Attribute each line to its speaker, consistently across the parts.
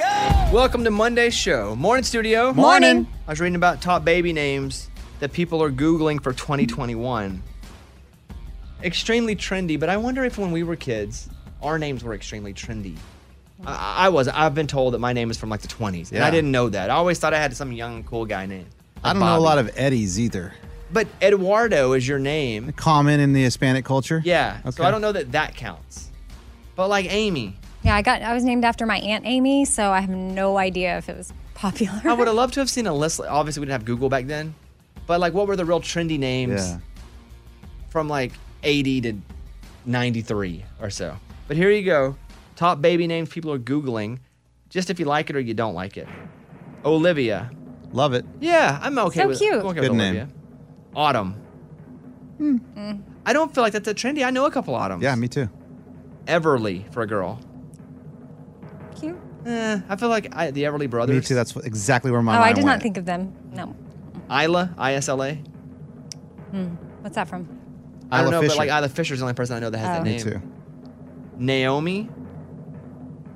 Speaker 1: Welcome to Monday's show. Morning, studio.
Speaker 2: Morning.
Speaker 1: I was reading about top baby names that people are Googling for 2021. Extremely trendy, but I wonder if when we were kids, our names were extremely trendy. I, I was. I've been told that my name is from like the 20s, and I
Speaker 2: Yeah.
Speaker 1: didn't know that. I always thought I had some young, cool guy name.
Speaker 2: I don't know a lot of Eddies either.
Speaker 1: But Eduardo is your name.
Speaker 2: Common in the Hispanic culture.
Speaker 1: Yeah.
Speaker 2: Okay.
Speaker 1: So I don't know that that counts. But like Amy,
Speaker 3: Yeah, I got I was named after my aunt Amy, so I have no idea if it was popular.
Speaker 1: I would have loved to have seen a list. Obviously, we didn't have Google back then, but like, what were the real trendy names
Speaker 2: Yeah.
Speaker 1: from like 80 to 93 or so? But here you go. Top baby names people are Googling, just if you like it or you don't like it. Olivia.
Speaker 2: Love it.
Speaker 1: Yeah, I'm okay
Speaker 3: So
Speaker 1: with
Speaker 3: cute.
Speaker 1: I'm okay
Speaker 2: Good
Speaker 1: with
Speaker 2: name.
Speaker 1: Olivia. Autumn.
Speaker 3: Hmm.
Speaker 1: I don't feel like that's a trendy. I know a couple Autumns.
Speaker 2: Yeah, me too.
Speaker 1: Everly for a girl.
Speaker 3: Cute.
Speaker 1: Eh, I feel like I, the Everly brothers.
Speaker 2: Me too. That's what- exactly where my
Speaker 3: Oh,
Speaker 2: mind
Speaker 3: I did
Speaker 2: went.
Speaker 3: not think of them. No.
Speaker 1: Isla, I S L A.
Speaker 3: Hmm. What's that from?
Speaker 1: I don't
Speaker 2: Isla
Speaker 1: know,
Speaker 2: Fisher.
Speaker 1: but like Isla Fisher's the only person I know that has
Speaker 3: Oh.
Speaker 1: that name.
Speaker 2: Me too.
Speaker 1: Naomi,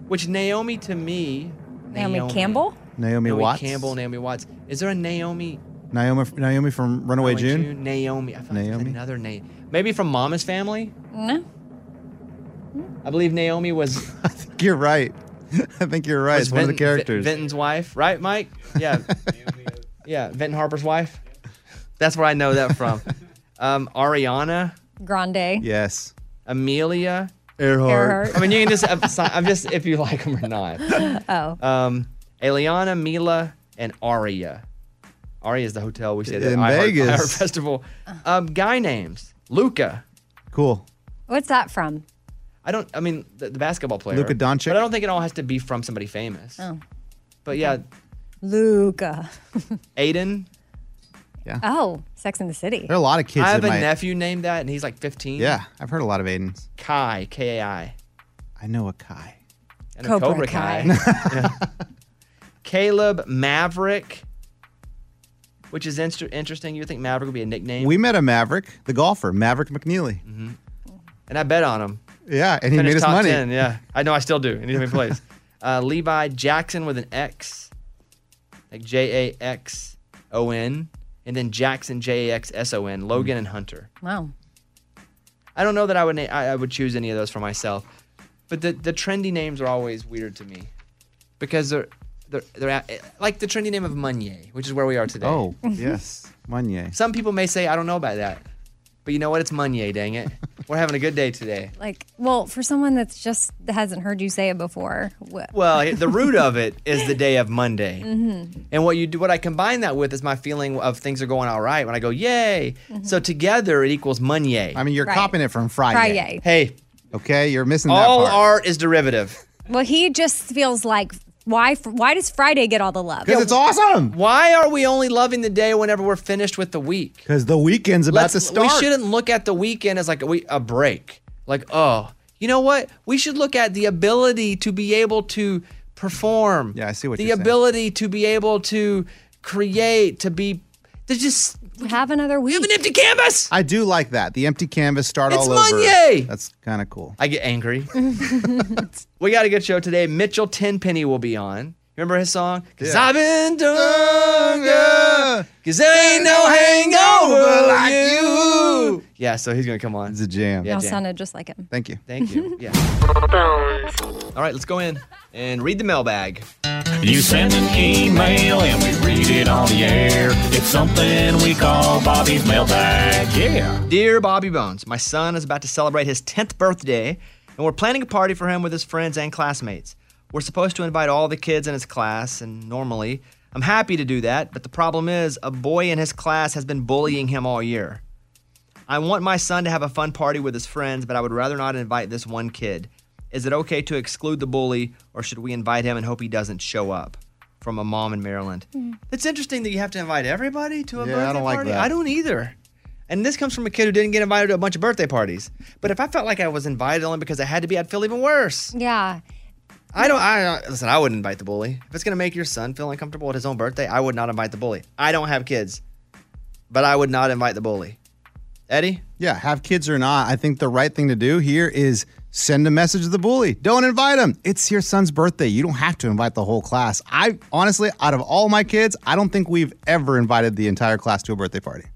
Speaker 1: which Naomi to me,
Speaker 3: Naomi, Campbell?
Speaker 2: Naomi,
Speaker 1: Naomi
Speaker 2: Watts.
Speaker 1: Campbell, Naomi Watts. Is there a Naomi?
Speaker 2: Naomi, Naomi from Runaway,
Speaker 1: Wait,
Speaker 2: June.
Speaker 1: Naomi. I feel like there's
Speaker 2: Naomi?
Speaker 1: another name. Maybe from Mama's Family.
Speaker 3: No.
Speaker 1: I believe Naomi was,
Speaker 2: I think you're right. I think you're right.
Speaker 1: was
Speaker 2: It's one of the
Speaker 1: Vin-
Speaker 2: characters.
Speaker 1: Vin- Vinton's wife, right, Mike? Yeah, yeah, Vinton Harper's wife. That's where I know that from. um, Ariana,
Speaker 3: Grande.
Speaker 2: yes.
Speaker 1: Amelia.
Speaker 2: Earhart.
Speaker 3: Earhart.
Speaker 1: I mean, you can just I'm just if you like them or not.
Speaker 3: Oh.
Speaker 1: Um, Eliana, Mila, and Aria. Aria is the hotel we stayed at
Speaker 2: In
Speaker 1: I Heart-
Speaker 2: Vegas.
Speaker 1: I Heart Festival. Um, guy names Luca.
Speaker 2: Cool.
Speaker 3: What's that from?
Speaker 1: I don't. I mean, the, the basketball player
Speaker 2: Luka Doncic.
Speaker 1: But I don't think it all has to be from somebody famous.
Speaker 3: Oh.
Speaker 1: But yeah,
Speaker 3: Luca.
Speaker 1: Aiden.
Speaker 3: Oh, Sex in the City.
Speaker 2: There are a lot of kids.
Speaker 1: I have
Speaker 2: that
Speaker 1: a
Speaker 2: might-
Speaker 1: nephew named that, and he's like 15.
Speaker 2: Yeah, I've heard a lot of Aidens.
Speaker 1: Kai, K A I,
Speaker 2: I know a Kai.
Speaker 1: and a
Speaker 3: Cobra
Speaker 1: Cobra Kai.
Speaker 3: Kai.
Speaker 1: Yeah. Caleb Maverick, which is inst- interesting. You would think Maverick would be a nickname,
Speaker 2: We met a Maverick, the golfer, Maverick McNeely.
Speaker 1: and I bet on him.
Speaker 2: Yeah, and he
Speaker 1: Finished
Speaker 2: made us
Speaker 1: top
Speaker 2: money.
Speaker 1: 10, yeah, I know. I still do. And he plays. Uh, Levi Jackson with an X, like J A X O N, and then Jackson J A X S O N.
Speaker 2: Hmm.
Speaker 1: Logan and Hunter.
Speaker 3: Wow.
Speaker 1: I don't know that I would na- I, I would choose any of those for myself, but the the trendy names are always weird to me because they're they're they're at, like the trendy name of Munier, which is where we are today.
Speaker 2: Oh, yes. Monye.
Speaker 1: Some people may say I don't know about that, but you know what? It's Munier. Dang it, we're having a good day today.
Speaker 3: Like, well, for someone that's just hasn't heard you say it before. wha-
Speaker 1: Well, the root of it is the day of Monday,
Speaker 3: mm-hmm.
Speaker 1: and what you do, what I combine that with is my feeling of things are going all right. When I go, yay! So together it equals Monday.
Speaker 2: I mean, you're
Speaker 3: Right.
Speaker 2: copying it from Friday.
Speaker 3: Cry yay.
Speaker 1: hey,
Speaker 2: Okay, you're missing
Speaker 1: all
Speaker 2: that part.
Speaker 1: art is derivative.
Speaker 3: Well, he just feels like why why does Friday get all the love?
Speaker 2: Because it's awesome.
Speaker 1: Why are we only loving the day whenever we're finished with the week?
Speaker 2: Because the weekend's about to
Speaker 1: we
Speaker 2: start.
Speaker 1: shouldn't look at the weekend as like a, we- a break. Like, oh, you know what? We should look at the ability to be able to perform.
Speaker 2: Yeah, I see what
Speaker 1: the
Speaker 2: you're saying.
Speaker 1: ability to be able to create, to be, to just
Speaker 3: Have another week.
Speaker 1: have an empty canvas.
Speaker 2: I do like that. The empty canvas start
Speaker 1: It's
Speaker 2: all over.
Speaker 1: Monday.
Speaker 2: That's kind of cool.
Speaker 1: I get angry. we got a good show today. Mitchell Tenpenny will be on. Remember his song? Cause
Speaker 2: Yeah. Uh,
Speaker 1: I've been drunk. Cause there ain't no hangover like you. Yeah, so he's gonna come on.
Speaker 2: It's a jam.
Speaker 1: Yeah.
Speaker 3: Y'all
Speaker 1: Jan.
Speaker 3: sounded just like him.
Speaker 2: Thank you.
Speaker 1: Thank you. Yeah. All right, let's go in and read the mailbag.
Speaker 4: You send an email and we read it on the air. It's something we call Bobby's mailbag. Yeah.
Speaker 1: Dear Bobby Bones, my son is about to celebrate his 10th birthday, and we're planning a party for him with his friends and classmates. We're supposed to invite all the kids in his class, and normally, I'm happy to do that, but the problem is, a boy in his class has been bullying him all year. I want my son to have a fun party with his friends, but I would rather not invite this one kid. Is it okay to exclude the bully, or should we invite him and hope he doesn't show up? From a mom in Maryland. It's interesting that you have to invite everybody to a
Speaker 2: Yeah, I
Speaker 1: birthday
Speaker 2: don't like
Speaker 1: party.
Speaker 2: that.
Speaker 1: I don't either. And this comes from a kid who didn't get invited to a bunch of birthday parties. But if I felt like I was invited only because I had to be, I'd feel even worse.
Speaker 3: Yeah.
Speaker 1: I don't. I listen. I wouldn't invite the bully. If it's gonna make your son feel uncomfortable at his own birthday, I would not invite the bully. I don't have kids, but I would not invite the bully. Eddie,
Speaker 2: Yeah, have kids or not, I think the right thing to do here is Send a message to the bully. Don't invite him. It's your son's birthday. You don't have to invite the whole class. I honestly, out of all my kids, I don't think we've ever invited the entire class to a birthday party.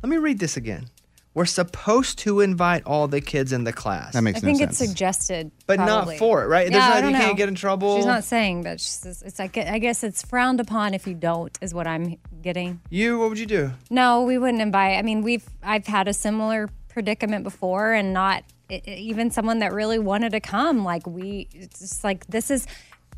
Speaker 1: Let me read this again. We're supposed to invite all the kids in the class.
Speaker 2: That makes
Speaker 3: I
Speaker 2: no
Speaker 3: think
Speaker 2: sense.
Speaker 3: it's suggested,
Speaker 1: But not
Speaker 3: probably.
Speaker 1: for it, right?
Speaker 3: Yeah,
Speaker 1: There's not-
Speaker 3: I don't
Speaker 1: you can't
Speaker 3: know.
Speaker 1: get in trouble.
Speaker 3: She's not saying that. She's just- it's like I guess it's frowned upon if you don't, is what I'm getting.
Speaker 1: you, what would you do?
Speaker 3: No, we wouldn't invite. I mean, we've I've had a similar predicament before, and not i- i- even someone that really wanted to come. Like we, it's just like this is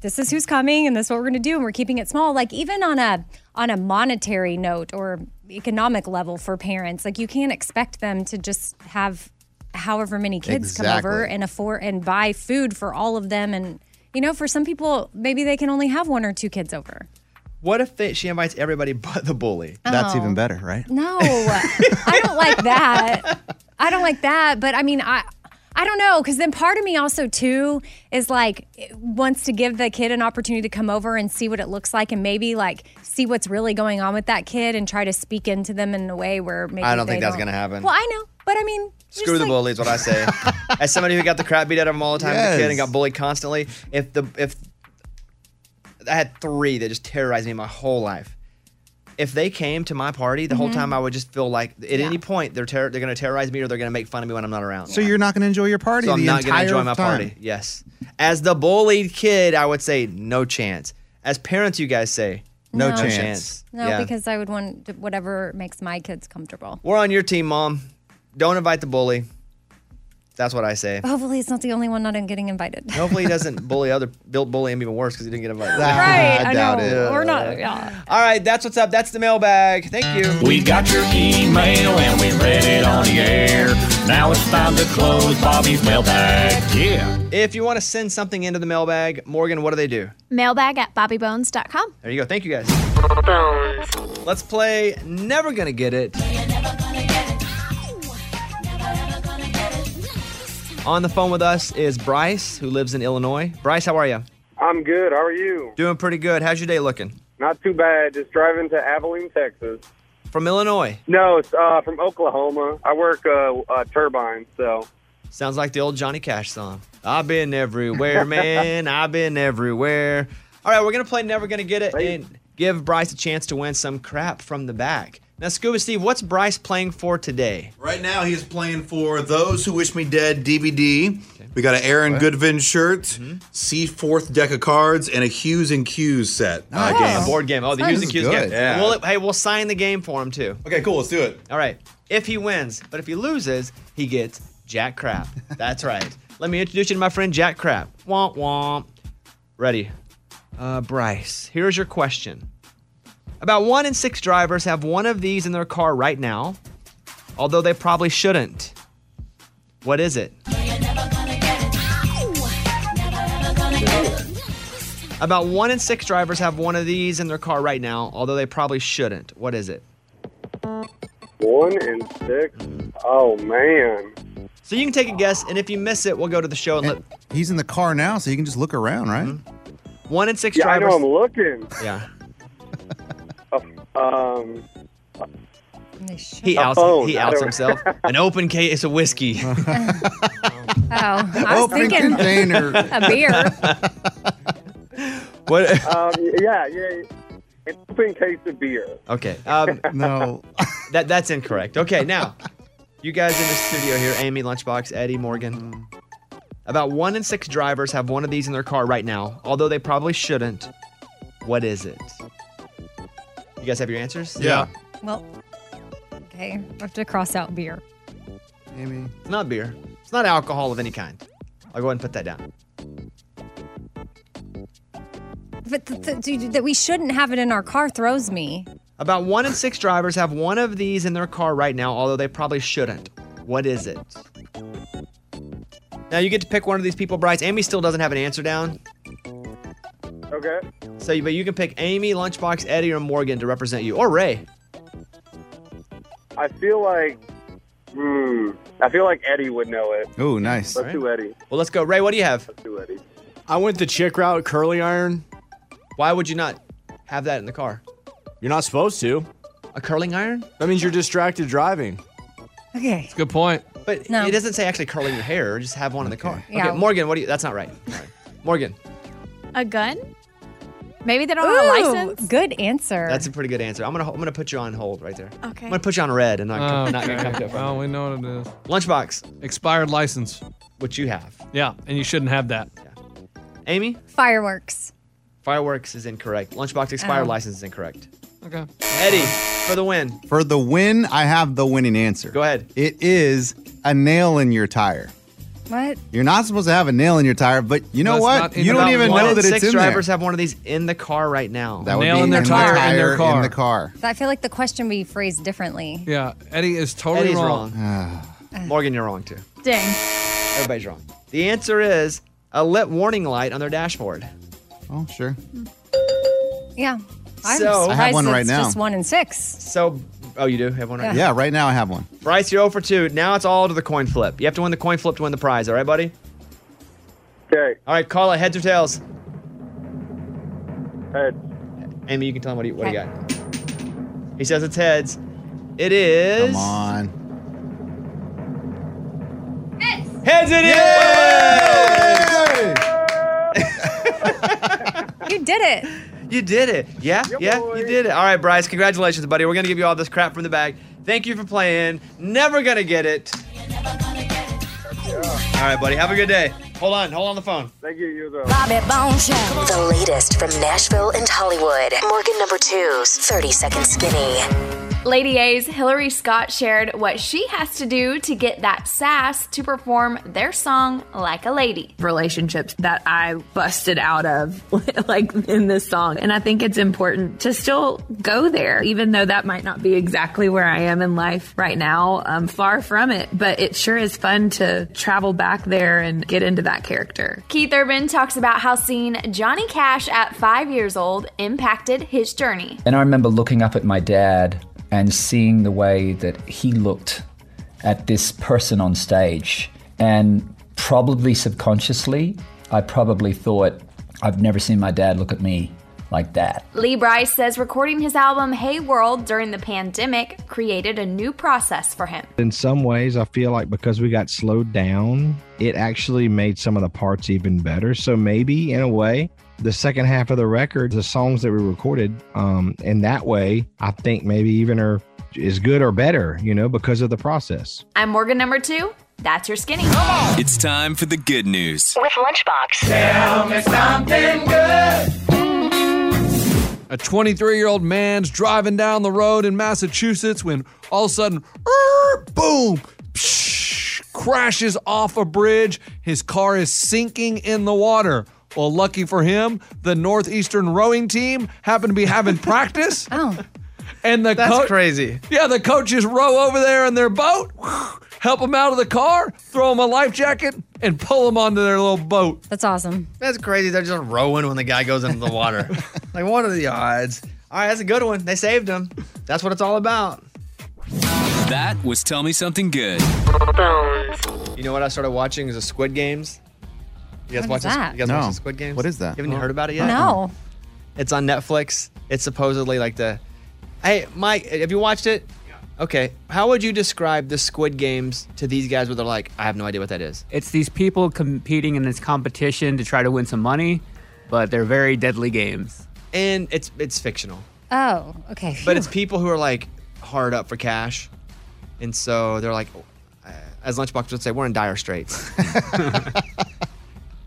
Speaker 3: this is who's coming, and this is what we're going to do, and we're keeping it small. Like even on a on a monetary note or economic level for parents, like you can't expect them to just have however many kids come over
Speaker 2: Exactly.
Speaker 3: and afford and buy food for all of them and. You know, for some people, maybe they can only have one or two kids over.
Speaker 1: What if they, she invites everybody but the bully?
Speaker 2: That's
Speaker 3: Oh.
Speaker 2: even better, right?
Speaker 3: No, I don't like that. I don't like that. But I mean, I. I don't know, because then part of me also too is like wants to give the kid an opportunity to come over and see what it looks like, and maybe like see what's really going on with that kid, and try to speak into them in a way where maybe
Speaker 1: I don't
Speaker 3: they
Speaker 1: think that's gonna happen.
Speaker 3: Well, I know, but I mean, just
Speaker 1: Screw the
Speaker 3: like-
Speaker 1: bully is what I say. As somebody who got the crap beat out of him all the time as a kid and
Speaker 2: Yes.
Speaker 1: got bullied constantly, if the if I had three that just terrorized me my whole life. If they came to my party, the whole
Speaker 3: Mm-hmm.
Speaker 1: time I would just feel like at any point they're terror they're gonna terrorize me or they're gonna make fun of me when I'm not around.
Speaker 2: So you're not going to enjoy your party.
Speaker 1: So I'm
Speaker 2: the
Speaker 1: not
Speaker 2: entire
Speaker 1: gonna enjoy my
Speaker 2: time.
Speaker 1: party. Yes. As the bullied kid, I would say no chance. As parents, you guys say
Speaker 2: No,
Speaker 3: No.
Speaker 2: chance.
Speaker 1: chance.
Speaker 3: No,
Speaker 1: Yeah.
Speaker 3: because I would want to- whatever makes my kids comfortable.
Speaker 1: we're on your team, mom. Don't invite the bully. That's what I say.
Speaker 3: Hopefully, it's not the only one not getting invited.
Speaker 1: Hopefully he doesn't bully other built bully him even worse because he didn't get invited.
Speaker 3: right?
Speaker 2: I
Speaker 3: I,
Speaker 2: doubt
Speaker 3: know,
Speaker 2: it.
Speaker 3: or not? Yeah.
Speaker 1: All right, that's what's up. That's the mailbag. Thank you.
Speaker 4: We got your email and we read it on the air. Now it's time to close Bobby's mailbag. Yeah.
Speaker 1: If you want to send something into the mailbag, Morgan, what do they do?
Speaker 5: Mailbag at bobbybones.com.
Speaker 1: There you go. Thank you guys. Let's play Never Gonna Get It. On the phone with us is Bryce, who lives in Illinois. Bryce, how are you?
Speaker 6: I'm good. How are you?
Speaker 1: Doing pretty good. How's your day looking?
Speaker 6: Not too bad. Just driving to Abilene, Texas.
Speaker 1: From Illinois.
Speaker 6: No, it's uh, from Oklahoma. I work uh, uh, turbines, so
Speaker 1: Sounds like the old Johnny Cash song. I've been everywhere, man. I've been everywhere. All right, we're going to play Never Gonna Get It and give Bryce a chance to win some crap from the back. Now, Scuba Steve, what's Bryce playing for today?
Speaker 7: Right now, he's playing for Those Who Wish Me Dead DVD. We got an Aaron Goodvin shirt,
Speaker 1: Mm-hmm.
Speaker 7: C4th deck of cards, and a Hughes and Q's set. Uh,
Speaker 2: Nice.
Speaker 7: game.
Speaker 1: Ah, A board game. Oh, the
Speaker 2: Sounds
Speaker 1: using cues game.
Speaker 2: good.
Speaker 7: Yeah.
Speaker 1: We'll, hey, we'll sign the game for him, too.
Speaker 7: Okay, cool. Let's do it.
Speaker 1: All right. If he wins, but if he loses, he gets Jack Crap. That's right. Let me introduce you to my friend Jack Crap. Womp womp. Ready. Uh, Bryce, here's your question. About one in six drivers have one of these in their car right now, although they probably shouldn't. What is it? About one in six drivers have one of these in their car right now, although they probably shouldn't. What is it?
Speaker 6: one and six. Oh man,
Speaker 1: So you can take a guess, and if you miss it, we'll go to the show and
Speaker 2: And
Speaker 1: look.
Speaker 2: he's in the car now, so you can just look around, right?
Speaker 1: One in six
Speaker 6: yeah, I
Speaker 1: drivers.
Speaker 6: know. I'm looking.
Speaker 1: Mm-hmm. yeah.
Speaker 6: Um,
Speaker 3: They should-
Speaker 1: He outs,
Speaker 6: phone.
Speaker 1: he
Speaker 6: I
Speaker 1: outs
Speaker 6: don't-
Speaker 1: himself. An open case is a whiskey.
Speaker 3: Oh, I was
Speaker 2: Open
Speaker 3: thinking
Speaker 2: container.
Speaker 3: a beer.
Speaker 1: what?
Speaker 6: um, yeah, yeah. It's open case of beer.
Speaker 1: Okay. Um,
Speaker 2: no.
Speaker 1: that That's incorrect. Okay, now, you guys in the studio here Amy, Lunchbox, Eddie, Morgan. About one in six drivers have one of these in their car right now, although they probably shouldn't. What is it? You guys have your answers?
Speaker 7: Yeah.
Speaker 3: Well, okay. We have to cross out beer.
Speaker 2: Amy.
Speaker 1: It's not beer. It's not alcohol of any kind. I'll go ahead and put that down.
Speaker 3: But th- th- dude, that we shouldn't have it in our car throws me.
Speaker 1: About one in six drivers have one of these in their car right now, although they probably shouldn't. What is it? Now you get to pick one of these people, Bryce. Amy still doesn't have an answer down.
Speaker 6: Okay.
Speaker 1: So, but you can pick Amy, Lunchbox, Eddie, or Morgan to represent you, or Ray.
Speaker 6: I feel like, hmm. I feel like Eddie would know it.
Speaker 2: Oh, nice.
Speaker 6: Let's do Eddie.
Speaker 1: Well, let's go. Ray, what do you have?
Speaker 6: Let's do Eddie.
Speaker 8: I went the chick route, curly iron.
Speaker 1: Why would you not have that in the car?
Speaker 8: You're not supposed to.
Speaker 1: A curling iron?
Speaker 8: That means you're distracted driving.
Speaker 3: Okay.
Speaker 9: Good point.
Speaker 1: But
Speaker 3: No.
Speaker 1: it doesn't say actually curling your hair. Just have one in the car.
Speaker 3: Yeah.
Speaker 1: Okay, Morgan, what do you? That's not right. Sorry. Morgan,
Speaker 5: A gun? Maybe they don't have a
Speaker 3: Ooh,
Speaker 5: license.
Speaker 3: Good answer.
Speaker 1: that's a pretty good answer. I'm gonna I'm gonna put you on hold right there.
Speaker 5: Okay.
Speaker 1: I'm gonna put you on red and
Speaker 9: Oh,
Speaker 1: not not gonna come to it.
Speaker 9: well, we know what it is.
Speaker 1: Lunchbox,
Speaker 9: Expired license.
Speaker 1: what you have?
Speaker 9: Yeah, and you shouldn't have that.
Speaker 1: Amy,
Speaker 3: Fireworks.
Speaker 1: fireworks is incorrect. Lunchbox expired
Speaker 3: Oh.
Speaker 1: license is incorrect.
Speaker 9: Okay.
Speaker 1: Eddie for the win.
Speaker 2: For the win, I have the winning answer.
Speaker 1: Go ahead.
Speaker 2: It is a nail in your tire.
Speaker 3: What?
Speaker 2: You're not supposed to have a nail in your tire, but you know
Speaker 9: That's
Speaker 2: what?
Speaker 9: not in
Speaker 2: You
Speaker 9: the-
Speaker 2: don't
Speaker 9: About
Speaker 2: even
Speaker 9: one
Speaker 2: know
Speaker 1: in
Speaker 2: that
Speaker 1: six
Speaker 2: it's in there.
Speaker 1: drivers have one of these in the car right now.
Speaker 2: That would
Speaker 9: Nail
Speaker 2: be
Speaker 9: in their
Speaker 2: the
Speaker 9: tire, in their
Speaker 2: In
Speaker 9: car.
Speaker 2: the car.
Speaker 3: So I feel like the question we phrased differently.
Speaker 9: Yeah, Eddie is totally
Speaker 1: Eddie's
Speaker 9: wrong.
Speaker 1: wrong. Morgan, you're wrong too.
Speaker 5: Dang.
Speaker 1: Everybody's wrong. The answer is a lit warning light on their dashboard.
Speaker 2: Oh, sure.
Speaker 3: Yeah. I'm
Speaker 1: So- I have
Speaker 3: surprised
Speaker 2: one right
Speaker 3: it's
Speaker 2: now.
Speaker 3: just one in six.
Speaker 1: So, oh, you do have one right
Speaker 3: Yeah.
Speaker 1: now.
Speaker 2: Yeah, right now I have one.
Speaker 1: Bryce, you're 0 for 2. Now it's all to the coin flip. You have to win the coin flip to win the prize, all right, buddy?
Speaker 6: Okay,
Speaker 1: All right, call it heads or tails.
Speaker 6: heads.
Speaker 1: Amy, you can tell him what he, what he
Speaker 3: Okay.
Speaker 1: got. He says it's heads. It is.
Speaker 2: Come on.
Speaker 1: Heads it is!
Speaker 3: You did it.
Speaker 1: You did it. Yeah, yeah, you did it. All right, Bryce, congratulations, buddy. We're going to give you all this crap from the bag. Thank you for playing. Never going to get it. All right, buddy, have a good day. Hold on, hold on the phone.
Speaker 6: Thank you, you though.
Speaker 10: Bobby Bones Show. The latest from Nashville and Hollywood. Morgan number two's 30 Second Skinny.
Speaker 5: Lady A's Hillary Scott shared what she has to do to get that sass to perform their song like a lady.
Speaker 10: relationships that I busted out of, like in this song. And I think it's important to still go there, even though that might not be exactly where I am in life right now. I'm far from it, but it sure is fun to travel back there and get into that character.
Speaker 5: Keith Urban talks about how seeing Johnny Cash at five years old impacted his journey.
Speaker 10: And I remember looking up at my dad and seeing the way that he looked at this person on stage. And probably subconsciously, I probably thought, I've never seen my dad look at me like that.
Speaker 5: Lee Bryce says recording his album Hey World during the pandemic created a new process for him.
Speaker 10: In some ways, I feel like because we got slowed down, it actually made some of the parts even better. So maybe, in a way, the second half of the record, the songs that we recorded, um, in that way, I think maybe even are is good or better, you know, because of the process.
Speaker 5: I'm Morgan number two. That's your skinny.
Speaker 4: It's time for the good news.
Speaker 10: With Lunchbox.
Speaker 9: A 23 year old man's driving down the road in Massachusetts when all of a sudden, er, boom, psh, crashes off a bridge. His car is sinking in the water. Well, lucky for him, the Northeastern rowing team happened to be having practice.
Speaker 3: Oh.
Speaker 9: And the
Speaker 1: That's
Speaker 9: coach-
Speaker 1: crazy.
Speaker 9: Yeah, the coaches row over there in their boat, help him out of the car, throw him a life jacket, and pull him onto their little boat.
Speaker 3: That's awesome.
Speaker 1: That's crazy. They're just rowing when the guy goes into the water. like, what are the odds? All right, that's a good one. They saved him. That's what it's all about.
Speaker 4: That was Tell Me Something Good.
Speaker 1: You know what I started watching is the Squid Games. You guys
Speaker 3: What
Speaker 1: watch
Speaker 3: is
Speaker 1: this-
Speaker 3: that?
Speaker 1: You guys
Speaker 2: No.
Speaker 1: watch the Squid Games?
Speaker 2: What is that? Oh.
Speaker 1: You haven't you heard about it yet?
Speaker 3: No.
Speaker 1: It's on Netflix. It's supposedly like the. Hey, Mike, have you watched it? Okay. How would you describe the Squid Games to these guys where they're like, I have no idea what that is?
Speaker 10: It's these people competing in this competition to try to win some money, but they're very deadly games.
Speaker 1: And it's it's fictional.
Speaker 3: Oh, okay.
Speaker 1: But it's people who are like hard up for cash. And so they're like, uh, as Lunchbox would say, we're in dire straits.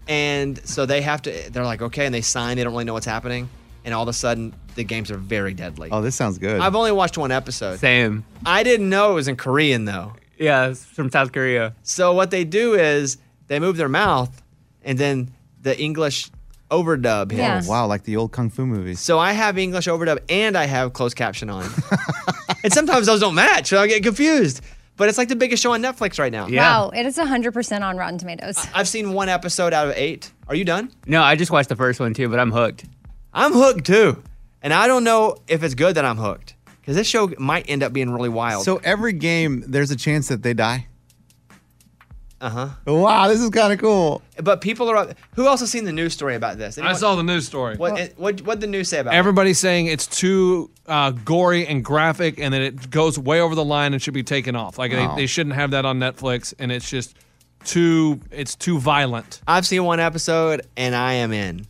Speaker 1: and so they have to, they're like, okay. And they sign, they don't really know what's happening. And all of a sudden, the games are very deadly.
Speaker 2: Oh, this sounds good.
Speaker 1: I've only watched one episode.
Speaker 10: Same.
Speaker 1: I didn't know it was in Korean though.
Speaker 10: Yeah, it's from South Korea.
Speaker 1: So what they do is they move their mouth, and then the English overdub hits.
Speaker 3: Yeah.
Speaker 2: Oh, wow, like the old kung fu movies.
Speaker 1: So I have English overdub and I have closed caption on, and sometimes those don't match. So I get confused. But it's like the biggest show on Netflix right now.
Speaker 3: Wow, it is 100% on Rotten Tomatoes.
Speaker 1: I've seen one episode out of eight. Are you done?
Speaker 10: No, I just watched the first one too, but I'm hooked.
Speaker 1: I'm hooked too, and I don't know if it's good that I'm hooked because this show might end up being really wild.
Speaker 2: So every game, there's a chance that they die.
Speaker 1: Uh huh.
Speaker 2: Wow, this is kind of cool.
Speaker 1: But people are. Who else has seen the news story about this?
Speaker 9: I saw the news story.
Speaker 1: What it- what what the news say about it?
Speaker 9: Everybody's saying it's too uh, gory and graphic, and that it goes way over the line and should be taken off. Like
Speaker 1: Oh.
Speaker 9: they, they shouldn't have that on Netflix, and it's just too it's too violent.
Speaker 1: I've seen one episode and I am in.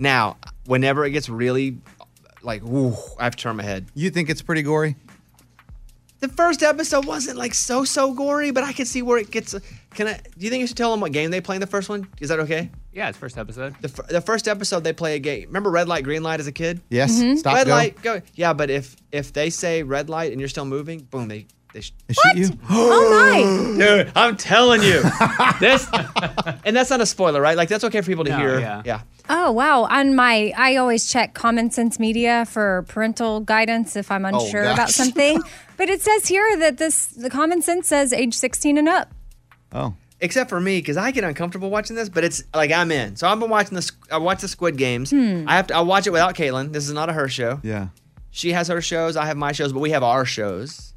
Speaker 1: Now, whenever it gets really like, ooh, I have to turn my head.
Speaker 2: You think it's pretty gory?
Speaker 1: The first episode wasn't like so so gory, but I can see where it gets. uh, Can I? Do you think you should tell them what game they play in the first one? Is that okay?
Speaker 11: Yeah, it's first episode.
Speaker 1: The, fir- the first episode they play a game. Remember red light, green light as a kid?
Speaker 2: Yes. Mhm. Stop,
Speaker 1: red
Speaker 2: go.
Speaker 1: light, go. Yeah, but if if they say red light and you're still moving, boom, they they, sh-
Speaker 2: they shoot you.
Speaker 1: Oh my! Dude, I'm telling you, this and that's not a spoiler, right? Like that's okay for people to
Speaker 11: No,
Speaker 1: hear.
Speaker 11: yeah.
Speaker 3: Oh wow! On my, I always check Common Sense Media for parental guidance if I'm
Speaker 1: Oh,
Speaker 3: unsure
Speaker 1: gosh.
Speaker 3: about something. but it says here that this the Common Sense says age 16 and up.
Speaker 2: Oh.
Speaker 1: Except for me, because I get uncomfortable watching this, but it's like I'm in. So I've been watching this. I watch the Squid Games.
Speaker 3: Hmm.
Speaker 1: I have to. I watch it without Caitlin. This is not a her show.
Speaker 2: Yeah.
Speaker 1: She has her shows. I have my shows, but we have our shows.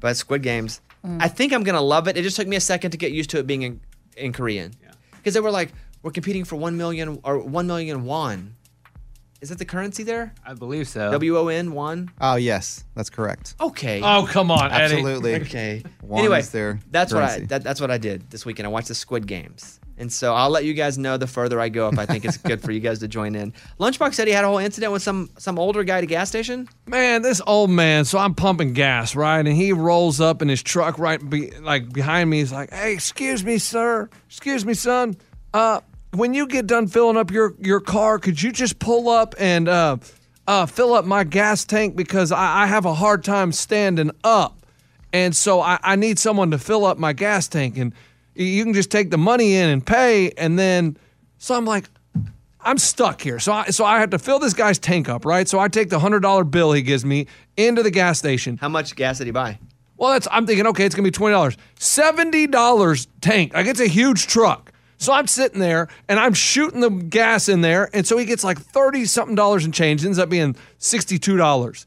Speaker 1: But Squid Games, I think I'm gonna love it. It just took me a second to get used to it being in, in Korean. Because they were like, we're competing for one million or one million won. Is that the currency there?
Speaker 11: I believe so.
Speaker 1: W O N won.
Speaker 2: Oh yes, that's correct.
Speaker 1: Okay.
Speaker 9: Oh come on, Eddie.
Speaker 2: Absolutely.
Speaker 1: Okay.
Speaker 2: One
Speaker 1: anyway,
Speaker 2: is their
Speaker 1: that's what I
Speaker 2: currency.
Speaker 1: that, that's what I did this weekend. I watched the Squid Games, and so I'll let you guys know the further I go if I think it's good for you guys to join in. Lunchbox said he had a whole incident with some some older guy at a gas station.
Speaker 9: Man, this old man. So I'm pumping gas, right? And he rolls up in his truck right be, like behind me. He's like, "Hey, excuse me, sir. Excuse me, son. Uh, when you get done filling up your your car, could you just pull up and uh, uh, fill up my gas tank because I, I have a hard time standing up, and so I, I need someone to fill up my gas tank. And y- you can just take the money in and pay, and then so I'm like, I'm stuck here. So I, so I have to fill this guy's tank up, right? So I take the hundred dollar bill he gives me into the gas station.
Speaker 1: How much gas did he buy?
Speaker 9: Well, that's I'm thinking, okay, it's gonna be twenty dollars, seventy dollars tank. Like it's a huge truck. So I'm sitting there and I'm shooting the gas in there, and so he gets like thirty something dollars in change. Ends up being sixty two dollars.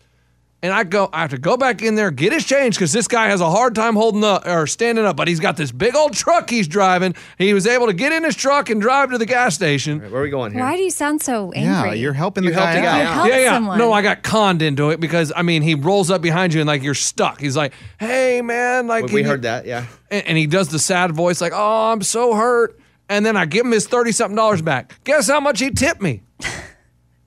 Speaker 9: And I go, I have to go back in there, get his change, because this guy has a hard time holding up or standing up. But he's got this big old truck he's driving. He was able to get in his truck and drive to the gas station.
Speaker 1: where are we going
Speaker 3: Why do you sound so angry?
Speaker 2: helping
Speaker 3: the guy out. You helped
Speaker 9: yeah, yeah.
Speaker 3: someone.
Speaker 9: No, I got conned into it because I mean, he rolls up behind you and like you're stuck. He's like, "Hey, man!" Like
Speaker 1: we, we
Speaker 9: can
Speaker 1: heard
Speaker 9: you-"
Speaker 1: that, yeah.
Speaker 9: and, and he does the sad voice, like, "Oh, I'm so hurt." And then I give him his thirty something dollars back. Guess how much he tipped me?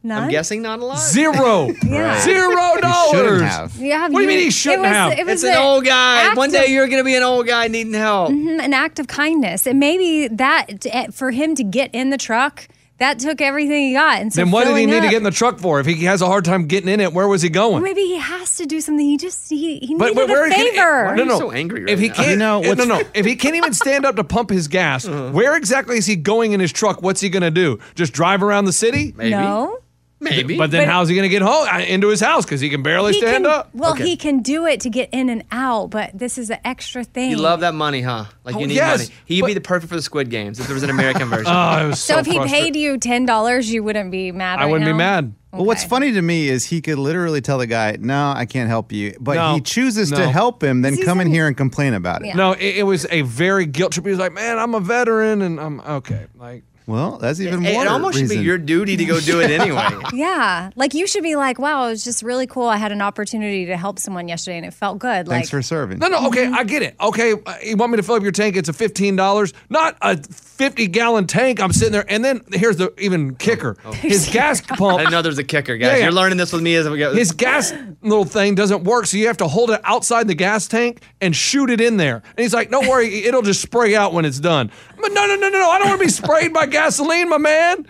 Speaker 1: I'm guessing not a lot.
Speaker 9: Zero.
Speaker 1: Yeah.
Speaker 9: Zero dollars.
Speaker 3: Yeah.
Speaker 9: What do you mean he shouldn't
Speaker 3: it was,
Speaker 9: have?
Speaker 3: It was
Speaker 1: it's an old guy.
Speaker 3: act
Speaker 1: One day
Speaker 3: of-
Speaker 1: you're gonna be an old guy needing help.
Speaker 3: Mhm, an act of kindness, and maybe that eh, for him to get in the truck, that took everything he got. And so
Speaker 9: then what did he
Speaker 3: filling
Speaker 9: need to
Speaker 3: up-
Speaker 9: get in the truck for? If he has a hard time getting in it, where was he
Speaker 3: Or
Speaker 9: going?
Speaker 3: maybe he has to do something. He just he he
Speaker 9: But,
Speaker 3: needed
Speaker 9: but where
Speaker 3: a
Speaker 9: he can-
Speaker 3: favor.
Speaker 9: no, no. if he can't,
Speaker 2: You know,
Speaker 9: eh, no,
Speaker 2: what's-
Speaker 9: no. If he can't even stand up to pump his gas, where exactly is he going in his truck? What's he gonna do? Just drive around the city?
Speaker 3: No.
Speaker 9: Maybe. But then
Speaker 3: But-
Speaker 9: how's he gonna get home uh, into his house? Because he can barely
Speaker 3: He
Speaker 9: stand
Speaker 3: can-
Speaker 9: up.
Speaker 3: Well, he can do it to get in and out, but this is an extra thing.
Speaker 1: You love that money, huh? Like
Speaker 9: Oh,
Speaker 1: you need
Speaker 9: yes,
Speaker 1: money. He'd be the perfect for the Squid Games if there was an American version.
Speaker 9: Oh, it was
Speaker 3: So, if he paid you ten dollars, you wouldn't be mad. right now?
Speaker 2: Well, what's funny to me is he could literally tell the guy, "No, I can't help you," but
Speaker 9: No.
Speaker 2: he chooses to
Speaker 9: No.
Speaker 2: help him, then come in here and complain about it.
Speaker 9: No, it, it was a very guilt trip. He was like, "Man, I'm a veteran, and I'm okay." Like,
Speaker 2: Well, that's even
Speaker 9: It- it
Speaker 2: more.
Speaker 9: almost should be
Speaker 2: reason.
Speaker 9: your
Speaker 1: duty to go do it anyway.
Speaker 3: Yeah, like you should be like, wow, it was just really cool. I had an opportunity to help someone yesterday, and it felt good.
Speaker 2: Thanks
Speaker 3: like,
Speaker 2: for serving.
Speaker 9: no, no, okay, I get it. Okay, uh, you want me to fill up your tank? It's a fifteen dollars, not a fifty gallon tank. I'm sitting there, and then here's the even kicker: his gas pump.
Speaker 1: I know there's a kicker, guys.
Speaker 9: Yeah, yeah.
Speaker 1: You're learning this with me as we go.
Speaker 9: His gas little thing doesn't work, so you have to hold it outside the gas tank and shoot it in there. And he's like, "Don't worry, it'll just spray out when it's done." But no, no, no, no, no! I don't want to be sprayed by gasoline, my man.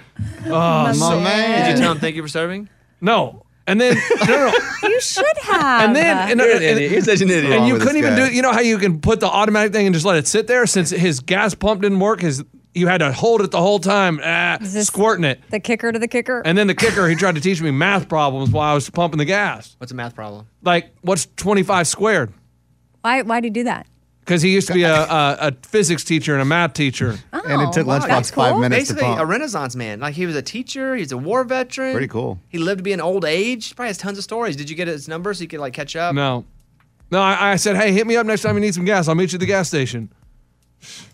Speaker 9: Oh,
Speaker 1: My
Speaker 9: so-
Speaker 1: man. Did you tell him thank you for serving?
Speaker 9: No. And then no, no, no.
Speaker 3: you should have.
Speaker 9: And then and,
Speaker 1: You're an
Speaker 9: and-
Speaker 1: idiot. You're such an idiot.
Speaker 9: And
Speaker 1: Wrong
Speaker 9: you
Speaker 1: with
Speaker 9: couldn't
Speaker 1: this
Speaker 9: even
Speaker 1: guy.
Speaker 9: do. You know how you can put the automatic thing and just let it sit there since his gas pump didn't work. His you had to hold it the whole time, ah, squirting it.
Speaker 3: the kicker to the kicker.
Speaker 9: And then the kicker, he tried to teach me math problems while I was pumping the gas.
Speaker 1: What's a math problem?
Speaker 9: Like, what's 25 squared?
Speaker 3: why why do you do that?
Speaker 9: Because he used to be a, a, a physics teacher and a math teacher.
Speaker 3: Oh,
Speaker 2: And it took Lunchbox five minutes to
Speaker 1: Basically,
Speaker 2: pump.
Speaker 1: a Renaissance man. Like he was a teacher. He's a war veteran.
Speaker 2: Pretty cool.
Speaker 1: He lived to be an old age. He Probably has tons of stories. Did you get his number so you could like catch up?
Speaker 9: No. No, I, I said, hey, hit me up next time you need some gas. I'll meet you at the gas station.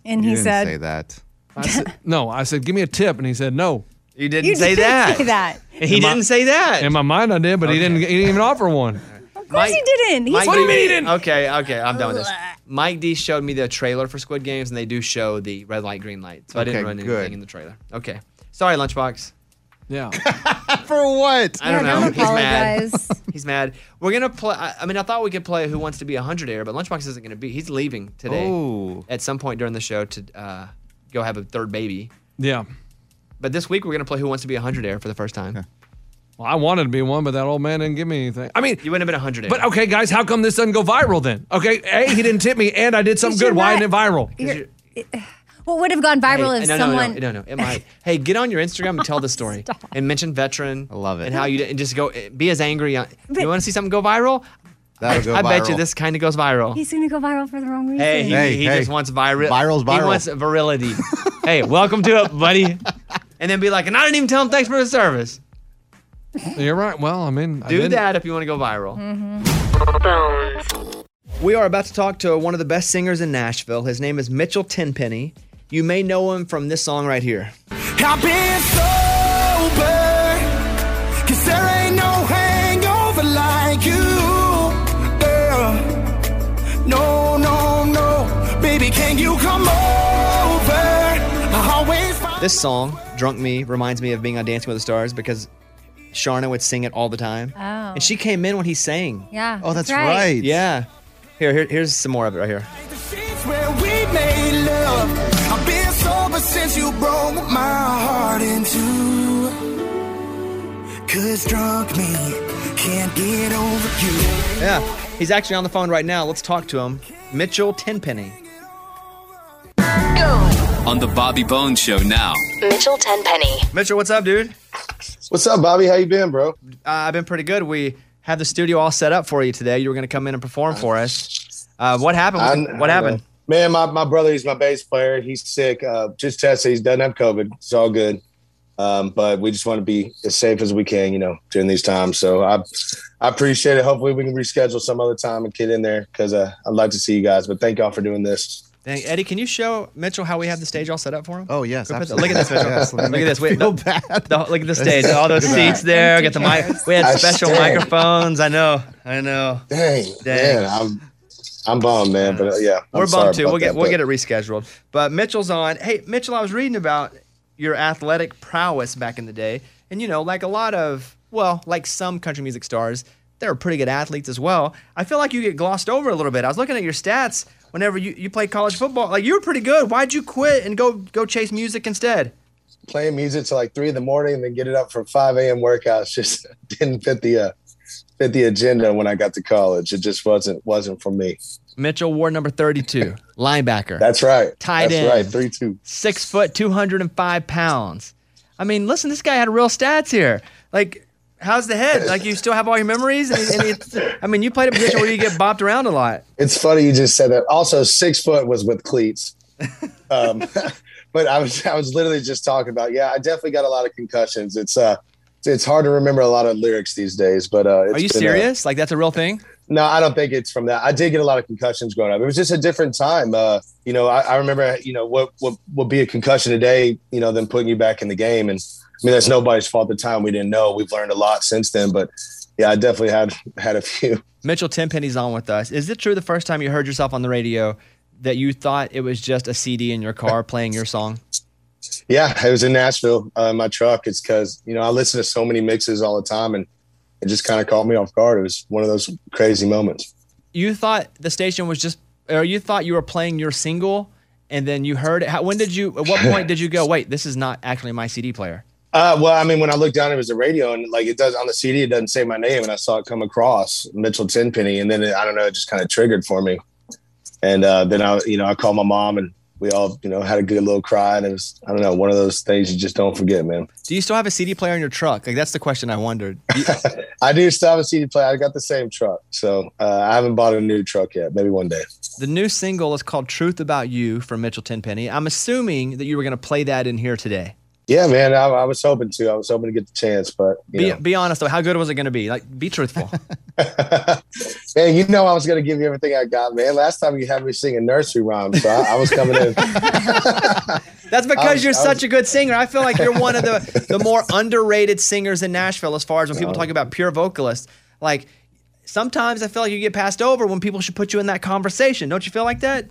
Speaker 3: And he said,
Speaker 2: that.
Speaker 9: I said, no, I said, give me a tip. And he said, no.
Speaker 1: You
Speaker 3: "You didn't Say that.
Speaker 9: He didn't
Speaker 1: say that.
Speaker 9: In my mind, I did, but he didn't. He didn't even offer one.
Speaker 3: Of course you didn't. He
Speaker 1: Mike
Speaker 3: said
Speaker 1: D-
Speaker 3: he
Speaker 1: Okay, okay, I'm done with this. Mike D showed me the trailer for Squid Games, and they do show the red light, green light. So I didn't
Speaker 9: Okay,
Speaker 1: run anything
Speaker 9: good.
Speaker 1: in the trailer. Okay, sorry, Lunchbox.
Speaker 9: Yeah.
Speaker 2: For what?
Speaker 1: I don't know. He's mad.
Speaker 3: apologize.
Speaker 1: He's mad. We're gonna play. I, I mean, I thought we could play Who Wants to Be a Hundred Air, but Lunchbox isn't gonna be. He's leaving today
Speaker 9: Oh.
Speaker 1: at some point during the show to uh, go have a third baby.
Speaker 9: Yeah.
Speaker 1: But this week we're gonna play Who Wants to Be a Hundred Air for the first time.
Speaker 9: Well, I wanted to be one, but that old man didn't give me anything. I mean,
Speaker 1: you wouldn't have been a hundred.
Speaker 9: But okay, guys, how come this doesn't go viral then? Okay, A, he didn't tip me, and I did something
Speaker 3: Because
Speaker 9: good. Why
Speaker 3: you're
Speaker 9: isn't it viral?
Speaker 3: You're- eh, What would have gone viral
Speaker 1: Hey,
Speaker 3: if
Speaker 1: no, no,
Speaker 3: someone?
Speaker 1: No, no, no, it might. Hey, get on your Instagram and tell the story and mention veteran. I love it. And how you did- and just go eh, be as angry. on- you want to see something go viral?
Speaker 2: That'll go
Speaker 1: I, I bet you
Speaker 2: viral.
Speaker 1: this kind of goes viral.
Speaker 3: He's going to go viral for the wrong reason.
Speaker 1: hey, he, he
Speaker 2: hey.
Speaker 1: just wants viral.
Speaker 2: Viral's
Speaker 1: He
Speaker 2: viral.
Speaker 1: wants virility. hey, welcome to it, buddy. And then be like, and I didn't even tell him thanks for the service.
Speaker 9: You're right. Well, I mean, I
Speaker 1: Do
Speaker 9: didn't-
Speaker 1: that if you want to go viral.
Speaker 9: Mm-hmm.
Speaker 1: We are about to talk to one of the best singers in Nashville. His name is Mitchell Tenpenny. You may know him from this song right here.
Speaker 4: I've been sober, cause there ain't no hangover like you. Girl. No, no, no, baby, can you come over? I always find
Speaker 1: This song, Drunk Me, reminds me of being on Dancing with the Stars because Sharna would sing it all the time.
Speaker 3: Oh.
Speaker 1: And she Oh, came in when he sang.
Speaker 3: yeah.
Speaker 2: Oh,
Speaker 1: Yeah. Here, here, here's some more of it right here.
Speaker 4: it's where we made love. I've been sober since you broke my heart in two. Cause drunk me can't get over you.
Speaker 1: Yeah. He's actually on the phone right now. Let's talk to him. Mitchell Tenpenny.
Speaker 11: On the Bobby Bones Show now.
Speaker 12: Mitchell Tenpenny.
Speaker 1: Mitchell, what's up, dude?
Speaker 13: What's up, Bobby? How you been, bro?
Speaker 1: Uh, I've been pretty good. We have the studio all set up for you today. You were going to come in and perform for us. Uh, what happened?
Speaker 13: I-
Speaker 1: what
Speaker 13: I
Speaker 1: happened?
Speaker 13: know. Man, my, my brother, he's my bass player. He's sick. Uh, just tested. He doesn't have COVID. It's all good. Um, but we just want to be as safe as we can, you know, during these times. So I, I appreciate it. Hopefully we can reschedule some other time and get in there because uh, I'd like to see you guys. But thank y'all for doing this.
Speaker 1: Dang, Eddie, can you show Mitchell how we have the stage all set up for him?
Speaker 2: Oh yes,
Speaker 1: Look at this, Mitchell.
Speaker 2: Yes,
Speaker 1: look
Speaker 2: let
Speaker 1: at
Speaker 2: me make
Speaker 1: this.
Speaker 2: it
Speaker 1: We,
Speaker 2: feel
Speaker 1: the-
Speaker 2: bad.
Speaker 1: the- look at the stage.
Speaker 2: That's
Speaker 1: All those
Speaker 2: good.
Speaker 1: seats there. We Got the mic. We
Speaker 13: I
Speaker 1: had special
Speaker 13: stand.
Speaker 1: microphones. I know. I know.
Speaker 13: Dang.
Speaker 1: Dang.
Speaker 13: Man, I'm, I'm bummed, man. But uh, yeah, I'm
Speaker 1: We're
Speaker 13: sorry
Speaker 1: bummed too.
Speaker 13: about
Speaker 1: We'll get
Speaker 13: that,
Speaker 1: we'll
Speaker 13: but-
Speaker 1: get it rescheduled. But Mitchell's on. Hey, Mitchell, I was reading about your athletic prowess back in the day, and you know, like a lot of well, like some country music stars, they're pretty good athletes as well. I feel like you get glossed over a little bit. I was looking at your stats whenever you you played college football. Like you were pretty good. Why'd you quit and go go chase music instead?
Speaker 13: playing music till like three in the morning and then getting up for 5 a.m. workouts just didn't fit the uh, fit the agenda when I got to college. It just wasn't wasn't for me.
Speaker 1: Mitchell wore number 32, linebacker.
Speaker 13: That's right.
Speaker 1: Tight
Speaker 13: That's
Speaker 1: end.
Speaker 13: right. Three two.
Speaker 1: Six foot, 205 pounds. I mean, listen, this guy had real stats here. Like, how's the head? Like, you still have all your memories? I mean, I mean, it's- I mean, you played a position where you get bopped around a lot.
Speaker 13: It's funny you just said that. Also, six foot was with cleats. Um, but I was I was literally just talking about yeah. I definitely got a lot of concussions. It's uh, it's hard to remember a lot of lyrics these days. But uh, it's
Speaker 1: Are you
Speaker 13: been, uh,
Speaker 1: serious? Like, that's a real thing?
Speaker 13: No, I don't think it's from that. I did get a lot of concussions growing up. It was just a different time. Uh, you know, I, I remember, you know, what what would be a concussion today, you know, then putting you back in the game. And I mean, that's nobody's fault at the time. We didn't know. We've learned a lot since then. But yeah, I definitely had had a few.
Speaker 1: Mitchell Tenpenny's on with us. Is it true the first time you heard yourself on the radio that you thought it was just a CD in your car playing your song?
Speaker 13: Yeah, I was in Nashville uh, in my truck. It's because you know I listen to so many mixes all the time, and it just kind of caught me off guard. It was one of those crazy moments.
Speaker 1: You thought the station was just, or you thought you were playing your single and then you heard it. How, when did you, at what point did you go, wait, this is not actually my CD player?
Speaker 13: Uh, well, I mean, when I looked down, it was the radio, and like it does on the CD, it doesn't say my name, and I saw it come across Mitchell Tenpenny, and then it, I don't know, it just kind of triggered for me, and uh, then I, you know, I called my mom, and we all, you know, had a good little cry, and it was, I don't know, one of those things you just don't forget, man.
Speaker 1: Do you still have a CD player in your truck? Like that's the question I wondered. You-
Speaker 13: I do still have a CD player. I got the same truck, so uh, I haven't bought a new truck yet. Maybe one day.
Speaker 1: the new single is called "Truth About You" from Mitchell Tenpenny. I'm assuming that you were going to play that in here today.
Speaker 13: Yeah, man, I, I was hoping to. I was hoping to get the chance, but you
Speaker 1: Be,
Speaker 13: know.
Speaker 1: be honest though, how good was it going to be? Like, be truthful.
Speaker 13: man, you know I was gonna give you everything I got, man. Last time you had me singing nursery rhymes, so I, I was coming in.
Speaker 1: That's
Speaker 13: I
Speaker 1: because
Speaker 13: was-
Speaker 1: you're
Speaker 13: I
Speaker 1: such
Speaker 13: was-
Speaker 1: a good singer. I feel like you're one of the, the more underrated singers in Nashville as far as when people talk about pure vocalists. Like sometimes I feel like you get passed over when people should put you in that conversation. Don't you feel like that?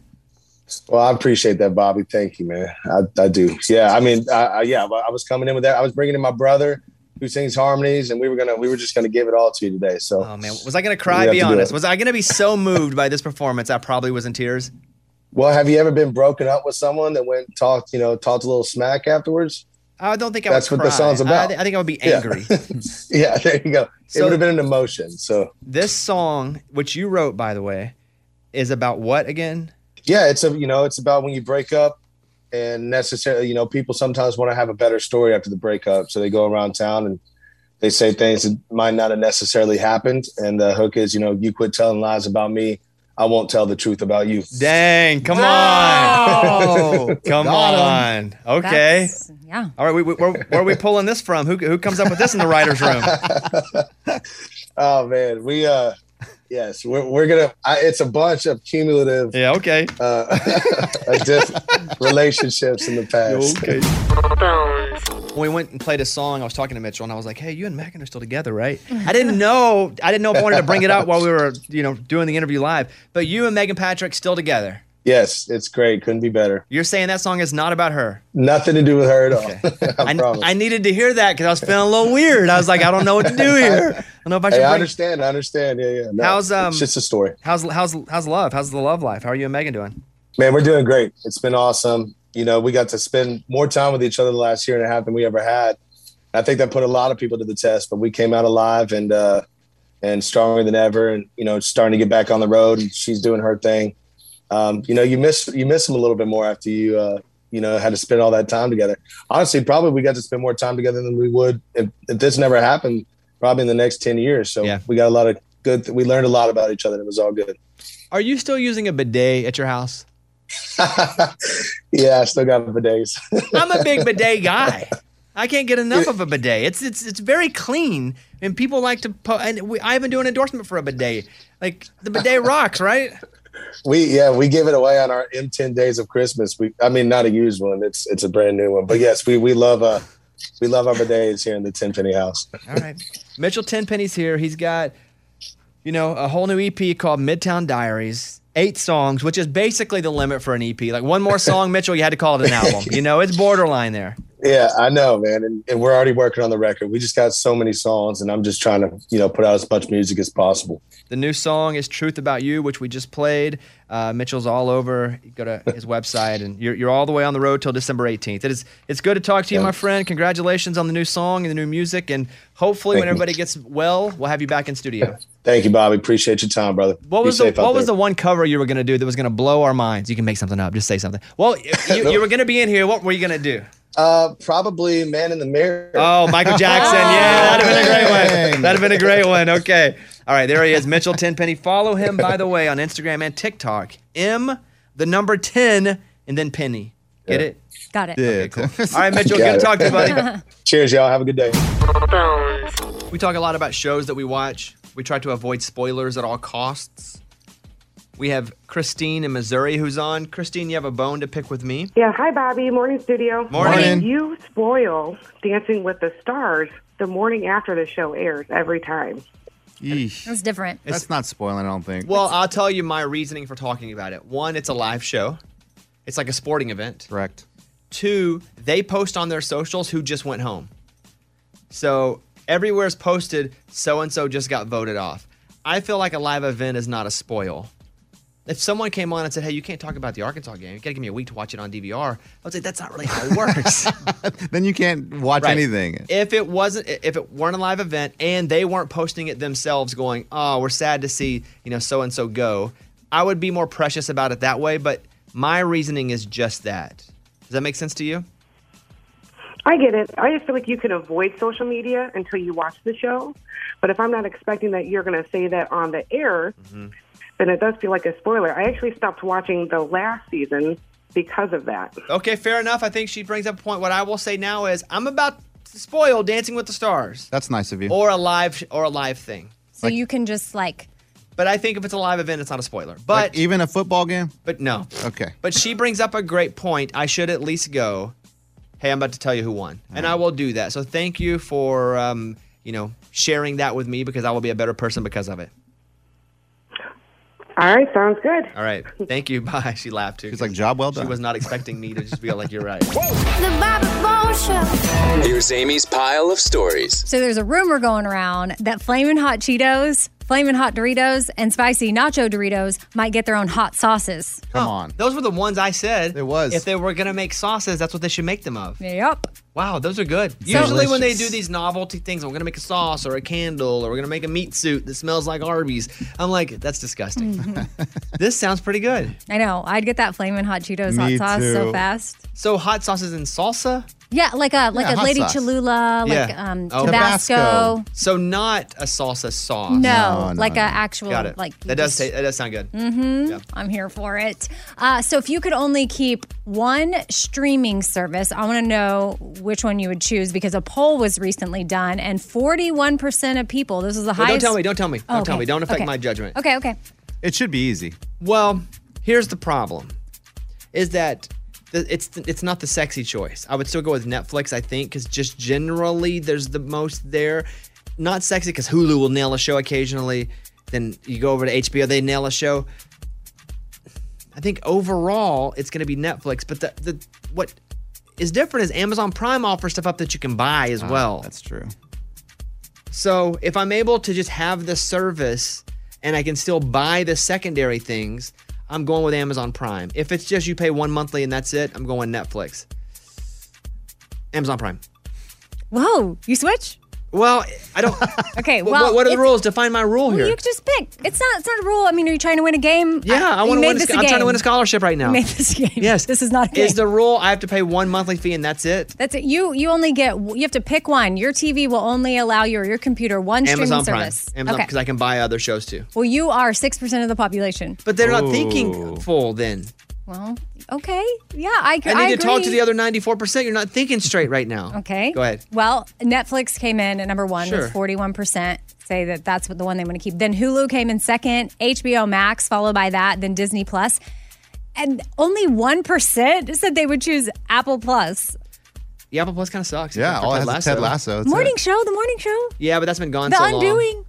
Speaker 13: Well, I appreciate that, Bobby. Thank you, man. I, I do. Yeah, I mean, I, I, yeah, but I was coming in with that. I was bringing in my brother who sings harmonies, and we were gonna, we were just gonna give it all to you today. So, oh
Speaker 1: man, Was I going to
Speaker 13: You
Speaker 1: cry?
Speaker 13: have
Speaker 1: Be
Speaker 13: to do
Speaker 1: honest.
Speaker 13: it.
Speaker 1: Was I going to be so moved by this performance? I probably was in tears.
Speaker 13: well, have you ever been broken up with someone that went and talked, you know, talked a little smack afterwards?
Speaker 1: I don't think I
Speaker 13: That's
Speaker 1: would
Speaker 13: what the
Speaker 1: cry.
Speaker 13: song's
Speaker 1: I- I,
Speaker 13: about.
Speaker 1: thi- I think I would be
Speaker 13: Yeah.
Speaker 1: angry.
Speaker 13: Yeah, there you go.
Speaker 1: So-
Speaker 13: it would have been an emotion. So,
Speaker 1: This song, which you wrote by the way, is about what again?
Speaker 13: yeah, it's a, you know, it's about when you break up, and necessarily, you know, people sometimes want to have a better story after the breakup, so they go around town and they say things that might not have necessarily happened. And the hook is, you know, you quit telling lies about me. I won't tell the truth about you.
Speaker 1: Dang, come
Speaker 13: Wow.
Speaker 1: on. come
Speaker 13: Got
Speaker 1: on.
Speaker 13: 'em.
Speaker 1: Okay.
Speaker 3: yeah.
Speaker 1: All right, we, we, where, where are we pulling this from? Who, who comes up with this in the writer's room?
Speaker 13: Oh man, we uh, yes, we're we're gonna. I, it's a bunch of cumulative.
Speaker 1: Yeah. Okay.
Speaker 13: Uh, diff- relationships in the past.
Speaker 1: Okay. When we went and played a song, I was talking to Mitchell and I was like, hey, you and Macken are still together, right? I didn't know. I didn't know if I wanted to bring it up while we were, you know, doing the interview live, but you and Megan Patrick still together.
Speaker 13: Yes, it's great. Couldn't be better.
Speaker 1: You're saying that song is not about her.
Speaker 13: Nothing to do with her at all.
Speaker 1: I, I needed to hear that because I was feeling a little weird. I was like, I don't know what to do here. I don't know if I
Speaker 13: Hey,
Speaker 1: should
Speaker 13: I
Speaker 1: bring.
Speaker 13: understand. I understand. Yeah, yeah. No,
Speaker 1: How's, um,
Speaker 13: It's just a story,
Speaker 1: How's how's how's love? How's the love life? How are you and Megan doing?
Speaker 13: man. We're doing great. It's been awesome. You know, we got to spend more time with each other the last year and a half than we ever had. I think that put a lot of people to the test, but we came out alive and uh, and stronger than ever. And you know, starting to get back on the road. And she's doing her thing. Um, you know, you miss you miss them a little bit more after you uh, you know had to spend all that time together. Honestly, probably we got to spend more time together than we would if, if this never happened. Probably in the next ten years. So we got a lot of good. we learned a lot about each other. and It was all good.
Speaker 1: Are you still using a bidet at your house?
Speaker 13: Yeah, I still got it for days.
Speaker 1: I'm a big bidet guy. I can't get enough of a bidet. It's it's it's very clean, and people like to. Po- and we, I even do an endorsement for a bidet. Like the bidet rocks, right?
Speaker 13: we yeah we give it away on our M10 days of Christmas. We I mean not a used one. It's it's a brand new one. But yes, we we love uh we love our bidets here in the Ten Penny House.
Speaker 1: All right, Mitchell Tenpenny's here. He's got, you know, a whole new EP called Midtown Diaries. Eight songs, which is basically the limit for an EP. Like one more song, Mitchell, you had to call it an album. You know, it's borderline there.
Speaker 13: Yeah, I know, man. And, and we're already working on the record. We just got so many songs, and I'm just trying to you know put out as much music as possible.
Speaker 1: The new song is "Truth About You," which we just played. Uh, Mitchell's all over. You go to his website, and you're, you're all the way on the road till December 18th. It is it's good to talk to you, my friend. Congratulations on the new song and the new music, and hopefully,
Speaker 13: Thank
Speaker 1: when
Speaker 13: you.
Speaker 1: everybody gets well, we'll have you back in studio.
Speaker 13: Thank you, Bobby. Appreciate your time, brother.
Speaker 1: What
Speaker 13: Be
Speaker 1: was the
Speaker 13: safe out
Speaker 1: What was
Speaker 13: there.
Speaker 1: the one cover you were gonna do that was gonna blow our minds? You can make something up. Just say something. Well, you, you were gonna be in here. What were you gonna do?
Speaker 13: uh probably Man in the Mirror?
Speaker 1: Oh, Michael Jackson. Yeah, that'd have been a great one. That'd have been a great one. Okay. All right, there he is, Mitchell Tenpenny. Follow him, by the way, on Instagram and TikTok. M, the number 10, and then Penny. Get it?
Speaker 3: Got it.
Speaker 1: Okay, cool. All right, Mitchell, good to talk to you, buddy.
Speaker 13: Cheers, y'all. Have a good day.
Speaker 1: We talk a lot about shows that we watch. We try to avoid spoilers at all costs. We have Christine in Missouri who's on. Christine, you have a bone to pick with me.
Speaker 12: Yeah, hi, Bobby. Morning, studio.
Speaker 1: Morning.
Speaker 12: You spoil Dancing with the Stars the morning after the show airs every time.
Speaker 3: That's different.
Speaker 1: That's
Speaker 2: not spoiling, I don't think.
Speaker 1: Well, I'll tell you my reasoning for talking about it. One, it's a live show. It's like a sporting event.
Speaker 2: Correct.
Speaker 1: Two, they post on their socials who just went home. So everywhere's posted, so and so just got voted off. I feel like a live event is not a spoil. If someone came on and said, hey, you can't talk about the Arkansas game, you gotta give me a week to watch it on DVR, I would say that's not really how it works.
Speaker 2: then you can't watch
Speaker 1: Right.
Speaker 2: anything.
Speaker 1: If it wasn't, if it weren't a live event and they weren't posting it themselves, going, "Oh, we're sad to see you know so and so go," I would be more precious about it that way. But my reasoning is just that. Does that make sense to you?
Speaker 12: I get it. I just feel like you can avoid social media until you watch the show. But if I'm not expecting that you're going to say that
Speaker 1: Mm-hmm.
Speaker 12: on the air, then it does feel like a spoiler. I actually stopped watching the last season because of that.
Speaker 1: Okay, fair enough. I think she brings up a point. What I will say now is I'm about to spoil Dancing with the Stars
Speaker 2: That's nice of you.
Speaker 1: or a live or a live thing.
Speaker 3: So you can just like
Speaker 1: But I think if it's a live event, it's not a spoiler. But
Speaker 2: even a football game?
Speaker 1: But no.
Speaker 2: Okay.
Speaker 1: But she brings up a great point. I should at least go. Hey, I'm about to tell you who won, and I will do that. So thank you for um, you know sharing that with me because I will be a better person because of it.
Speaker 12: All right, sounds good.
Speaker 1: All right, thank you. Bye. She laughed too. She's like,
Speaker 2: job well
Speaker 1: done. She was not expecting me to just be like, you're right.
Speaker 3: The Bobby Bones Show.
Speaker 11: Here's Amy's pile of stories.
Speaker 3: So there's a rumor going around that Flamin' Hot Cheetos, Flamin' Hot Doritos, and Spicy Nacho Doritos might get their own hot sauces.
Speaker 1: Come on. Those were the ones I said. There was. If they were gonna make sauces, that's what they should make them of.
Speaker 3: Yep.
Speaker 1: Wow, those are good.
Speaker 3: So-
Speaker 1: Usually when they do
Speaker 3: Delicious.
Speaker 1: these novelty things, we're gonna make a sauce or a candle or we're gonna make a meat suit that smells like Arby's. I'm like, that's disgusting. this sounds pretty good.
Speaker 3: I know. I'd get that Flamin' Hot Cheetos hot
Speaker 1: Me
Speaker 3: sauce
Speaker 1: too.
Speaker 3: so fast.
Speaker 1: So hot sauces and salsa?
Speaker 3: Yeah, like a like
Speaker 1: Yeah,
Speaker 3: a
Speaker 1: hot
Speaker 3: Lady
Speaker 1: sauce.
Speaker 3: Cholula, like um,
Speaker 1: Oh.
Speaker 3: Tabasco.
Speaker 1: So not a salsa sauce.
Speaker 3: No, No, no, like a no. actual,
Speaker 1: Got it.
Speaker 3: like, you
Speaker 1: that does
Speaker 3: just-
Speaker 1: say that does sound good.
Speaker 3: Mm-hmm. I'm here for it. Uh, so if you could only keep one streaming service, I want to know which one you would choose because a poll was recently done, and 41% of people. This is the
Speaker 1: Well,
Speaker 3: highest.
Speaker 1: don't tell me, don't tell me. Don't
Speaker 3: Oh,
Speaker 1: tell
Speaker 3: okay.
Speaker 1: me. Don't affect
Speaker 3: Okay.
Speaker 1: my judgment.
Speaker 3: Okay. Okay.
Speaker 2: It should be easy.
Speaker 1: Well, here's the problem: is that th- it's it's not the sexy choice. I would still go with Netflix, I think, because just generally there's the most there. Not sexy because Hulu will nail a show occasionally. Then you go over to HBO, they nail a show. I think overall it's going to be Netflix, but the, the what is different is Amazon Prime offers stuff up that you can buy as
Speaker 2: Ah,
Speaker 1: well.
Speaker 2: That's true.
Speaker 1: So if I'm able to just have the service and I can still buy the secondary things, I'm going with Amazon Prime. If it's just you pay one monthly and that's it, I'm going Netflix. Amazon Prime.
Speaker 3: Whoa, you switch?
Speaker 1: Well, I don't.
Speaker 3: Okay.
Speaker 1: Wha-
Speaker 3: Well,
Speaker 1: what, what are the
Speaker 3: it's-
Speaker 1: rules? Define my rule
Speaker 3: Well,
Speaker 1: here.
Speaker 3: you could just pick. It's not. It's not a rule. I mean, are you trying to win a game?
Speaker 1: yeah, I
Speaker 3: you
Speaker 1: want to
Speaker 3: made
Speaker 1: win. A,
Speaker 3: this
Speaker 1: sc- I'm trying to
Speaker 3: game.
Speaker 1: win a scholarship right now.
Speaker 3: You made this game.
Speaker 1: Yes. This
Speaker 3: is not. A
Speaker 1: Is the rule I have to pay one monthly fee and that's it?
Speaker 3: That's it. You you only get. You have to pick one. Your TV will only allow you or your computer one
Speaker 1: Amazon
Speaker 3: streaming
Speaker 1: Prime.
Speaker 3: service.
Speaker 1: Amazon
Speaker 3: okay.
Speaker 1: because I can buy other shows too.
Speaker 3: Well, you are six percent of the population.
Speaker 1: But they're not thinking full then.
Speaker 3: Well, okay. Yeah, I,
Speaker 1: I need to talk to
Speaker 3: agree.
Speaker 1: the other 94%. You're not thinking straight right now.
Speaker 3: Okay.
Speaker 1: Go ahead.
Speaker 3: Well, Netflix came in at number one
Speaker 1: Sure.
Speaker 3: with 41% say that that's what the one they want to keep. Then Hulu came in second, HBO Max followed by that, then Disney Plus. And only 1% said they would choose Apple Plus.
Speaker 1: Yeah, Apple Plus kind of sucks.
Speaker 2: Yeah,
Speaker 1: Except for
Speaker 2: all it has is Ted Lasso, that's
Speaker 3: morning show, the morning show.
Speaker 1: Yeah, but that's been gone
Speaker 3: the
Speaker 1: so long.
Speaker 3: undoing. Oh,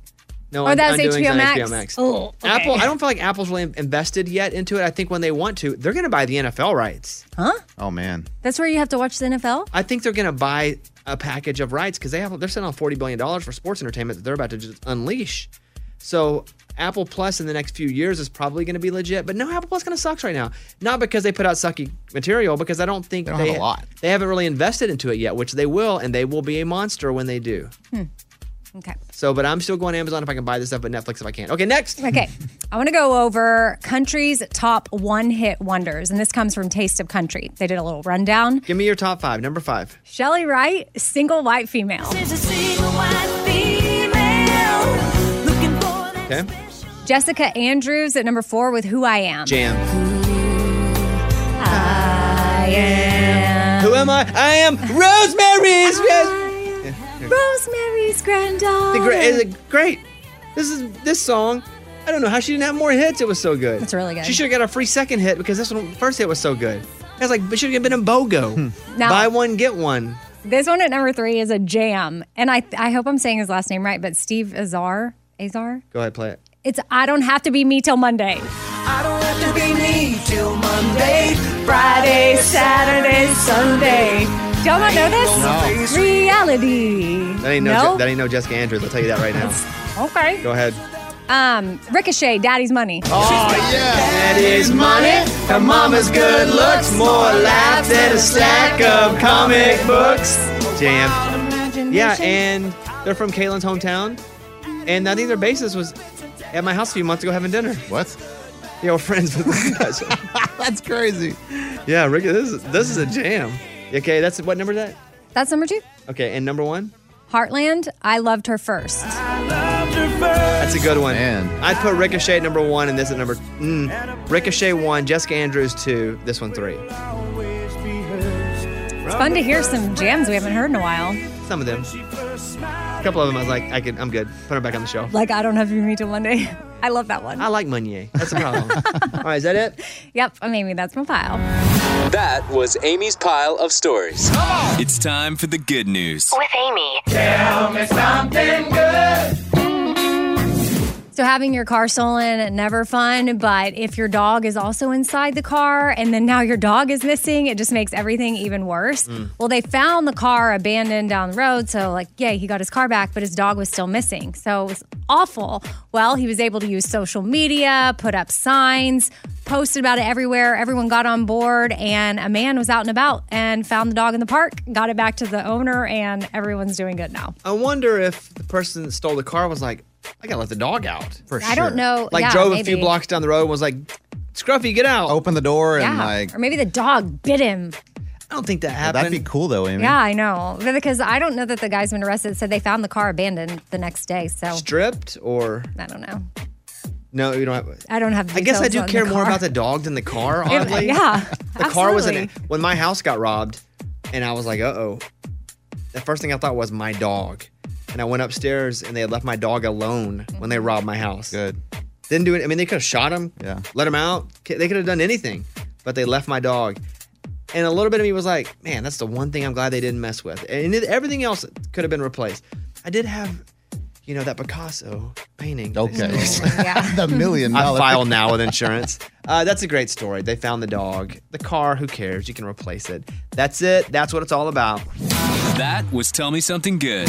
Speaker 1: No,
Speaker 3: Or that was
Speaker 1: Undoing's
Speaker 3: HBO
Speaker 1: on
Speaker 3: Max?
Speaker 1: HBO Max.
Speaker 3: Oh, okay.
Speaker 1: Apple. I don't feel like Apple's really invested yet into it. I think when they want to, they're going to buy the NFL rights.
Speaker 3: Huh?
Speaker 2: Oh man.
Speaker 3: That's where you have to watch the NFL?
Speaker 1: I think they're going to buy a package of rights because they have they're sitting on forty billion dollars for sports entertainment that they're about to just unleash. So Apple Plus in the next few years is probably going to be legit. But no, Apple Plus kind of sucks right now. Not because they put out sucky material, because I don't think
Speaker 2: They don't
Speaker 1: they
Speaker 2: have a lot.
Speaker 1: They haven't really invested into it yet, which they will, and they will be a monster when they do.
Speaker 3: Hmm. Okay.
Speaker 1: So, but I'm still going Amazon if I can buy this stuff, but Netflix if I can't. Okay, next.
Speaker 3: Okay. I want to go over countries' top one hit wonders. And this comes from Taste of Country. They did a little rundown.
Speaker 1: Give me your top five. Number five.
Speaker 3: Shelly Wright, single white female.
Speaker 1: Okay.
Speaker 3: Jessica Andrews at number four with Who I Am.
Speaker 1: Jam.
Speaker 3: I am.
Speaker 1: Who am I? I am Rosemary's.
Speaker 3: Rosemary's granddaughter.
Speaker 1: The gra- is it great. This is this song. I don't know how she didn't have more hits. It was so good.
Speaker 3: That's really good.
Speaker 1: She should have got a free second hit because this one first hit was so good. That's like it should have been a BOGO.
Speaker 3: Now-
Speaker 1: Buy one get one.
Speaker 3: This one at number three is a jam. And I, I hope I'm saying his last name right, but Steve Azar. Azar?
Speaker 1: Go ahead, play it.
Speaker 3: It's I Don't Have to Be Me Till Monday.
Speaker 4: I don't have to be me till Monday, Friday, Saturday, Sunday.
Speaker 3: Y'all not know this?
Speaker 1: No.
Speaker 3: Reality.
Speaker 1: That ain't no, Je- that ain't no Jessica Andrews. I'll tell you that right now.
Speaker 3: Okay.
Speaker 1: Go ahead. Oh,
Speaker 3: Um, Ricochet, Daddy's Money.
Speaker 1: That is money. Her mama's good looks, more laughs than a stack of comic books. Jam. Yeah, and they're from Caitlin's hometown. And I think their bassist was at my house a few months ago having dinner.
Speaker 2: What?
Speaker 1: Yeah, we're friends with this guy. so-
Speaker 2: That's crazy.
Speaker 1: yeah, Ricky, this is this is a jam. Okay, that's what number is that?
Speaker 3: That's number two.
Speaker 1: Okay, and number one?
Speaker 3: Heartland, I loved her first.
Speaker 1: That's a good one. I'd put Ricochet at number one and this at number. Mm, Ricochet one, Jessica Andrews two, this one three.
Speaker 3: It's fun to hear some jams we haven't heard in a while.
Speaker 1: Some of them, a couple of them, I was like, I could, I'm good. Put her back on the shelf.
Speaker 3: Like I don't have you meet till Monday. I love that one.
Speaker 1: I like Meunier. That's the problem. All right, is that it?
Speaker 3: Yep, I'm Amy. That's my pile.
Speaker 11: That was Amy's pile of stories.
Speaker 14: It's time for the good news.
Speaker 4: With Amy. Tell me something good.
Speaker 3: So having your car stolen, never fun. But if your dog is also inside the car and then now your dog is missing, it just makes everything even worse.
Speaker 15: Mm.
Speaker 3: Well, they found the car abandoned down the road. So, like, yay, he got his car back, but his dog was still missing. So it was awful. Well, he was able to use social media, put up signs, posted about it everywhere. Everyone got on board, and a man was out and about and found the dog in the park, got it back to the owner, and everyone's doing good now.
Speaker 1: I wonder if the person that stole the car was like, I gotta let the dog out. For
Speaker 3: I don't sure. know.
Speaker 1: Like
Speaker 3: Yeah,
Speaker 1: drove a
Speaker 3: maybe.
Speaker 1: few blocks down the road and was like, Scruffy, get out.
Speaker 2: Open the door
Speaker 3: yeah. or maybe the dog bit him.
Speaker 1: I don't think that
Speaker 2: That'd be cool though, Amy.
Speaker 3: Yeah, I know. Because I don't know that the guy's been arrested. Said they found the car abandoned the next day. So
Speaker 1: stripped or
Speaker 3: I don't know.
Speaker 1: no, you don't have
Speaker 3: I don't have.
Speaker 1: I guess I
Speaker 3: details
Speaker 1: do
Speaker 3: on
Speaker 1: care
Speaker 3: the
Speaker 1: more
Speaker 3: car.
Speaker 1: about the dog than the car,
Speaker 3: It-
Speaker 1: oddly.
Speaker 3: yeah,
Speaker 1: The car was in
Speaker 3: absolutely.
Speaker 1: When my house got robbed, and I was like, uh oh. The first thing I thought was my dog. And I went upstairs and they had left my dog alone when they robbed my house. Good. Didn't do it. I mean, they could have shot him, yeah. let him out. Ca- They could have done anything, but they left my dog. And a little bit of me was like, man, that's the one thing I'm glad they didn't mess with. And it- everything else could have been replaced. I did have, you know, that Picasso painting.
Speaker 2: Okay. the million
Speaker 1: I
Speaker 2: dollar.
Speaker 1: file now with insurance. Uh, that's a great story. They found the dog. The car, who cares? You can replace it. That's it. That's what it's all about.
Speaker 14: That was Tell Me Something Good.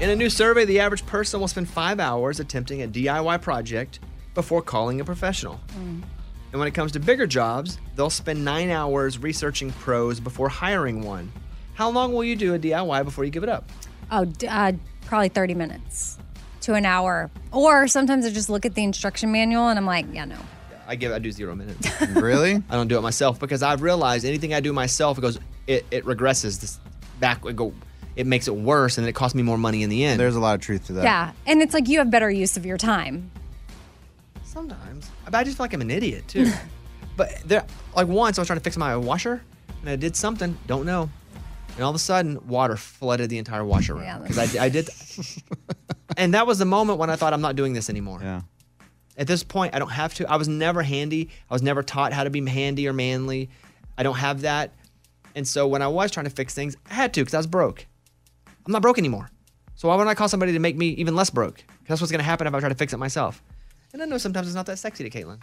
Speaker 1: In a new survey, the average person will spend five hours attempting a DIY project before calling a professional. And when it comes to bigger jobs, they'll spend nine hours researching pros before hiring one. How long will you do a DIY before you give it up?
Speaker 3: Oh, d- uh, probably 30 minutes to an hour. Or sometimes I just look at the instruction manual and I'm like, yeah, no.
Speaker 1: I give I do zero minutes. really? I don't do it myself because I've realized anything I do myself it goes it, it regresses this back it go it makes it worse and it costs me more money in the end. There's
Speaker 2: a lot of truth to
Speaker 3: Yeah. And it's like you have better use of your time.
Speaker 1: Sometimes. But I just feel like I'm an idiot too. but there like once I was trying to fix my washer and I did something, don't know. And all of a sudden, water flooded the entire washer room.
Speaker 3: Yeah,
Speaker 1: Because I, I did. and that was the moment when I thought, I'm not doing this anymore. Yeah. At this point, I don't have to. I was never handy. I was never taught how to be handy or manly. I don't have that. And so when I was trying to fix things, I had to because I was broke. I'm not broke anymore. So why wouldn't I call somebody to make me even less broke? 'Cause that's what's going to happen if I try to fix it myself. And I know sometimes it's not that sexy to Caitlin.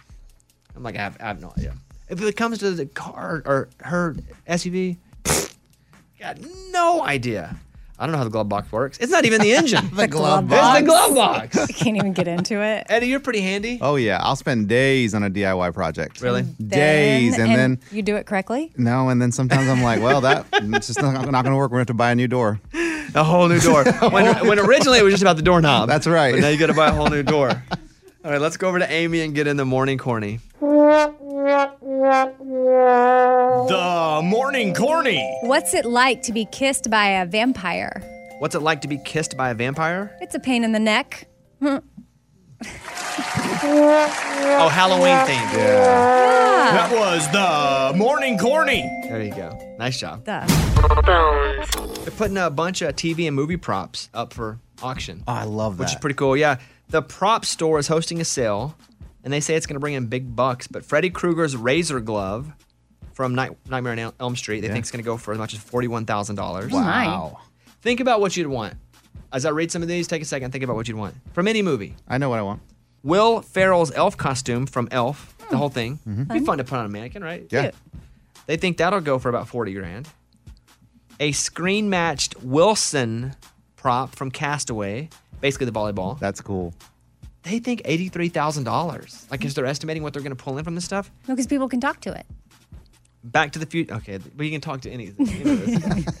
Speaker 1: I'm like, I have, I have no idea. If it comes to the car or her SUV, got no idea. I don't know how the glove box works. It's not even the engine.
Speaker 2: The glove box.
Speaker 1: It's the glove box.
Speaker 3: I can't even get into it.
Speaker 1: Eddie, you're pretty handy.
Speaker 2: Oh yeah, I'll spend days on a DIY project.
Speaker 1: Really?
Speaker 2: Days, and, then
Speaker 3: you do it correctly.
Speaker 2: no, and then sometimes I'm like, well, that it's just not, not going to work. We're going to have to buy a new door.
Speaker 1: A whole new door. When, when originally it was just about the doorknob. That's right. But now you got to buy a whole new door. All right, let's go over to Amy and get in the morning corny.
Speaker 4: The
Speaker 1: morning corny.
Speaker 3: What's it like to be kissed by a vampire?
Speaker 1: What's it like to be kissed by a vampire?
Speaker 3: It's a pain in the neck. Hmm.
Speaker 1: Oh, Halloween themed.
Speaker 3: Yeah.
Speaker 1: That was the morning corny. There you go. Nice job. They're putting a bunch of TV and movie props up for auction. Oh, I love Which is
Speaker 2: that.
Speaker 1: pretty cool. Yeah. The prop store is hosting a sale and they say it's going to bring in big bucks, but Freddy Krueger's razor glove from Night- Nightmare on El- Elm Street, they think it's going to go for as much as $41,000.
Speaker 4: Oh, my. Wow.
Speaker 1: Think about what you'd want. As I read some of these, take a second, think about what you'd want from any movie. I know what I want. Hmm. Will Ferrell's elf costume from Elf, the whole thing. Be fun to put on a mannequin, right?
Speaker 2: Yeah.
Speaker 1: They think that'll go for about 40 grand. A screen matched Wilson prop from Castaway, basically the volleyball. That's cool. They think $83,000. Like, is they're estimating what they're going to pull in from this stuff?
Speaker 3: No, because people can talk to it.
Speaker 1: Back to the Future. Okay, th- but you can talk to any. You know this.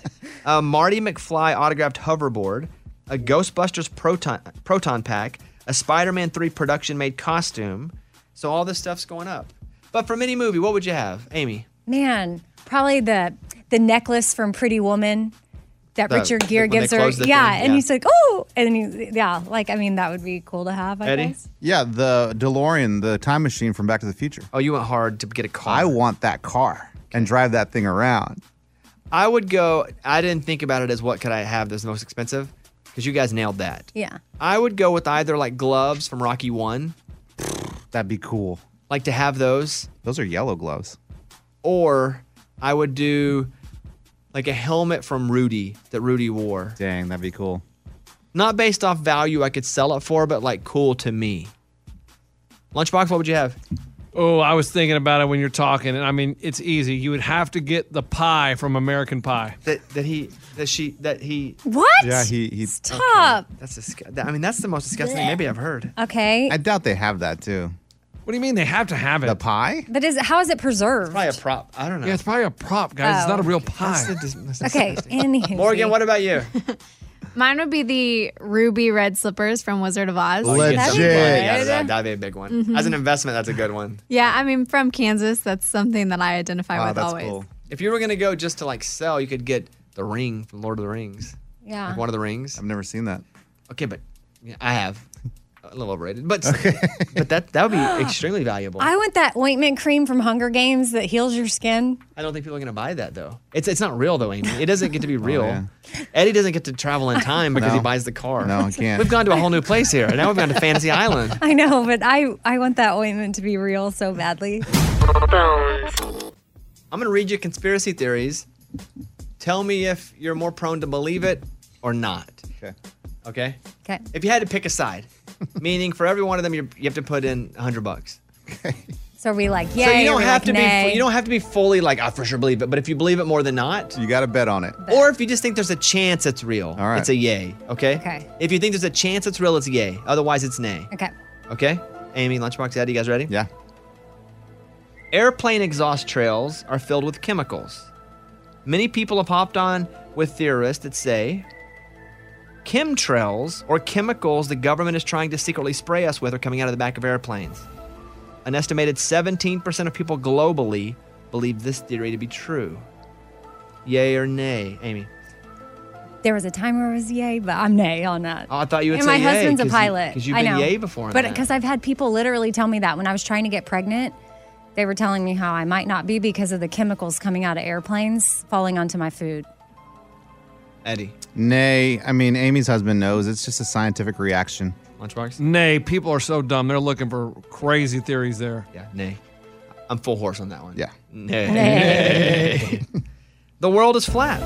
Speaker 1: uh, Marty McFly autographed hoverboard, a Ghostbusters proton proton pack, a Spider-Man three production made costume. So all this stuff's going up. But from any movie, what would you have, Amy?
Speaker 3: Man, probably the the necklace from Pretty Woman. that
Speaker 1: The-
Speaker 3: Richard Gere
Speaker 1: when they
Speaker 3: gives her.
Speaker 1: close the
Speaker 3: yeah,
Speaker 1: thing,
Speaker 3: and
Speaker 1: yeah.
Speaker 3: he's like, oh, and he, yeah, like I mean, that would be cool to have. I guess.
Speaker 2: Yeah, the DeLorean, the time machine from Back to the Future.
Speaker 1: Oh, you went hard to get a car.
Speaker 2: I want that car and drive that thing around.
Speaker 1: I would go. I didn't think about it as what could I have that's most expensive because you guys nailed that.
Speaker 3: Yeah.
Speaker 1: I would go with either like gloves from Rocky One.
Speaker 2: That'd be cool.
Speaker 1: Like to have those.
Speaker 2: Those are yellow gloves.
Speaker 1: Or I would do like a helmet from Rudy that Rudy wore.
Speaker 2: Dang, that'd be cool.
Speaker 1: Not based off value I could sell it for, but like cool to me. Lunchbox, what would you have?
Speaker 9: Oh, I was thinking about it when you're talking, and I mean, it's easy. You would have to get the pie from American Pie.
Speaker 1: That that he that she that he
Speaker 3: What?
Speaker 2: he
Speaker 3: Stop.
Speaker 1: That's disgusting. I mean, that's the most disgusting thing maybe I've heard.
Speaker 3: Okay.
Speaker 2: I doubt they have that too.
Speaker 9: What do you mean they have to have it? The
Speaker 2: pie?
Speaker 3: But is how is it preserved?
Speaker 1: Probably a prop. I don't know.
Speaker 9: Yeah, it's probably a prop, guys. It's
Speaker 3: Oh.
Speaker 9: not a real pie.
Speaker 3: Okay. Anywho.
Speaker 1: Morgan, what about you?
Speaker 15: Mine would be the ruby red slippers from Wizard of Oz.
Speaker 1: Oh, you get some money out of that.
Speaker 15: Good.
Speaker 1: That'd be a big one.
Speaker 15: Mhm.
Speaker 1: As an investment, that's a good one.
Speaker 15: Yeah, I mean, from Kansas, that's something that I identify
Speaker 1: Ah,
Speaker 15: with always.
Speaker 1: If you were gonna go just to like sell, you could get the ring from Lord of the Rings.
Speaker 15: Yeah.
Speaker 1: Like one of the rings. I've
Speaker 2: never seen that.
Speaker 1: Okay, but yeah, I have. A little overrated, but but that that would be extremely valuable.
Speaker 3: I want that ointment cream from Hunger Games that heals your skin.
Speaker 1: I don't think people are gonna buy that though. It's it's not real though, Amy. It doesn't get to be real. Eddie doesn't get to travel in time because he
Speaker 2: Oh, No.
Speaker 1: buys the car.
Speaker 2: No, he can't.
Speaker 1: We've gone to a whole new place here. Now we've gone to Fantasy Island.
Speaker 3: I know, but I I want that ointment to be real so badly.
Speaker 1: I'm going to read you conspiracy theories. Tell me if you're more prone to believe it or not.
Speaker 2: Okay.
Speaker 1: Okay?
Speaker 3: Okay.
Speaker 1: If you had to pick a side, meaning for every one of them you you have to put in 100 bucks.
Speaker 3: So are we like, yeah.
Speaker 1: so you don't have to
Speaker 3: nay.
Speaker 1: be fu- you don't have to be fully like I for sure believe it, but if you believe it more than not,
Speaker 2: you got to bet on it.
Speaker 1: Or if you just think there's a chance it's real, all right. it's a yay, okay?
Speaker 3: Okay.
Speaker 1: If you think there's a chance it's real, it's yay. Otherwise, it's nay.
Speaker 3: Okay.
Speaker 1: Okay? Amy, Lunchbox Dad, you guys ready?
Speaker 2: Yeah.
Speaker 1: Airplane exhaust trails are filled with chemicals. Many people have hopped on with theorists that say chemtrails or chemicals the government is trying to secretly spray us with are coming out of the back of airplanes. An estimated 17% of people globally believe this theory to be true. Yay or nay, Amy?
Speaker 3: There was a time where it was yay, but I'm nay on that.
Speaker 1: Oh, I thought you would
Speaker 3: and
Speaker 1: say
Speaker 3: my
Speaker 1: yay,
Speaker 3: husband's a
Speaker 1: 'cause you-
Speaker 3: pilot.
Speaker 1: 'cause you've
Speaker 3: I
Speaker 1: been
Speaker 3: know.
Speaker 1: yay before on
Speaker 3: But
Speaker 1: that.
Speaker 3: because I've had people literally tell me that when I was trying to get pregnant, they were telling me how I might not be because of the chemicals coming out of airplanes falling onto my food.
Speaker 1: Eddie.
Speaker 2: Nay, I mean Amy's husband knows it's just a scientific reaction.
Speaker 1: Lunchbox?
Speaker 9: Nay, people are so dumb. They're looking for crazy theories there.
Speaker 1: Yeah, nay. I'm full horse on that one.
Speaker 2: Yeah.
Speaker 1: Nay.
Speaker 9: Nay.
Speaker 1: the world is flat.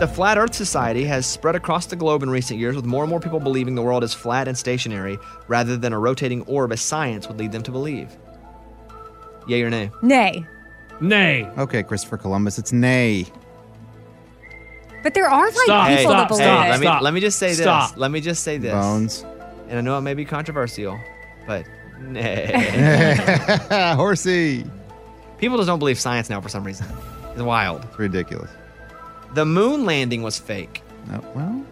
Speaker 1: The Flat Earth Society has spread across the globe in recent years, with more and more people believing the world is flat and stationary rather than a rotating orb as science would lead them to believe. Yay or nay?
Speaker 3: Nay.
Speaker 9: Nay.
Speaker 2: Okay, Christopher Columbus, it's nay.
Speaker 3: But there are like
Speaker 1: Hey,
Speaker 3: people that believe
Speaker 1: Let
Speaker 3: it.
Speaker 1: me, let me just say
Speaker 2: Stop.
Speaker 1: this. Let me just say this.
Speaker 2: Bones.
Speaker 1: And I know it may be controversial, but nay.
Speaker 2: Horsey.
Speaker 1: People just don't believe science now for some reason. It's wild. It's
Speaker 2: ridiculous.
Speaker 1: The moon landing was fake.
Speaker 2: well.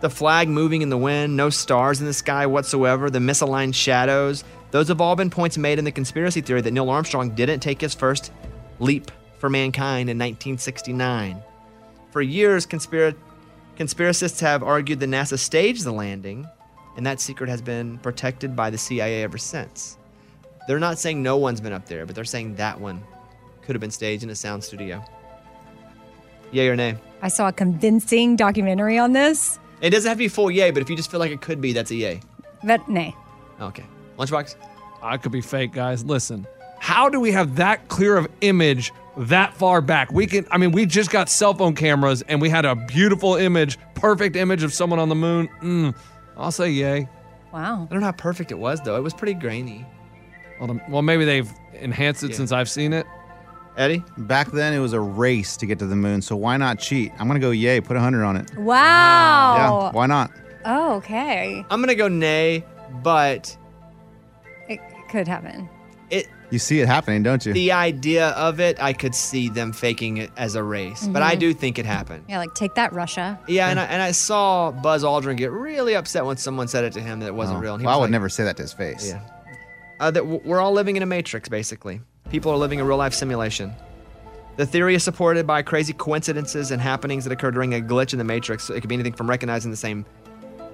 Speaker 1: The flag moving in the wind, no stars in the sky whatsoever, the misaligned shadows. Those have all been points made in the conspiracy theory that Neil Armstrong didn't take his first leap for mankind in 1969. For years, conspira- conspiracists have argued that NASA staged the landing, and that secret has been protected by the CIA ever since. They're not saying no one's been up there, but they're saying that one could have been staged in a sound studio. Yay or nay?
Speaker 3: I saw a convincing documentary on this,
Speaker 1: It doesn't have to be full yay, but if you just feel like it could be, that's a yay.
Speaker 3: but nay.
Speaker 1: Okay. Lunchbox?
Speaker 9: I could be fake, guys. Listen, how do we have that clear of image that far back? We can, I mean, we just got cell phone cameras and we had a beautiful image, perfect image of someone on the moon. Mm, I'll say yay.
Speaker 3: Wow.
Speaker 1: I don't know how perfect it was, though. It was pretty grainy.
Speaker 9: Well, the- well maybe they've enhanced it since I've seen it.
Speaker 1: Eddie?
Speaker 2: Back then it was a race to get to the moon, so why not cheat? I'm gonna go yay, put hundred on it. Yeah,
Speaker 3: Wow.
Speaker 2: why not?
Speaker 3: Oh, okay.
Speaker 1: I'm going to go nay, but
Speaker 3: It could happen.
Speaker 2: You see it happening, don't you?
Speaker 1: the idea of it, I could see them faking it as a race. But I
Speaker 3: Mhm.
Speaker 1: do think it happened.
Speaker 3: Yeah, like take that, Russia.
Speaker 1: Yeah, and I, and I saw Buzz Aldrin get really upset when someone said it to him that it wasn't
Speaker 2: Oh,
Speaker 1: real. And he
Speaker 2: well, I
Speaker 1: was
Speaker 2: would
Speaker 1: like,
Speaker 2: never say that to his face.
Speaker 1: Yeah. uh, that w- we're all living in a matrix, basically. People are living a real life simulation. The theory is supported by crazy coincidences and happenings that occur during a glitch in the Matrix. So It could be anything from recognizing the same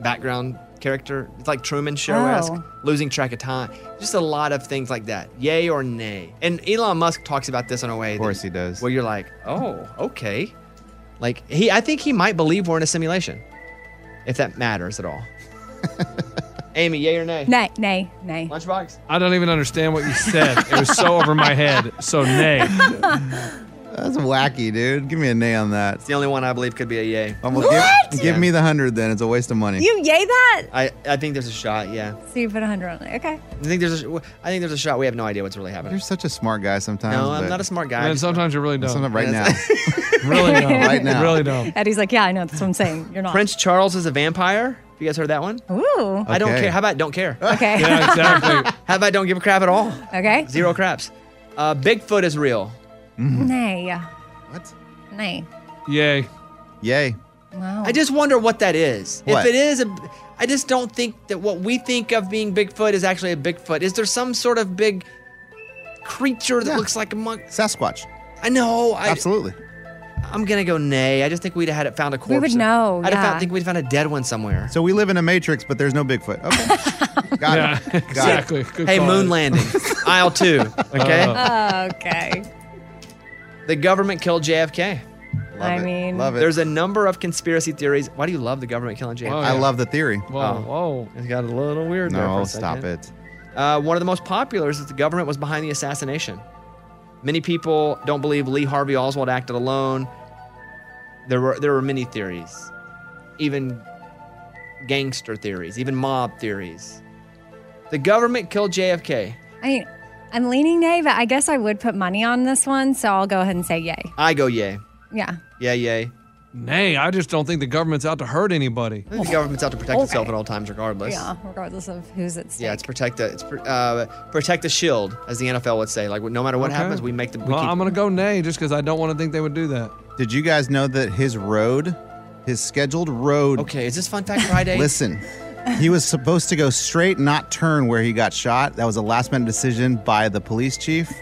Speaker 1: background character. It's like Truman Show esque,
Speaker 16: Oh.
Speaker 1: losing track of time. Just a lot of things like that. Yay or nay. And Elon Musk talks about this in a way. Of course
Speaker 2: he does.
Speaker 1: Where you're like, oh, okay. Like he, I think he might believe we're in a simulation, if that matters at all. Amy, yay or nay?
Speaker 3: Nay, nay, nay.
Speaker 1: Lunchbox.
Speaker 9: I don't even understand what you said. it was so over my head. So Oh, nay.
Speaker 2: That's wacky, dude. Give me a nay on that. It's
Speaker 1: the only one I believe could be a yay.
Speaker 3: What?
Speaker 2: Give,
Speaker 1: Yeah.
Speaker 2: give me the hundred then. It's a waste of money.
Speaker 3: You yay that?
Speaker 1: I, I think there's a shot. Yeah.
Speaker 3: So you put a hundred on it. Okay.
Speaker 1: I think there's a, I think there's a shot. We have no idea what's really happening.
Speaker 2: You're such a smart guy sometimes.
Speaker 1: No, I'm
Speaker 2: but-
Speaker 1: not a smart guy.
Speaker 9: sometimes you're really dumb.
Speaker 2: Sometimes right now.
Speaker 1: Yeah,
Speaker 9: really
Speaker 1: dumb.
Speaker 2: Right now.
Speaker 1: Really
Speaker 9: dumb.
Speaker 3: Eddie's like, yeah, I know. That's what I'm saying. You're not.
Speaker 1: Prince Charles is a vampire. Have You guys heard that one?
Speaker 3: Ooh.
Speaker 1: I don't
Speaker 3: Okay.
Speaker 1: care. How about don't care?
Speaker 3: Okay. Yeah, exactly.
Speaker 1: How about don't give a crap at all?
Speaker 3: Okay.
Speaker 1: Zero craps. Uh, Bigfoot is real. Mm-hmm.
Speaker 3: Nay.
Speaker 2: What?
Speaker 3: Nay.
Speaker 9: Yay.
Speaker 2: Yay.
Speaker 3: Wow.
Speaker 1: I just wonder what that is.
Speaker 3: What?
Speaker 1: If it is, a, I just don't think that what we think of being Bigfoot is actually a Bigfoot. Is there some sort of big creature that looks like a monkey?
Speaker 2: Sasquatch.
Speaker 1: I know. I,
Speaker 2: Absolutely.
Speaker 1: I'm gonna go nay. I just think we'd have had it found a corpse.
Speaker 3: We would know,
Speaker 1: I'd have
Speaker 3: yeah.
Speaker 1: found, think we'd found a dead one somewhere.
Speaker 2: So we live in a matrix, but there's no Bigfoot. Okay. Got it. Got it.
Speaker 1: hey, moon landing, aisle two. Okay.
Speaker 2: Oh.
Speaker 9: Oh.
Speaker 3: okay.
Speaker 1: The government killed JFK.
Speaker 3: I mean,
Speaker 1: There's a number of conspiracy theories. Why do you love the government killing JFK?
Speaker 2: Oh, I yeah. love the theory. Oh.
Speaker 1: Whoa,
Speaker 2: Whoa,
Speaker 1: whoa. Oh. It got a little weird there.
Speaker 2: No,
Speaker 1: for a
Speaker 2: stop
Speaker 1: second.
Speaker 2: it.
Speaker 1: Uh, one of the most popular is that the government was behind the assassination. Many people don't believe Lee Harvey Oswald acted alone. There were there were many theories, even gangster theories, even mob theories. The government killed JFK.
Speaker 3: I mean, I'm leaning nay, but I guess I would put money on this one, so I'll go ahead and say yay.
Speaker 1: I go yay.
Speaker 3: Yeah.
Speaker 1: Yeah, yay.
Speaker 9: Nay, I just don't think the government's out to hurt anybody.
Speaker 1: The government's out to protect itself at all times, regardless.
Speaker 3: Yeah, regardless of who's at stake.
Speaker 1: Yeah, it's protect the it's pr- uh, protect the shield, as the NFL would say. Like no matter what
Speaker 9: Okay.
Speaker 1: happens, we make the we
Speaker 9: Well,
Speaker 1: keep
Speaker 9: I'm gonna go nay just because I don't want to think they would do that.
Speaker 2: Did you guys know that his road, his scheduled road?
Speaker 1: Okay, is this Fun Fact Friday?
Speaker 2: Listen, he was supposed to go straight, not turn where he got shot. That was a last minute decision by the police chief.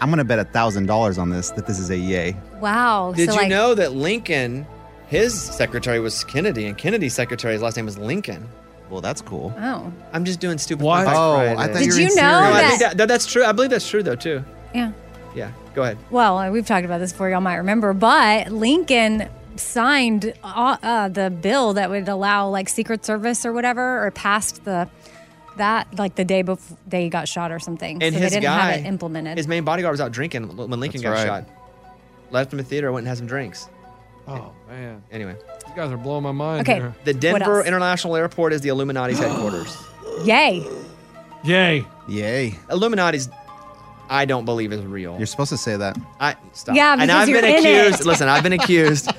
Speaker 2: I'm gonna bet a thousand dollars on this that this is a yay.
Speaker 3: Wow.
Speaker 1: Did
Speaker 3: so
Speaker 1: you
Speaker 3: like,
Speaker 1: know that Lincoln, his secretary was Kennedy, and Kennedy's secretary's last name was Lincoln?
Speaker 2: Well, that's cool.
Speaker 3: Oh.
Speaker 1: I'm just doing stupid.
Speaker 2: What?
Speaker 1: Fun Fact
Speaker 2: Oh,
Speaker 1: Friday.
Speaker 2: I thought
Speaker 3: Did you were you being know
Speaker 1: No, I think
Speaker 3: that-
Speaker 1: that- that- that's true. I believe that's true though too.
Speaker 3: Yeah.
Speaker 1: Yeah. Go ahead.
Speaker 3: Well, uh, we've talked about this before. Y'all might remember, but Lincoln signed uh, uh, the bill that would allow like Secret Service or whatever, or passed the that like the day before they got shot or something.
Speaker 1: And
Speaker 3: so
Speaker 1: his
Speaker 3: they didn't
Speaker 1: guy,
Speaker 3: have it implemented.
Speaker 1: His main bodyguard was out drinking when Lincoln
Speaker 2: That's
Speaker 1: got
Speaker 2: right.
Speaker 1: shot. Left him in the theater, went and had some drinks.
Speaker 9: Oh man,
Speaker 1: Anyway,
Speaker 9: you guys are blowing my mind.
Speaker 3: Okay.
Speaker 9: here.
Speaker 1: the
Speaker 3: What
Speaker 1: Denver
Speaker 3: else?
Speaker 1: International Airport is the Illuminati's headquarters.
Speaker 3: Yay!
Speaker 9: Yay.
Speaker 2: Yay.
Speaker 1: Illuminati's, I don't believe is real.
Speaker 2: You're supposed to say that.
Speaker 1: I stop.
Speaker 3: Yeah,
Speaker 1: and
Speaker 3: because
Speaker 1: I've
Speaker 3: you're
Speaker 1: been
Speaker 3: in it.
Speaker 1: accused. Listen, I've been accused.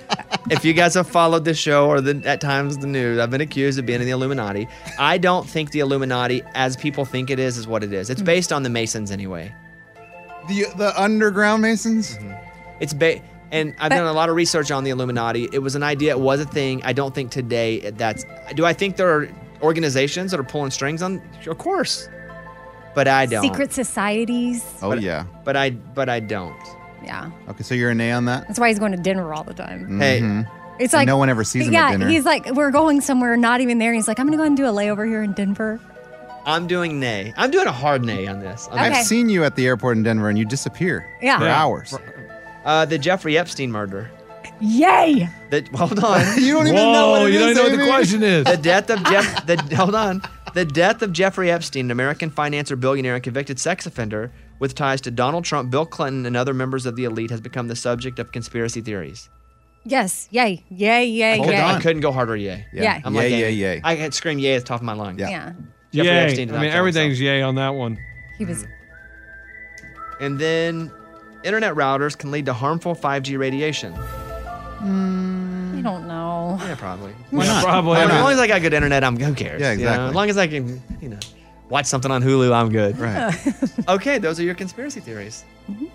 Speaker 1: if you guys have followed this show or the, at times the news, I've been accused of being in the Illuminati. I don't think the Illuminati, as people think it is, is what it is.
Speaker 3: Hmm.
Speaker 1: It's based on the Masons anyway.
Speaker 2: The the underground Masons.
Speaker 1: It's ba- and I've done a lot of research on the Illuminati. It was an idea. It was a thing. I don't think today it- that's. Do I think there are organizations that are pulling strings on? Of course, but I don't.
Speaker 3: Secret societies.
Speaker 2: Oh yeah.
Speaker 1: But I. But I don't.
Speaker 3: Yeah.
Speaker 2: Okay, so you're a nay on that.
Speaker 3: That's why he's going to dinner all the time.
Speaker 1: Hey.
Speaker 3: It's like
Speaker 2: Mm-hmm. no one ever sees him
Speaker 3: yeah,
Speaker 2: at dinner.
Speaker 3: he's like, we're going somewhere, not even there. He's like, I'm gonna go and do a layover here in Denver.
Speaker 1: I'm doing nay. I'm doing a hard nay on this. On
Speaker 2: I've
Speaker 1: this.
Speaker 2: seen you at the airport in Denver and you disappear
Speaker 3: Yeah.
Speaker 2: for
Speaker 3: Yeah.
Speaker 2: hours.
Speaker 1: Uh, the Jeffrey Epstein murder.
Speaker 3: Yay!
Speaker 1: The, hold on.
Speaker 2: You don't even know what Whoa, it you don't is, know what the Amy. question
Speaker 9: is.
Speaker 1: The death of Jeff. The hold on. The death of Jeffrey Epstein, an American financier, billionaire, and convicted sex offender with ties to Donald Trump, Bill Clinton, and other members of the elite, has become the subject of conspiracy theories.
Speaker 3: Yes, yay, yay, yay,
Speaker 1: I, could,
Speaker 3: yay.
Speaker 1: I couldn't go harder. Yay.
Speaker 3: Yeah. Yeah.
Speaker 1: I'm
Speaker 9: Yay,
Speaker 1: like,
Speaker 9: yay,
Speaker 1: Amy.
Speaker 9: yay.
Speaker 1: I could scream yay at the top of my lungs.
Speaker 9: Yeah.
Speaker 1: Jeffrey
Speaker 9: yay.
Speaker 1: Epstein did
Speaker 9: I
Speaker 1: not
Speaker 9: mean,
Speaker 1: kill
Speaker 9: everything's yay on that one.
Speaker 3: He was
Speaker 1: And then, internet routers can lead to harmful 5G radiation.
Speaker 3: I don't know.
Speaker 1: Yeah, probably.
Speaker 3: Why not?
Speaker 9: Probably.
Speaker 1: As long as I got good internet, I'm who cares?
Speaker 9: Yeah,
Speaker 1: you know?
Speaker 9: exactly.
Speaker 1: As long as I can, you know, watch something on Hulu, I'm good. Right. okay, those are your conspiracy theories.
Speaker 3: Mm-hmm.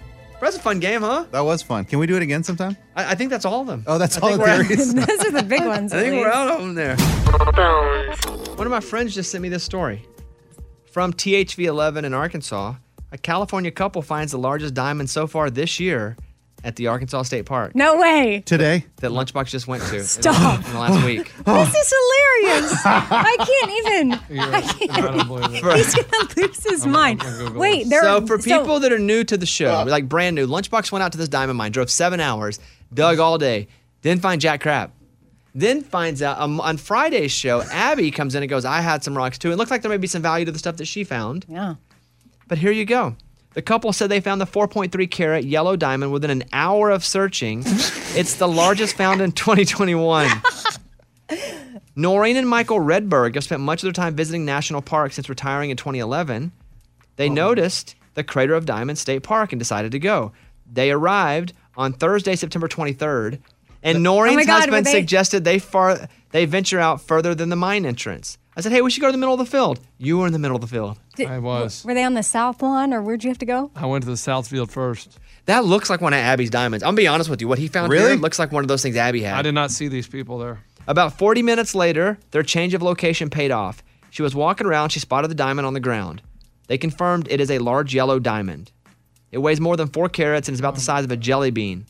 Speaker 1: That's a fun game, huh?
Speaker 2: That was fun. Can we do it again sometime?
Speaker 1: I, I think that's all of them.
Speaker 2: Oh, that's
Speaker 1: I
Speaker 2: all
Speaker 1: think
Speaker 2: the
Speaker 1: we're out-
Speaker 2: theories.
Speaker 3: Those are the big ones.
Speaker 1: I think
Speaker 3: at
Speaker 1: we're
Speaker 3: least.
Speaker 1: out of them there. One of my friends just sent me this story from THV11 in Arkansas. A California couple finds the largest diamond so far this year at the Arkansas State Park.
Speaker 3: No way.
Speaker 2: Today?
Speaker 1: That Lunchbox just went to.
Speaker 3: Stop.
Speaker 1: In the last week.
Speaker 3: This is hilarious. I can't even. I can't. He's gonna lose his mind. Wait, there.
Speaker 1: so
Speaker 3: are,
Speaker 1: for people that are new to the show, like brand new, Lunchbox went out to this diamond mine, drove seven hours, dug all day, didn't find Jack Crab. Then finds out um, on Friday's show, Abby comes in and goes, "I had some rocks too. It looked like there may be some value to the stuff that she found."
Speaker 3: Yeah.
Speaker 1: But here you go. The couple said they found the 4.3 carat yellow diamond within an hour of searching. it's the largest found in 2021. Noreen and Michael Redberg have spent much of their time visiting national parks since retiring in 2011.
Speaker 3: Oh.
Speaker 1: They noticed the crater of Diamond State Park and decided to go. They arrived on Thursday, September 23rd, and Noreen's
Speaker 3: Oh my God, were
Speaker 1: husband
Speaker 3: they-
Speaker 1: suggested they far they venture out further than the mine entrance. I said, "Hey, we should go to the middle of the field." You were in the middle of the field.
Speaker 3: Did-
Speaker 1: I was.
Speaker 3: Were they on the south lawn, or where'd you have to go?
Speaker 1: I went to the south field first. That looks like one of Abby's diamonds. I'm gonna be honest with you. What he found
Speaker 9: Really?
Speaker 1: here looks like one of those things Abby had.
Speaker 9: I did not see these people there.
Speaker 1: About 40 minutes later, their change of location paid off. She was walking around, she spotted the diamond on the ground. They confirmed it is a large yellow diamond. It weighs more than four carats and is about the size of a jelly bean.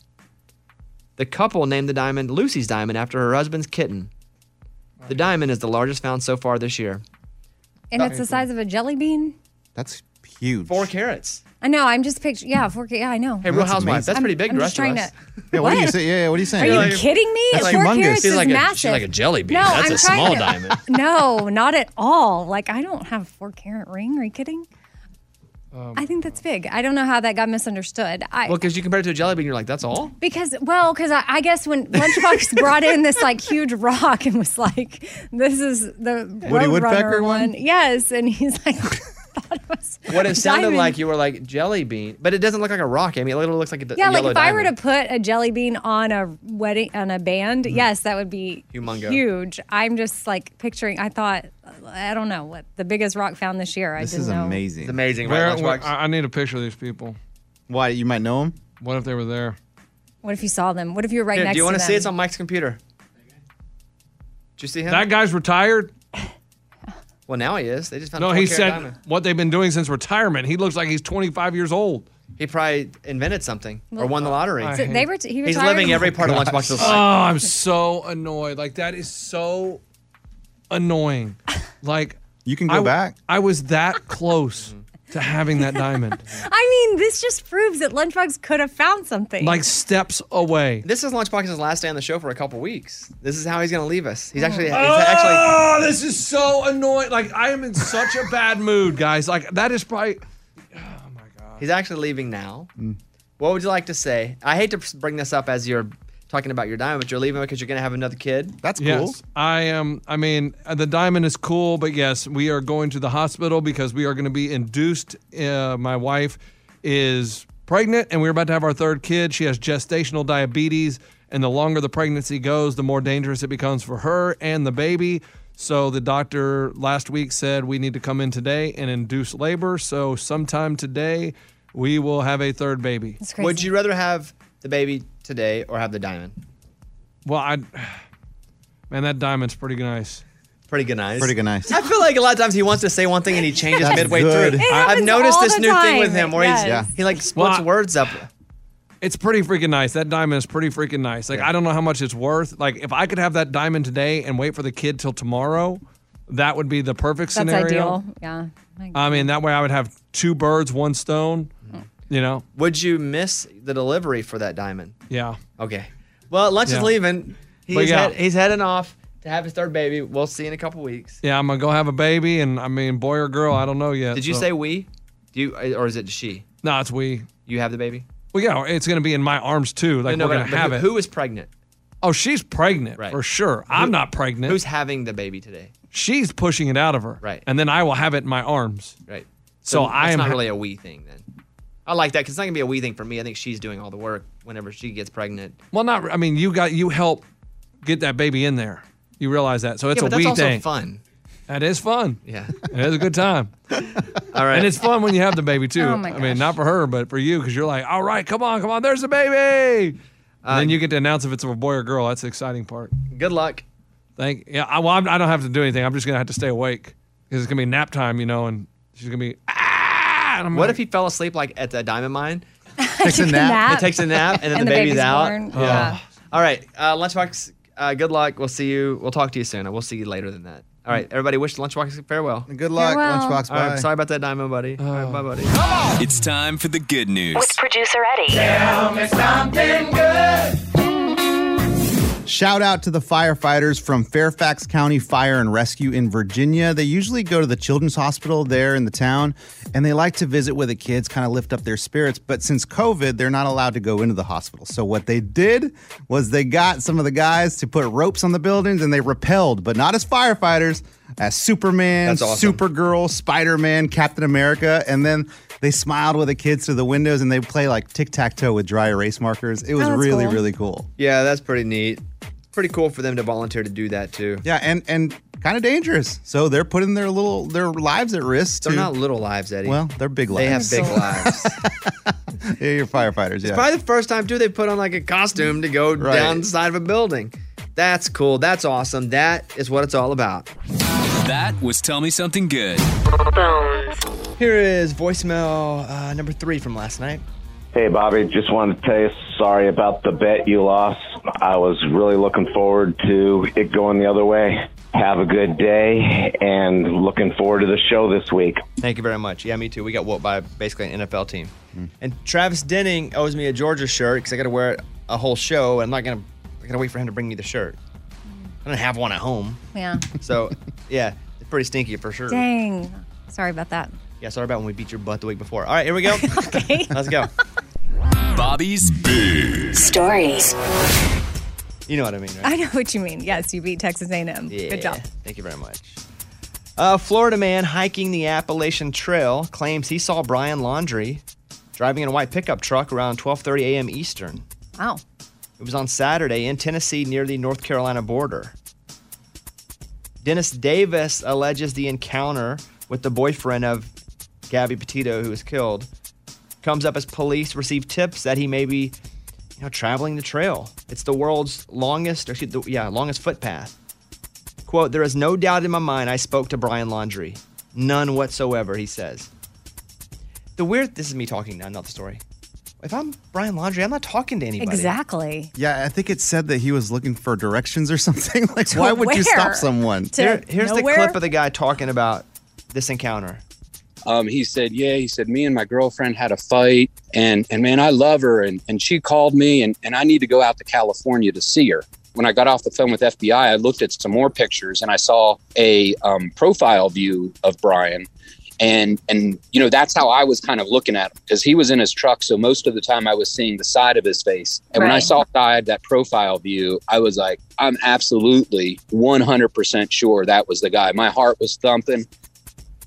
Speaker 1: The couple named the diamond Lucy's diamond after her husband's kitten. The diamond is the largest found so far this year.
Speaker 3: And it's the size of a jelly bean.
Speaker 1: That's
Speaker 2: huge.
Speaker 1: Four carats.
Speaker 3: I know. I'm just picturing. Yeah, 4K. Yeah, I know.
Speaker 1: Hey, Real That's Housewives, amazing. that's
Speaker 3: I'm-
Speaker 1: pretty big
Speaker 3: I'm
Speaker 1: to
Speaker 3: just
Speaker 1: the rest
Speaker 3: trying
Speaker 1: of
Speaker 3: to.
Speaker 2: Yeah, what, are you saying? Yeah, yeah, what are you saying?
Speaker 3: Are you kidding me?
Speaker 2: That's
Speaker 3: Four
Speaker 2: humongous.
Speaker 3: carats
Speaker 2: She's
Speaker 3: is
Speaker 2: like a- she's
Speaker 3: massive.
Speaker 2: like a jelly bean.
Speaker 3: No,
Speaker 2: That's
Speaker 3: I'm trying
Speaker 2: a small
Speaker 3: to-
Speaker 2: diamond.
Speaker 3: no, not at all. Like I don't have a four carat ring. Are you kidding?
Speaker 1: Um,
Speaker 3: I think that's big. I don't know how that got misunderstood. I
Speaker 1: well, because you compare it to a jelly bean, you're like, that's all?
Speaker 3: because well, because I, I guess when Lunchbox brought in this like huge rock and was like, "This is the
Speaker 1: Woody
Speaker 3: Roadrunner
Speaker 1: Woodpecker one?
Speaker 3: Yes, and he's like,
Speaker 1: What it sounded
Speaker 3: Diamond.
Speaker 1: like, you were like jelly bean, but it doesn't look like a rock. I mean, it literally looks like a d-
Speaker 3: yeah, like
Speaker 1: yellow
Speaker 3: if I were to put a jelly bean on a wedding on a band, yes, that would be
Speaker 1: Mm-hmm. Humongo.
Speaker 3: huge. I'm just like picturing. I thought, I don't know what the biggest rock found this year. I didn't know.
Speaker 1: It's amazing,
Speaker 9: Where-
Speaker 1: right, Lunchbox?
Speaker 9: where- I I need a picture of these people.
Speaker 2: Why? You might know them.
Speaker 9: What if they were there?
Speaker 3: What if you saw them? What if you were right
Speaker 1: Here,
Speaker 3: next?
Speaker 1: do you
Speaker 3: want
Speaker 1: wanna
Speaker 3: to
Speaker 1: see it's on Mike's computer? Did you see him?
Speaker 9: That guy's retired.
Speaker 1: Well, now he is. They just found
Speaker 9: No,
Speaker 1: a
Speaker 9: he
Speaker 1: 4-carat
Speaker 9: said
Speaker 1: diamond.
Speaker 9: what they've been doing since retirement. He looks like he's 25 years old.
Speaker 1: He probably invented something or won the lottery.
Speaker 9: I
Speaker 3: So
Speaker 9: hate-
Speaker 3: they were. he
Speaker 1: He's
Speaker 3: retired?
Speaker 1: living every part of
Speaker 9: Gosh.
Speaker 1: Lunchbox's
Speaker 9: Oh,
Speaker 1: life.
Speaker 9: I'm so annoyed. Like that is so annoying. Like
Speaker 2: you can
Speaker 9: I,
Speaker 2: go back.
Speaker 9: I was that close to having that diamond.
Speaker 3: I mean, this just proves that Lunchbox could have found something.
Speaker 9: like steps away.
Speaker 1: This is Lunchbox's last day on the show for a couple weeks. This is how he's going to leave us. He's actually, he's
Speaker 9: oh,
Speaker 1: actually.
Speaker 9: this is so annoying. Like I am in such a bad mood, guys. Like that is probably oh
Speaker 1: He's actually leaving now. What would you like to say? I hate to bring this up as you're talking about your diamond, but you're leaving because you're going to have another kid.
Speaker 2: That's
Speaker 9: Yes, I am. I mean, uh, the diamond is cool, but yes, we are going to the hospital because we are going to be induced. Uh, my wife is pregnant, and we're about to have our third kid. She has gestational diabetes, and the longer the pregnancy goes, the more dangerous it becomes for her and the baby. So the doctor last week said we need to come in today and induce labor. So sometime today, we will have a third baby.
Speaker 1: Would you rather have the baby today or have the diamond?
Speaker 9: Well, I man, that diamond's pretty nice.
Speaker 1: Pretty good nice.
Speaker 2: Pretty good nice.
Speaker 1: I feel like a lot of times he wants to say one thing and he changes
Speaker 9: That's
Speaker 1: midway
Speaker 9: good.
Speaker 1: through.
Speaker 9: It
Speaker 1: I've
Speaker 9: happens
Speaker 1: noticed
Speaker 9: all
Speaker 1: this
Speaker 9: the
Speaker 1: new thing with
Speaker 9: time.
Speaker 1: him where he's,
Speaker 9: Yes. Yeah.
Speaker 1: he like splits
Speaker 9: Well,
Speaker 1: words up.
Speaker 9: It's pretty freaking nice. That diamond is pretty freaking nice. Like I don't know how much it's worth. Like if I could have that diamond today and wait for the kid till tomorrow, that would be the perfect
Speaker 3: That's
Speaker 9: scenario.
Speaker 3: ideal. Yeah.
Speaker 9: I mean, that way I would have two birds, one stone. You know?
Speaker 1: Would you miss the delivery for that diamond?
Speaker 9: Yeah.
Speaker 1: Okay. Well, lunch
Speaker 9: Yeah.
Speaker 1: is leaving.
Speaker 9: But
Speaker 1: He's,
Speaker 9: yeah.
Speaker 1: head- he's heading off to have his third baby. We'll see in a couple weeks.
Speaker 9: Yeah, I'm gonna go have a baby, and I mean, boy or girl, I don't know yet.
Speaker 1: Did you say we? Do you, or is it she?
Speaker 9: No, it's we.
Speaker 1: You have the baby.
Speaker 9: Well, yeah, it's gonna be in my arms too. Like
Speaker 1: no,
Speaker 9: we're
Speaker 1: but-
Speaker 9: gonna
Speaker 1: but
Speaker 9: have
Speaker 1: who-
Speaker 9: it.
Speaker 1: Who is pregnant?
Speaker 9: Oh, she's pregnant for sure. I'm not pregnant.
Speaker 1: Who's having the baby today?
Speaker 9: she's pushing it out of her. Right. And then I will have it in my arms.
Speaker 1: Right.
Speaker 9: So, I
Speaker 1: it's
Speaker 9: am
Speaker 1: not
Speaker 9: ha-
Speaker 1: really a we thing then. I like that because it's not gonna be a we thing for me. I think she's doing all the work whenever she gets pregnant.
Speaker 9: Well, not. I mean, you got you help get that baby in there. You realize that, so it's
Speaker 1: yeah,
Speaker 9: a
Speaker 1: but that's
Speaker 9: wee
Speaker 1: also
Speaker 9: thing.
Speaker 1: fun.
Speaker 9: That is fun.
Speaker 1: Yeah,
Speaker 9: it is a good time.
Speaker 1: all right,
Speaker 9: and it's fun when you have the baby too.
Speaker 1: Oh, my
Speaker 9: I mean, not for her, but for you, because you're like, all right, come on, come on, there's the baby. and then you get to announce if it's a boy or girl. That's the exciting part.
Speaker 1: Uh, Good luck.
Speaker 9: Thank. Yeah. I, well, I'm, I don't have to do anything. I'm just gonna have to stay awake because it's gonna be nap time, you know, and she's gonna be. Ah!
Speaker 1: What if he fell asleep like at the diamond mine?
Speaker 2: Takes a nap.
Speaker 1: It takes a nap, and then
Speaker 2: And the
Speaker 1: the, baby's,
Speaker 2: baby's
Speaker 1: out.
Speaker 2: born.
Speaker 1: Yeah.
Speaker 2: Yeah.
Speaker 1: All right, uh, Lunchbox. Uh, good luck. We'll see you. We'll talk to you soon. We'll see you later than that. All right, everybody. Wish Lunchbox farewell.
Speaker 2: Good
Speaker 14: luck, Farewell. Lunchbox,
Speaker 1: All right,
Speaker 14: bye.
Speaker 1: sorry about that, Diamond buddy. All right, bye, buddy.
Speaker 14: It's time for the good news.
Speaker 16: With producer Eddie.
Speaker 4: Tell me something good.
Speaker 2: Shout out to the firefighters from Fairfax County Fire and Rescue in Virginia. They usually go to the children's hospital there in the town and they like to visit with the kids, kind of lift up their spirits. But since COVID, they're not allowed to go into the hospital. So what they did was they got some of the guys to put ropes on the buildings and they repelled, but not as firefighters, as Superman,
Speaker 1: That's awesome.
Speaker 2: Supergirl, Spider Man, Captain America. And then they smiled with the kids through the windows and they play like tic tac toe with dry erase markers. It was
Speaker 1: Oh, that's
Speaker 2: really,
Speaker 1: cool.
Speaker 2: really cool.
Speaker 1: Yeah, that's pretty neat. Pretty cool for them to volunteer to do that too.
Speaker 2: Yeah, and and kind of dangerous. So they're putting their little their lives at risk.
Speaker 1: They're
Speaker 2: to-
Speaker 1: not little lives, Eddie.
Speaker 2: Well, they're big
Speaker 1: They have
Speaker 2: lives.
Speaker 1: big lives.
Speaker 2: yeah, you're firefighters.
Speaker 1: It's
Speaker 2: Yeah.
Speaker 1: probably the first time too they put on like a costume to go
Speaker 2: Right.
Speaker 1: down the side of a building. That's cool. That's awesome. That is what it's all about.
Speaker 14: That was Tell Me Something Good.
Speaker 1: Here is voicemail uh, number three from last night.
Speaker 17: Hey, Bobby, just wanted to tell you sorry about the bet you lost. I was really looking forward to it going the other way. Have a good day and looking forward to the show this week.
Speaker 1: Thank you very much. Yeah, me too. We got whooped by basically an NFL team. And Travis Denning owes me a Georgia shirt because I got to wear it a whole show. And I'm not gonna. I gotta wait for him to bring me the shirt. I don't have one at home,
Speaker 3: Yeah.
Speaker 1: so yeah, it's pretty stinky for sure.
Speaker 3: Dang. Sorry about that.
Speaker 1: Yeah, sorry about when we beat your butt the week before. All right, here we go. okay, let's go.
Speaker 14: Bobby's Big
Speaker 3: Stories.
Speaker 1: You know what I mean, right?
Speaker 3: I know what you mean. Yes, you beat Texas A&M.
Speaker 1: Yeah.
Speaker 3: Good job.
Speaker 1: Thank you very much. A Florida man hiking the Appalachian Trail claims he saw Brian Laundrie driving in a white pickup truck around 12:30 a.m. Eastern.
Speaker 3: Wow.
Speaker 1: It was on Saturday in Tennessee near the North Carolina border. Dennis Davis alleges the encounter with the boyfriend of Gabby Petito, who was killed, comes up as police receive tips that he may be, you know, traveling the trail. It's the world's longest, or excuse, the, yeah, longest footpath. Quote, there is no doubt in my mind I spoke to Brian Laundry. None whatsoever, he says. The weird, this is me talking now, not the story. If I'm Brian Laundry, I'm not talking to anybody.
Speaker 3: Exactly.
Speaker 2: Yeah, I think it said that he was looking for directions or something. Like, why would you stop someone?
Speaker 1: Here- here's
Speaker 3: nowhere?
Speaker 1: the clip of the guy talking about this encounter.
Speaker 18: um, he said, "Yeah." He said, "Me and my girlfriend had a fight, and and man, I love her, and and she called me, and and I need to go out to California to see her." When I got off the phone with FBI, I looked at some more pictures, and I saw a um, profile view of Brian, and and you know that's how I was kind of looking at him because he was in his truck, so most of the time I was seeing the side of his face, and when I
Speaker 19: Right.
Speaker 18: saw side that profile view, I was like, I'm absolutely 100% sure that was the guy. My heart was thumping.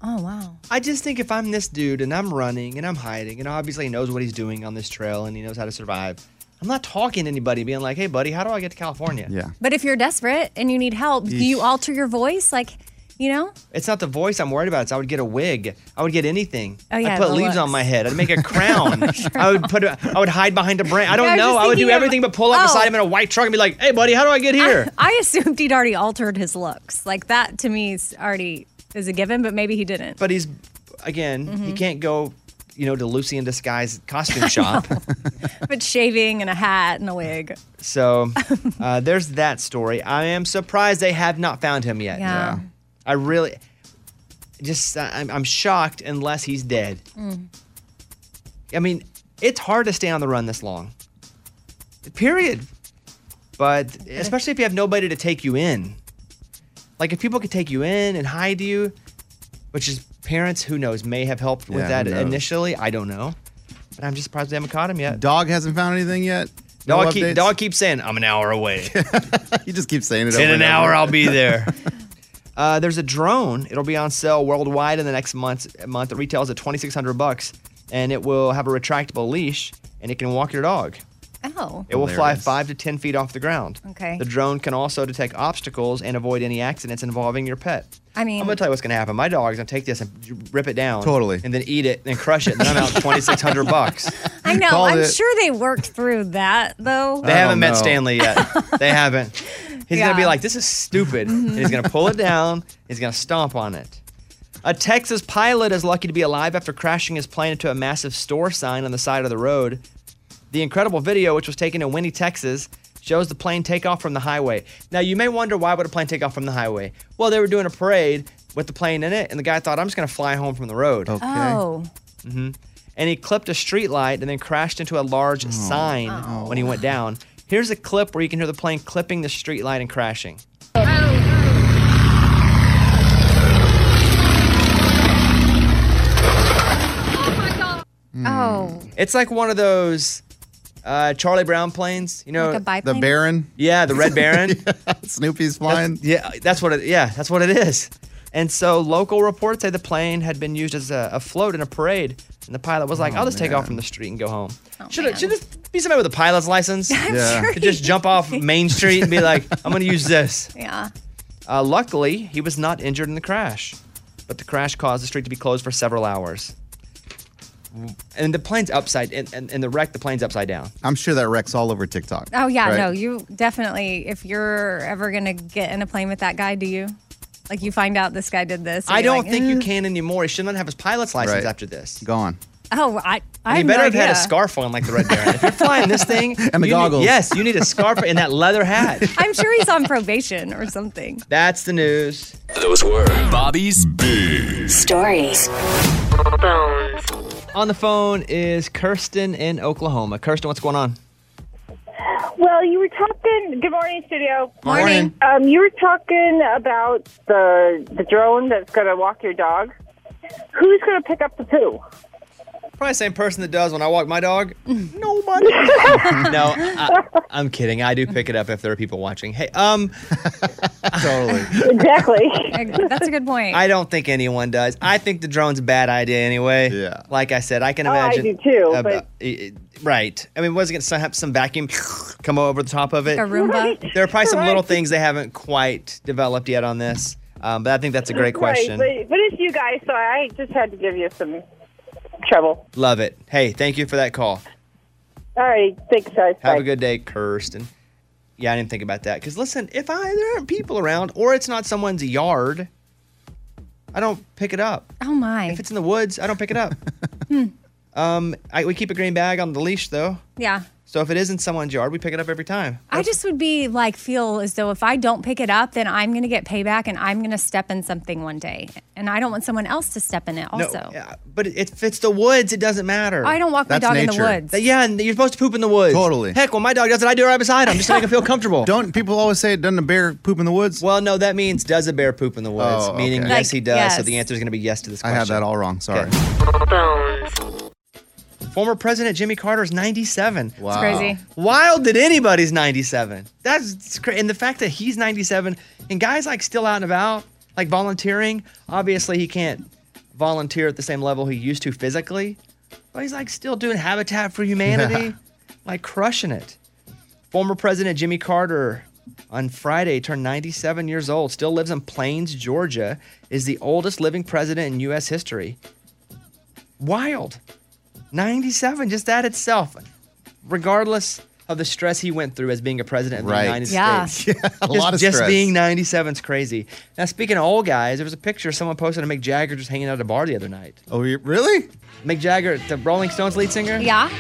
Speaker 3: Oh wow.
Speaker 1: I just think if I'm this dude and I'm running and I'm hiding and obviously he knows what he's doing on this trail and he knows how to survive, I'm not talking to anybody being like, "Hey, buddy, how do I get to California?"
Speaker 2: Yeah,
Speaker 3: But if you're desperate and you need help, do you
Speaker 1: Yeesh.
Speaker 3: alter your voice? Like, you know?
Speaker 1: it's not the voice I'm worried about. It's I would get a wig. I would get anything.
Speaker 3: Oh, yeah,
Speaker 1: I'd put
Speaker 3: the
Speaker 1: leaves on
Speaker 3: looks.
Speaker 1: my head. I'd make a crown. I would put. A, I would hide behind a branch. I don't
Speaker 3: Yeah, I was
Speaker 1: know.
Speaker 3: just
Speaker 1: I would do
Speaker 3: thinking of-
Speaker 1: everything but pull up
Speaker 3: Oh.
Speaker 1: beside him in a white truck and be like, "Hey, buddy, how do I get here?"
Speaker 3: I assumed he'd already altered his looks. Like that to me is already is a given, but maybe he didn't.
Speaker 1: But he's again, he
Speaker 3: Mhm.
Speaker 1: can't go, you know, to Lucy in disguise costume shop.
Speaker 3: but shaving and a hat and a wig.
Speaker 1: So uh, there's that story. I am surprised they have not found him yet.
Speaker 3: Yeah. Yeah.
Speaker 1: I really just I- I'm, I'm shocked unless he's dead.
Speaker 3: Mm.
Speaker 1: I mean, it's hard to stay on the run this long. Period. But especially if you have nobody to take you in. Like if people could take you in and hide you, which is parents who knows may have helped with
Speaker 2: Yeah,
Speaker 1: that
Speaker 2: who knows?
Speaker 1: initially. I don't know. But I'm just surprised they haven't caught him yet.
Speaker 2: Dog hasn't found anything yet.
Speaker 1: Dog, keep, dog keeps saying, I'm an hour away.
Speaker 2: you just keep saying it.
Speaker 1: In
Speaker 2: over
Speaker 1: an
Speaker 2: and
Speaker 1: hour,
Speaker 2: over.
Speaker 1: I'll be there. uh, there's a drone. It'll be on sale worldwide in the next month. Month it retails at 2,600 bucks, and it will have a retractable leash, and it can walk your dog.
Speaker 3: Oh.
Speaker 1: It will fly five to 10 feet off the ground.
Speaker 3: Okay.
Speaker 1: The drone can also detect obstacles and avoid any accidents involving your pet.
Speaker 3: I mean,
Speaker 1: I'm gonna tell you what's gonna happen. My dog's gonna take this and rip it down,
Speaker 2: Totally.
Speaker 1: and then eat it and crush it. Then I'm out 2,600 bucks.
Speaker 3: I know.
Speaker 1: called
Speaker 3: I'm
Speaker 1: it.
Speaker 3: sure they worked through that though.
Speaker 1: They haven't met Stanley yet. they haven't. He's gonna
Speaker 3: Yeah.
Speaker 1: be
Speaker 3: Mm-hmm.
Speaker 1: like, "This is stupid," and he's gonna pull it down. He's gonna stomp on it. A Texas pilot is lucky to be alive after crashing his plane into a massive store sign on the side of the road. The incredible video, which was taken in Winnie, Texas, shows the plane take off from the highway. Now, you may wonder why would a plane take off from the highway? Well, they were doing a parade with the plane in it, and the guy thought, I'm just going to fly home from the road. Okay.
Speaker 3: Oh.
Speaker 1: hmm And he clipped a street light and then crashed into a large sign when he went down. Here's a clip where you can hear the plane clipping the street light and crashing.
Speaker 3: Oh.
Speaker 1: It's like one of those uh, Charlie Brown planes, you know,
Speaker 3: Like a biplane? The Baron?
Speaker 1: Yeah, the Red Baron.
Speaker 2: Snoopy's flying.
Speaker 1: yeah, that's what it. Yeah, that's what it is. And so local reports say the plane had been used as a, a float in a parade, and the pilot was
Speaker 3: Oh,
Speaker 1: like, "I'll just take off from the street and go home." should it, should this be somebody with a pilot's license?
Speaker 3: I'm Yeah. sure
Speaker 1: Could just jump off Main Street and be like, "I'm going to use this."
Speaker 3: Yeah.
Speaker 1: Uh, luckily, he was not injured in the crash, but the crash caused the street to be closed for several hours. And the plane's upside, and, and, and the wreck, the plane's upside down.
Speaker 2: I'm sure that wreck's all over TikTok.
Speaker 3: Oh yeah,
Speaker 1: Right.
Speaker 3: no, you definitely. If you're ever gonna get in a plane with that guy, do you? Like you find out this guy did this. and
Speaker 1: I
Speaker 3: you're
Speaker 1: don't
Speaker 3: like, "Mm."
Speaker 1: think you
Speaker 3: "Ugh."
Speaker 1: can anymore. He should not have his pilot's license after this.
Speaker 2: Gone.
Speaker 3: Oh, I. I
Speaker 1: you
Speaker 3: have
Speaker 1: better
Speaker 3: no
Speaker 1: have had a
Speaker 3: idea.
Speaker 1: scarf on like the Red Baron. if you're flying this thing
Speaker 2: And the
Speaker 1: you need-
Speaker 2: goggles.
Speaker 1: yes, you need a scarf and that leather hat.
Speaker 3: I'm sure he's on probation or something.
Speaker 1: That's the news.
Speaker 14: Those were Bobby's Big
Speaker 1: Stories. On the phone is Kirsten in Oklahoma. Kirsten, what's going on?
Speaker 16: Well, you were talking. Good morning, studio.
Speaker 1: Morning.
Speaker 16: Um, you were talking about the the drone that's going to walk your dog. Who's going to pick up the poo?
Speaker 1: Probably the same person that does when I walk my dog.
Speaker 2: Mm.
Speaker 1: Nobody. no, I, I'm kidding. I do pick it up if there are people watching. Hey, um, totally.
Speaker 16: Exactly.
Speaker 3: That's a good point.
Speaker 1: I don't think anyone does. I think the drone's a bad idea anyway. Yeah. Like I said, I can
Speaker 16: Oh, I
Speaker 1: imagine.
Speaker 16: do too,
Speaker 1: a-
Speaker 16: but-
Speaker 1: a- a- right. I mean, was it going to have some vacuum come over the top of it?
Speaker 3: Like a Roomba? Right.
Speaker 1: There are probably some
Speaker 16: Right.
Speaker 1: little things they haven't quite developed yet on this, um, but I think that's a great question.
Speaker 16: Right, but, but it's you guys, so I just had to give you some trouble.
Speaker 1: Love it. Hey, thank you for that call.
Speaker 16: All right, thanks, guys.
Speaker 1: Have a
Speaker 16: Bye.
Speaker 1: good day, Kirsten. Yeah, I didn't think about that. Because listen, if I there aren't people around or it's not someone's yard, I don't pick it up.
Speaker 3: Oh my! If
Speaker 1: it's in the woods, I don't pick it up. um, I, we keep a green bag on the leash though,
Speaker 3: Yeah.
Speaker 1: so if it is in someone's yard, we pick it up every time.
Speaker 3: I just would be like feel as though if I don't pick it up, then I'm gonna get payback and I'm gonna step in something one day, and I don't want someone else to step in it
Speaker 1: No,
Speaker 3: also.
Speaker 1: yeah, but if it's the woods, it doesn't matter.
Speaker 3: I don't walk my That's dog in the nature. woods.
Speaker 1: Yeah, and you're supposed to poop in the woods. Totally. Heck, when my dog does it, I do it right beside him just to make him feel comfortable.
Speaker 2: Don't people always say, doesn't a bear poop in the woods?
Speaker 1: Well, no, that means does a bear poop in the woods?
Speaker 2: Oh,
Speaker 1: Meaning
Speaker 2: okay.
Speaker 1: yes, he does. So
Speaker 2: yes.
Speaker 1: the answer is going to be yes to this
Speaker 2: I
Speaker 1: question.
Speaker 2: had that all wrong. Sorry.
Speaker 1: Former President Jimmy Carter's 97. Wow.
Speaker 3: crazy.
Speaker 1: Wild that anybody's 97. That's crazy. And the fact that he's 97 and guys like still out and about, like volunteering, obviously he can't volunteer at the same level he used to physically, but he's like still doing Habitat for Humanity, like crushing it. Former President Jimmy Carter on Friday turned 97 years old, still lives in Plains, Georgia, is the oldest living president in U.S. history. Wild. 97, just that itself, regardless of the stress he went through as being a president of the
Speaker 2: Right.
Speaker 1: United
Speaker 2: Yeah.
Speaker 1: States.
Speaker 2: Yeah, a
Speaker 1: just,
Speaker 2: lot of
Speaker 1: Just
Speaker 2: stress.
Speaker 1: being 97 is crazy. Now, speaking of old guys, there was a picture someone posted of Mick Jagger just hanging out at a bar the other night.
Speaker 2: Oh, really?
Speaker 1: Mick Jagger, the Rolling Stones lead singer?
Speaker 3: Yeah.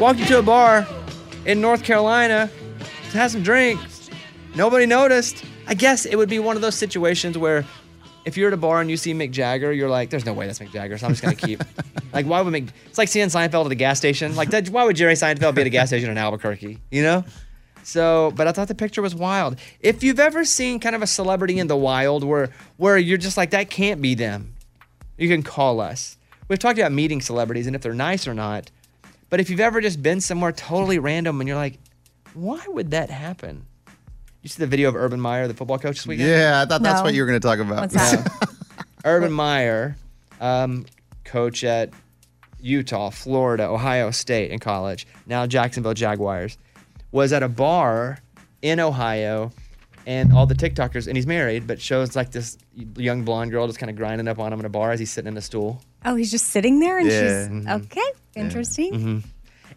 Speaker 1: Walked into a bar in North Carolina, had some drinks. Nobody noticed. I guess it would be one of those situations where if you're at a bar and you see Mick Jagger, you're like, there's no way that's Mick Jagger, so I'm just going to keep. like, why would Mick. It's like seeing Seinfeld at a gas station. Like, that, why would Jerry Seinfeld be at a gas station in Albuquerque? You know? So, but I thought the picture was wild. If you've ever seen kind of a celebrity in the wild where where you're just like, that can't be them, you can call us. We've talked about meeting celebrities and if they're nice or not. But if you've ever just been somewhere totally random and you're like, why would that happen? You see the video of Urban Meyer, the football coach this weekend?
Speaker 2: Yeah, I thought that's what you were going to talk about.
Speaker 1: What's that? Urban Meyer, um, coach at Utah, Florida, Ohio State in college, now Jacksonville Jaguars, was at a bar in Ohio and all the TikTokers, and he's married, but shows like this young blonde girl just kind of grinding up on him in a bar as he's sitting in a stool.
Speaker 3: Oh, he's just sitting there, and
Speaker 1: Yeah.
Speaker 3: she's
Speaker 1: Mhm.
Speaker 3: okay. Interesting.
Speaker 1: Mhm.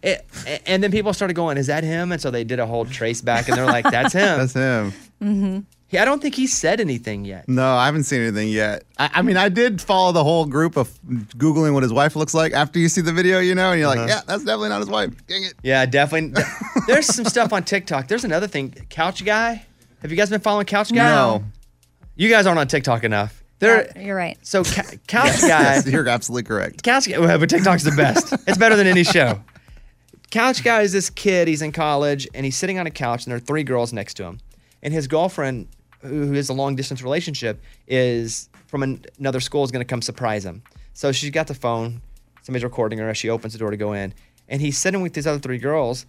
Speaker 1: It, a- and then people started going, Is that him? And so they did a whole trace back and they're like, That's him.
Speaker 2: That's him.
Speaker 3: Mm-hmm.
Speaker 1: He, I don't think he said anything yet.
Speaker 2: No, I haven't seen anything yet. I, I mean, I did follow the whole group of Googling what his wife looks like after you see the video, you know, and you're like,
Speaker 1: Uh-huh.
Speaker 2: yeah, that's definitely not his wife. Dang it.
Speaker 1: Yeah, definitely. There's some stuff on TikTok. There's another thing, Couch Guy. Have you guys been following Couch Guy?
Speaker 2: No.
Speaker 1: You guys aren't on TikTok enough. There,
Speaker 3: Yeah, you're right.
Speaker 1: so ca- Couch
Speaker 2: Yes,
Speaker 1: Guy.
Speaker 2: yes, you're absolutely correct.
Speaker 1: Couch Guy, well, but TikTok's the best. It's better than any show. Couch Guy is this kid. He's in college and he's sitting on a couch, and there are three girls next to him. And his girlfriend, who who is a long distance relationship, is from an- another school, is going to come surprise him. So she's got the phone. Somebody's recording her as she opens the door to go in. And he's sitting with these other three girls,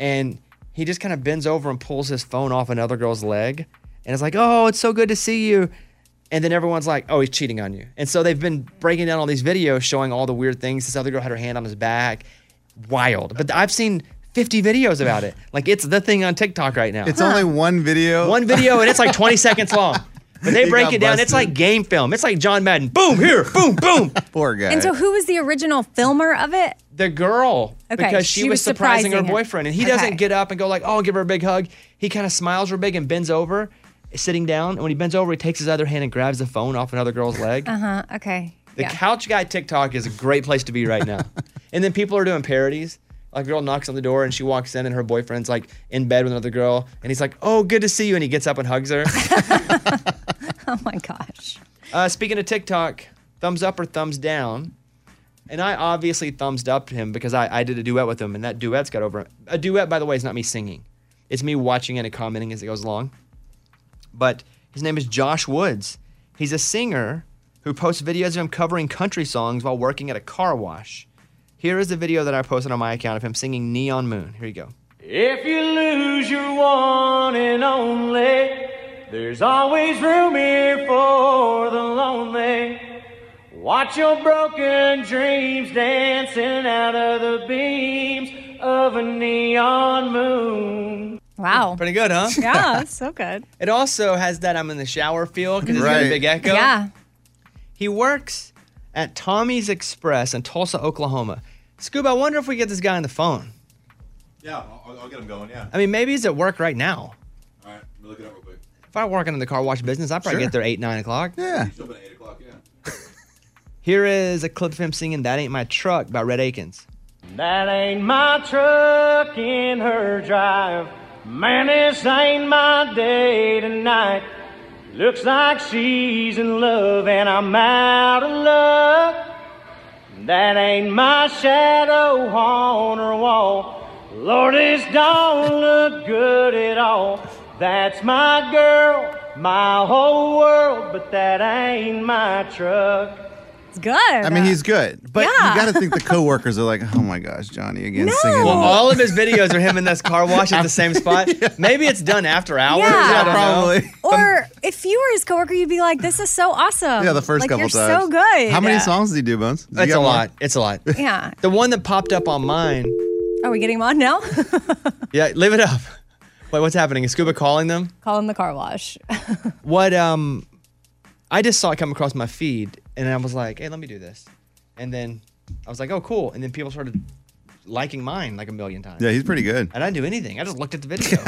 Speaker 1: and he just kind of bends over and pulls his phone off another girl's leg. And it's like, oh, it's so good to see you. And then everyone's like, oh, he's cheating on you. And so they've been breaking down all these videos showing all the weird things. This other girl had her hand on his back. Wild. But I've seen 50 videos about it. Like it's the thing on TikTok right now.
Speaker 2: It's only one video.
Speaker 1: one video and it's like 20 seconds long. But they
Speaker 2: He
Speaker 1: break
Speaker 2: got
Speaker 1: it down. It's
Speaker 2: busted.
Speaker 1: like game film. It's like John Madden. Boom, here, boom, boom.
Speaker 2: Poor guy.
Speaker 3: And so, who was the original filmer of it?
Speaker 1: the girl
Speaker 3: Okay,
Speaker 1: because she,
Speaker 3: she
Speaker 1: was
Speaker 3: was
Speaker 1: surprising, her
Speaker 3: surprising him.
Speaker 1: boyfriend and he
Speaker 3: Okay.
Speaker 1: doesn't get up and go like oh give her a big hug he kind of smiles real big and bends over sitting down and when he bends over he takes his other hand and grabs the phone off another girl's leg
Speaker 3: Uh huh. Okay.
Speaker 1: the couch guy tiktok is a great place to be right now and then people are doing parodies a girl knocks on the door and she walks in and her boyfriend's like in bed with another girl and he's like oh good to see you and he gets up and hugs her
Speaker 3: Oh my gosh.
Speaker 1: Uh, speaking of TikTok, thumbs up or thumbs down? And I obviously thumbs up him because I, I did a duet with him, and that duet's got over. A duet, by the way, is not me singing; it's me watching it and commenting as it goes along. But his name is Josh Woods. He's a singer who posts videos of him covering country songs while working at a car wash. Here is the video that I posted on my account of him singing "Neon Moon." Here you go.
Speaker 19: If you lose your one and only, there's always room here for the lonely. Watch your broken dreams dancing out of the beams of a neon moon.
Speaker 3: Wow.
Speaker 1: Pretty good, huh?
Speaker 3: Yeah, it's so good.
Speaker 1: It also has that I'm in the shower feel because it's got a
Speaker 3: Right.
Speaker 1: big echo.
Speaker 3: Yeah.
Speaker 1: He works at Tommy's Express in Tulsa, Oklahoma. Scoob, I wonder if we get this guy on the phone.
Speaker 7: Yeah, I'll, I'll get him going. Yeah.
Speaker 1: I mean, maybe he's at work right now.
Speaker 7: All right, let me look it up real quick.
Speaker 1: If I working in the car wash business, I'd probably
Speaker 7: Sure.
Speaker 1: get there eight, nine o'clock.
Speaker 2: Yeah.
Speaker 7: He's open at 8 o'clock, yeah.
Speaker 1: Here is a clip of him singing "That Ain't My Truck" by Red Akins.
Speaker 19: That ain't my truck in her drive. Man, this ain't my day tonight. Looks like she's in love and I'm out of luck. That ain't my shadow on her wall. Lord, this don't look good at all. That's my girl, my whole world, but that ain't my truck.
Speaker 3: It's good.
Speaker 2: I mean, he's good, but
Speaker 19: Yeah.
Speaker 2: you got to think the coworkers are like, oh my gosh, Johnny again singing.
Speaker 1: Well, all of his videos are him in this car wash at the same spot. Maybe it's done after hours.
Speaker 3: Yeah.
Speaker 1: I don't know.
Speaker 2: probably.
Speaker 3: Or if you were his coworker, you'd be like, "This is so awesome."
Speaker 2: Yeah, the first
Speaker 3: like,
Speaker 2: couple
Speaker 3: you're
Speaker 2: times.
Speaker 3: so good.
Speaker 2: How many songs did he do, Bones? Did you
Speaker 1: It's
Speaker 2: get
Speaker 1: a
Speaker 2: more?
Speaker 1: lot. It's a lot.
Speaker 3: Yeah.
Speaker 1: The one that popped up on mine.
Speaker 3: Are we getting him on now?
Speaker 1: Yeah, leave it up. Wait, what's happening? Is Scuba calling them?
Speaker 3: Call him the car wash.
Speaker 1: What um I just saw it come across my feed and I was like, hey, let me do this. And then I was like, oh cool. And then people started liking mine like a million times.
Speaker 2: Yeah, he's pretty good.
Speaker 1: I didn't do anything. I just looked at the video.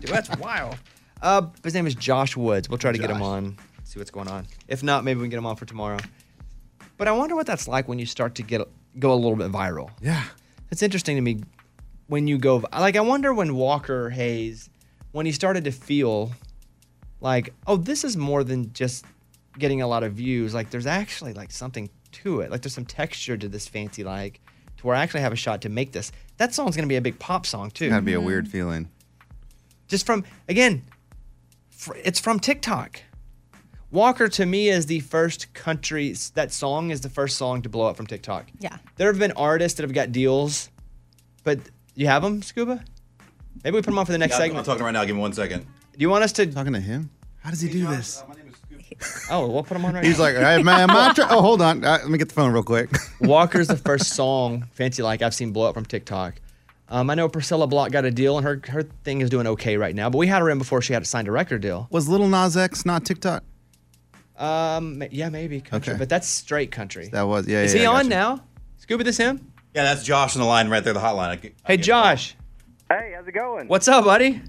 Speaker 1: Dude, that's wild. Uh his name is Josh Woods. We'll try to get him on, see what's going on. If not, maybe we can get him on for tomorrow. But I wonder what that's like when you start to get go a little bit viral.
Speaker 2: Yeah.
Speaker 1: It's interesting to me when you go like I wonder when Walker Hayes when he started to feel like oh this is more than just getting a lot of views like there's actually like something to it like there's some texture to this fancy like to where I actually have a shot to make this that song's going to be a big pop song too
Speaker 2: That'd be a weird feeling.
Speaker 1: just from again fr- it's from TikTok Walker to me is the first country that song is the first song to blow up from TikTok
Speaker 3: yeah.
Speaker 1: there have been artists that have got deals, but you have them, Scuba? Maybe we put them on for the next
Speaker 7: Yeah, I'm- I'm
Speaker 1: segment.
Speaker 7: talking right now. Give me one second.
Speaker 1: Do you want us to
Speaker 2: talking to him? How does he do this?
Speaker 1: Oh, we'll put them on right
Speaker 2: He's
Speaker 1: now.
Speaker 2: like, hey, man, my tr- oh, hold on, Uh, let me get the phone real quick.
Speaker 1: Walker's the first song, Fancy Like, I've seen blow up from TikTok. Um, I know Priscilla Block got a deal, and her her thing is doing okay right now. But we had her in before she had signed a record deal.
Speaker 2: Was Little Nas X not TikTok?
Speaker 1: Um, ma- yeah, maybe country,
Speaker 2: Okay.
Speaker 1: but that's straight country.
Speaker 2: That was yeah.
Speaker 1: is
Speaker 2: yeah,
Speaker 1: he
Speaker 2: I got
Speaker 1: on
Speaker 2: you.
Speaker 1: now? Scuba, this him?
Speaker 7: Yeah, that's Josh on the line right there, the hotline. I can-
Speaker 1: Hey, Josh,
Speaker 6: Hey, how's it going?
Speaker 1: what's up, buddy?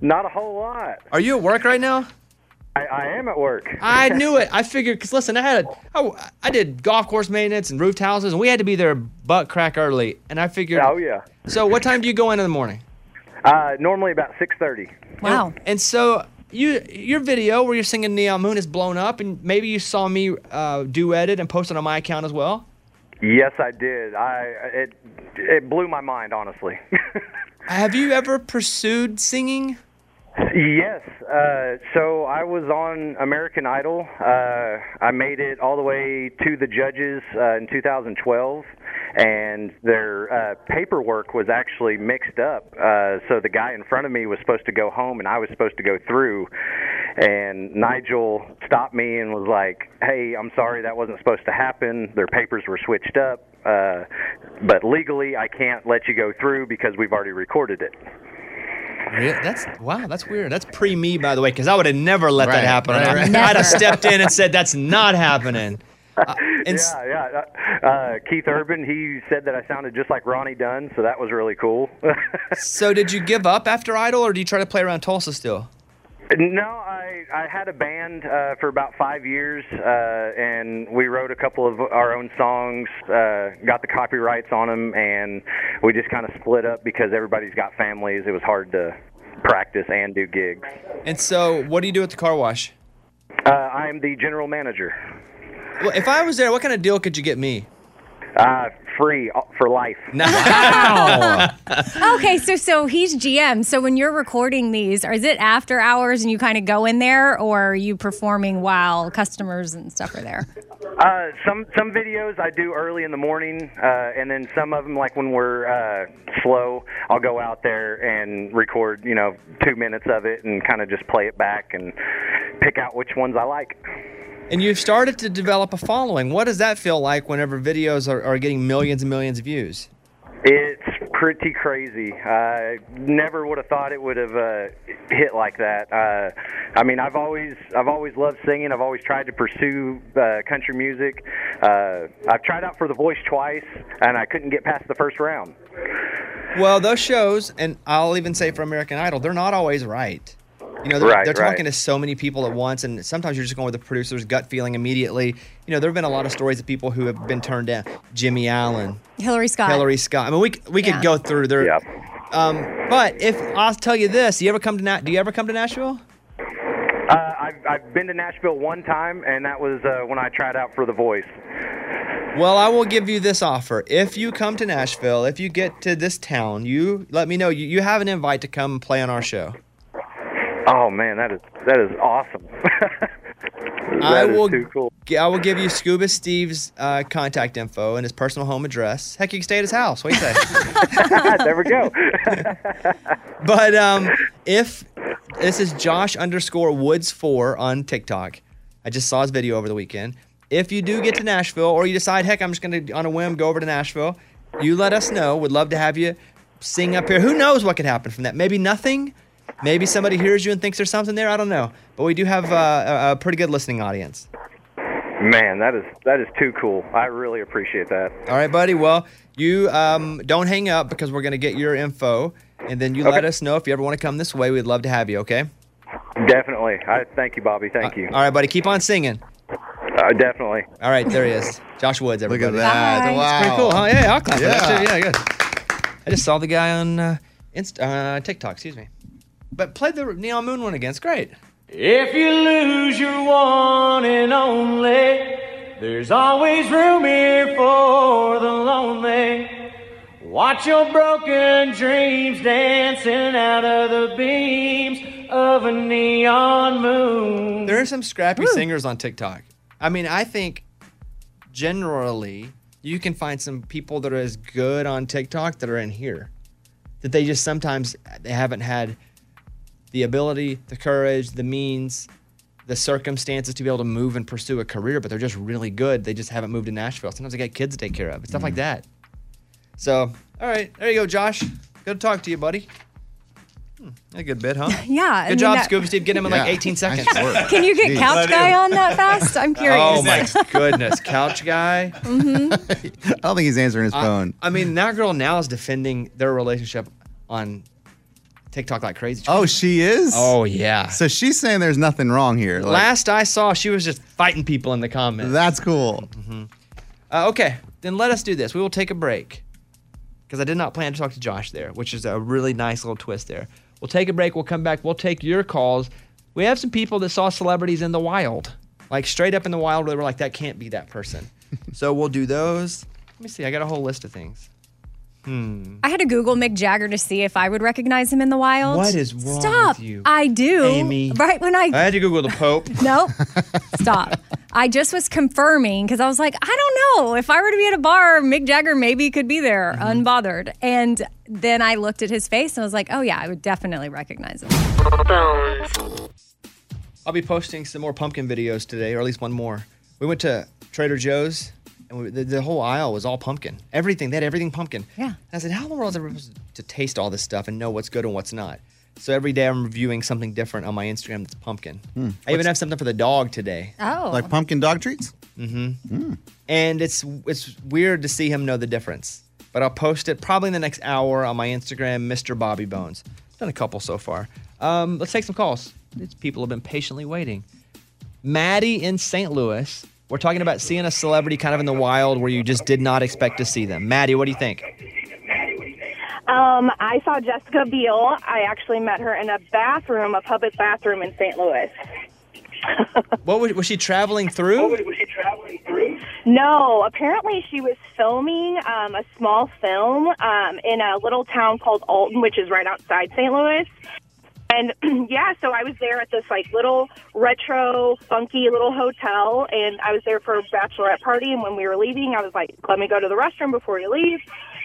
Speaker 6: Not a whole lot.
Speaker 1: Are you at work right now?
Speaker 6: I, I am at work.
Speaker 1: I knew it. I figured because listen, I had a, I, I did golf course maintenance and roofed houses, and we had to be there butt crack early. And I figured.
Speaker 6: Oh, yeah.
Speaker 1: So what time do you go in in the morning?
Speaker 6: Uh, normally about six thirty.
Speaker 1: Wow. And, and so you your video where you're singing Neon Moon is blown up, and maybe you saw me uh, duet it and post it on my account as well.
Speaker 6: Yes, I did. I it it blew my mind, honestly.
Speaker 1: Have you ever pursued singing?
Speaker 6: Yes. Uh, so I was on American Idol. Uh, I made it all the way to the judges uh, in 2012, and their uh, paperwork was actually mixed up. Uh, so the guy in front of me was supposed to go home, and I was supposed to go through. And Nigel stopped me and was like, "Hey, I'm sorry, that wasn't supposed to happen. Their papers were switched up, uh, but legally, I can't let you go through because we've already recorded it."
Speaker 1: Really? That's wow. That's weird. That's pre me, by the way, because I would have never let
Speaker 6: Right,
Speaker 1: that happen.
Speaker 6: right,
Speaker 1: I-
Speaker 6: right.
Speaker 1: I'd
Speaker 6: Never.
Speaker 1: have stepped in and said that's not happening. Uh,
Speaker 6: yeah, yeah. Uh, uh, Keith Urban, he said that I sounded just like Ronnie Dunn, so that was really cool.
Speaker 1: So did you give up after Idol, or do you try to play around Tulsa still?
Speaker 6: no, I, I had a band uh, for about five years, uh, and we wrote a couple of our own songs, uh, got the copyrights on them, and we just kind of split up because everybody's got families. It was hard to practice and do gigs.
Speaker 1: And so, what do you do at the car wash?
Speaker 6: Uh, I am the general manager.
Speaker 1: Well, if I was there, what kind of deal could you get me?
Speaker 6: Uh, free uh, for life.
Speaker 3: Okay, so so he's GM. So when you're recording these, or is it after hours and you kind of go in there, or are you performing while customers and stuff are there?
Speaker 6: Uh, some some videos I do early in the morning, uh, and then some of them, like when we're uh, slow, I'll go out there and record, you know, two minutes of it, and kind of just play it back and pick out which ones I like.
Speaker 1: And you've started to develop a following. What does that feel like whenever videos are, are getting millions and millions of views?
Speaker 6: It's pretty crazy. I never would have thought it would have uh, hit like that. Uh, I mean, I've always I've always loved singing. I've always tried to pursue uh, country music. Uh, I've tried out for The Voice twice, and I couldn't get past the first round.
Speaker 1: Well, those shows, and I'll even say for American Idol, they're not always right. You know, they're,
Speaker 6: Right,
Speaker 1: they're
Speaker 6: right.
Speaker 1: talking to so many people at once, and sometimes you're just going with the producer's gut feeling immediately. You know, there have been a lot of stories of people who have been turned down. Jimmy Allen,
Speaker 3: Hillary Scott.
Speaker 1: Hillary Scott. I mean, we c- we
Speaker 3: Yeah.
Speaker 1: could go through there. Um, but if I'll tell you this, do you ever come to Na- do you ever come to Nashville?
Speaker 6: Uh, I've, I've been to Nashville one time, and that was uh, when I tried out for The Voice.
Speaker 1: Well, I will give you this offer. If you come to Nashville, if you get to this town, you let me know. You, you have an invite to come play on our show.
Speaker 6: Oh man, that is that is awesome. That
Speaker 1: I
Speaker 6: is
Speaker 1: will-
Speaker 6: too cool.
Speaker 1: G- I will give you Scuba Steve's uh, contact info and his personal home address. Heck, you can stay at his house. What do you say?
Speaker 6: there we go.
Speaker 1: but um, if this is Josh underscore Woods four on TikTok, I just saw his video over the weekend. If you do get to Nashville, or you decide, heck, I'm just gonna on a whim go over to Nashville, you let us know. Would love to have you sing up here. Who knows what could happen from that? Maybe nothing. Maybe somebody hears you and thinks there's something there. I don't know. But we do have uh, a, a pretty good listening audience.
Speaker 6: Man, that is that is too cool. I really appreciate that.
Speaker 1: All right, buddy. Well, you um, don't hang up because we're going to get your info. And then you let us know if you ever want to come this way. We'd love to have you, okay?
Speaker 6: Definitely. I thank you, Bobby. Thank you.
Speaker 1: All right, buddy. Keep on singing.
Speaker 6: Uh, definitely.
Speaker 1: All right, there he is. Josh Woods, everybody.
Speaker 6: Look at that. Bye.
Speaker 1: That's
Speaker 6: Wow.
Speaker 1: pretty cool, huh? Yeah, I'll clap for that
Speaker 6: Yeah.
Speaker 1: shit. Yeah, good. I just saw the guy on uh, Inst- uh, TikTok, excuse me. But played the Neon Moon one again. It's great.
Speaker 19: If you lose your one and only, there's always room here for the lonely. Watch your broken dreams dancing out of the beams of a neon moon.
Speaker 1: There are some scrappy singers on TikTok. I mean, I think generally you can find some people that are as good on TikTok that are in here. That they just sometimes they haven't had the ability, the courage, the means, the circumstances to be able to move and pursue a career, but they're just really good. They just haven't moved to Nashville. Sometimes they got kids to take care of. It's stuff like that. So, all right, there you go, Josh. Good to talk to you, buddy. Hmm, a good bit, huh?
Speaker 3: Yeah. I
Speaker 1: Good
Speaker 3: mean,
Speaker 1: job,
Speaker 3: that-
Speaker 1: Scuba Steve. Get him in like
Speaker 3: Yeah.
Speaker 1: 18 seconds.
Speaker 3: Can you get couch guy on that fast? I'm curious.
Speaker 1: Oh my goodness, couch guy. Uh,
Speaker 3: hmm
Speaker 2: I don't think he's answering his
Speaker 1: I-
Speaker 2: phone.
Speaker 1: I mean, that girl now is defending their relationship on TikTok like crazy.
Speaker 2: Oh, she is?
Speaker 1: Oh, yeah.
Speaker 2: So she's saying there's nothing wrong here. like-
Speaker 1: Last I saw, she was just fighting people in the comments.
Speaker 2: that's cool.
Speaker 1: Uh, okay, then let us do this. We will take a break because I did not plan to talk to Josh there, which is a really nice little twist there. We'll take a break. We'll come back. We'll take your calls. We have some people that saw celebrities in the wild, like straight up in the wild, where they were like, that can't be that person. so we'll do those. Let me see. I got a whole list of things. Hmm.
Speaker 3: I had to Google Mick Jagger to see if I would recognize him in the wild.
Speaker 1: What is wrong
Speaker 3: Stop.
Speaker 1: with you,
Speaker 3: I do.
Speaker 1: Amy?
Speaker 3: Right when
Speaker 1: I had to Google the Pope.
Speaker 3: No, stop. I just was confirming because I was like, I don't know. If I were to be at a bar, Mick Jagger maybe could be there
Speaker 1: Mm-hmm.
Speaker 3: unbothered. And then I looked at his face and I was like, oh, yeah, I would definitely recognize him.
Speaker 1: I'll be posting some more pumpkin videos today, or at least one more. We went to Trader Joe's, and we, the, the whole aisle was all pumpkin. Everything they had everything pumpkin. Yeah. And I said, how in the world is everyone supposed to taste all this stuff and know what's good and what's not? So every day I'm reviewing something different on my Instagram that's pumpkin.
Speaker 2: Hmm.
Speaker 1: I even have something for the dog today.
Speaker 3: Oh.
Speaker 2: Like pumpkin dog treats? Hmm.
Speaker 1: Mm-hmm. And it's it's weird to see him know the difference. But I'll post it probably in the next hour on my Instagram, Mr. Bobby Bones. Done a couple so far. Um, let's take some calls. These people have been patiently waiting. Maddie in St. Louis. We're talking about seeing a celebrity kind of in the wild where you just did not expect to see them. Maddie, what do you think?
Speaker 16: Um, I saw Jessica Biel. I actually met her in a bathroom, a public bathroom in St. Louis.
Speaker 1: What was, was she traveling through?
Speaker 20: Uh,
Speaker 16: No, apparently she was filming um, a small film um, in a little town called Alton, which is right outside St. Louis. And yeah, so I was there at this like little retro, funky little hotel, and I was there for a bachelorette party. And when we were leaving, I was like, "Let me go to the restroom before you leave."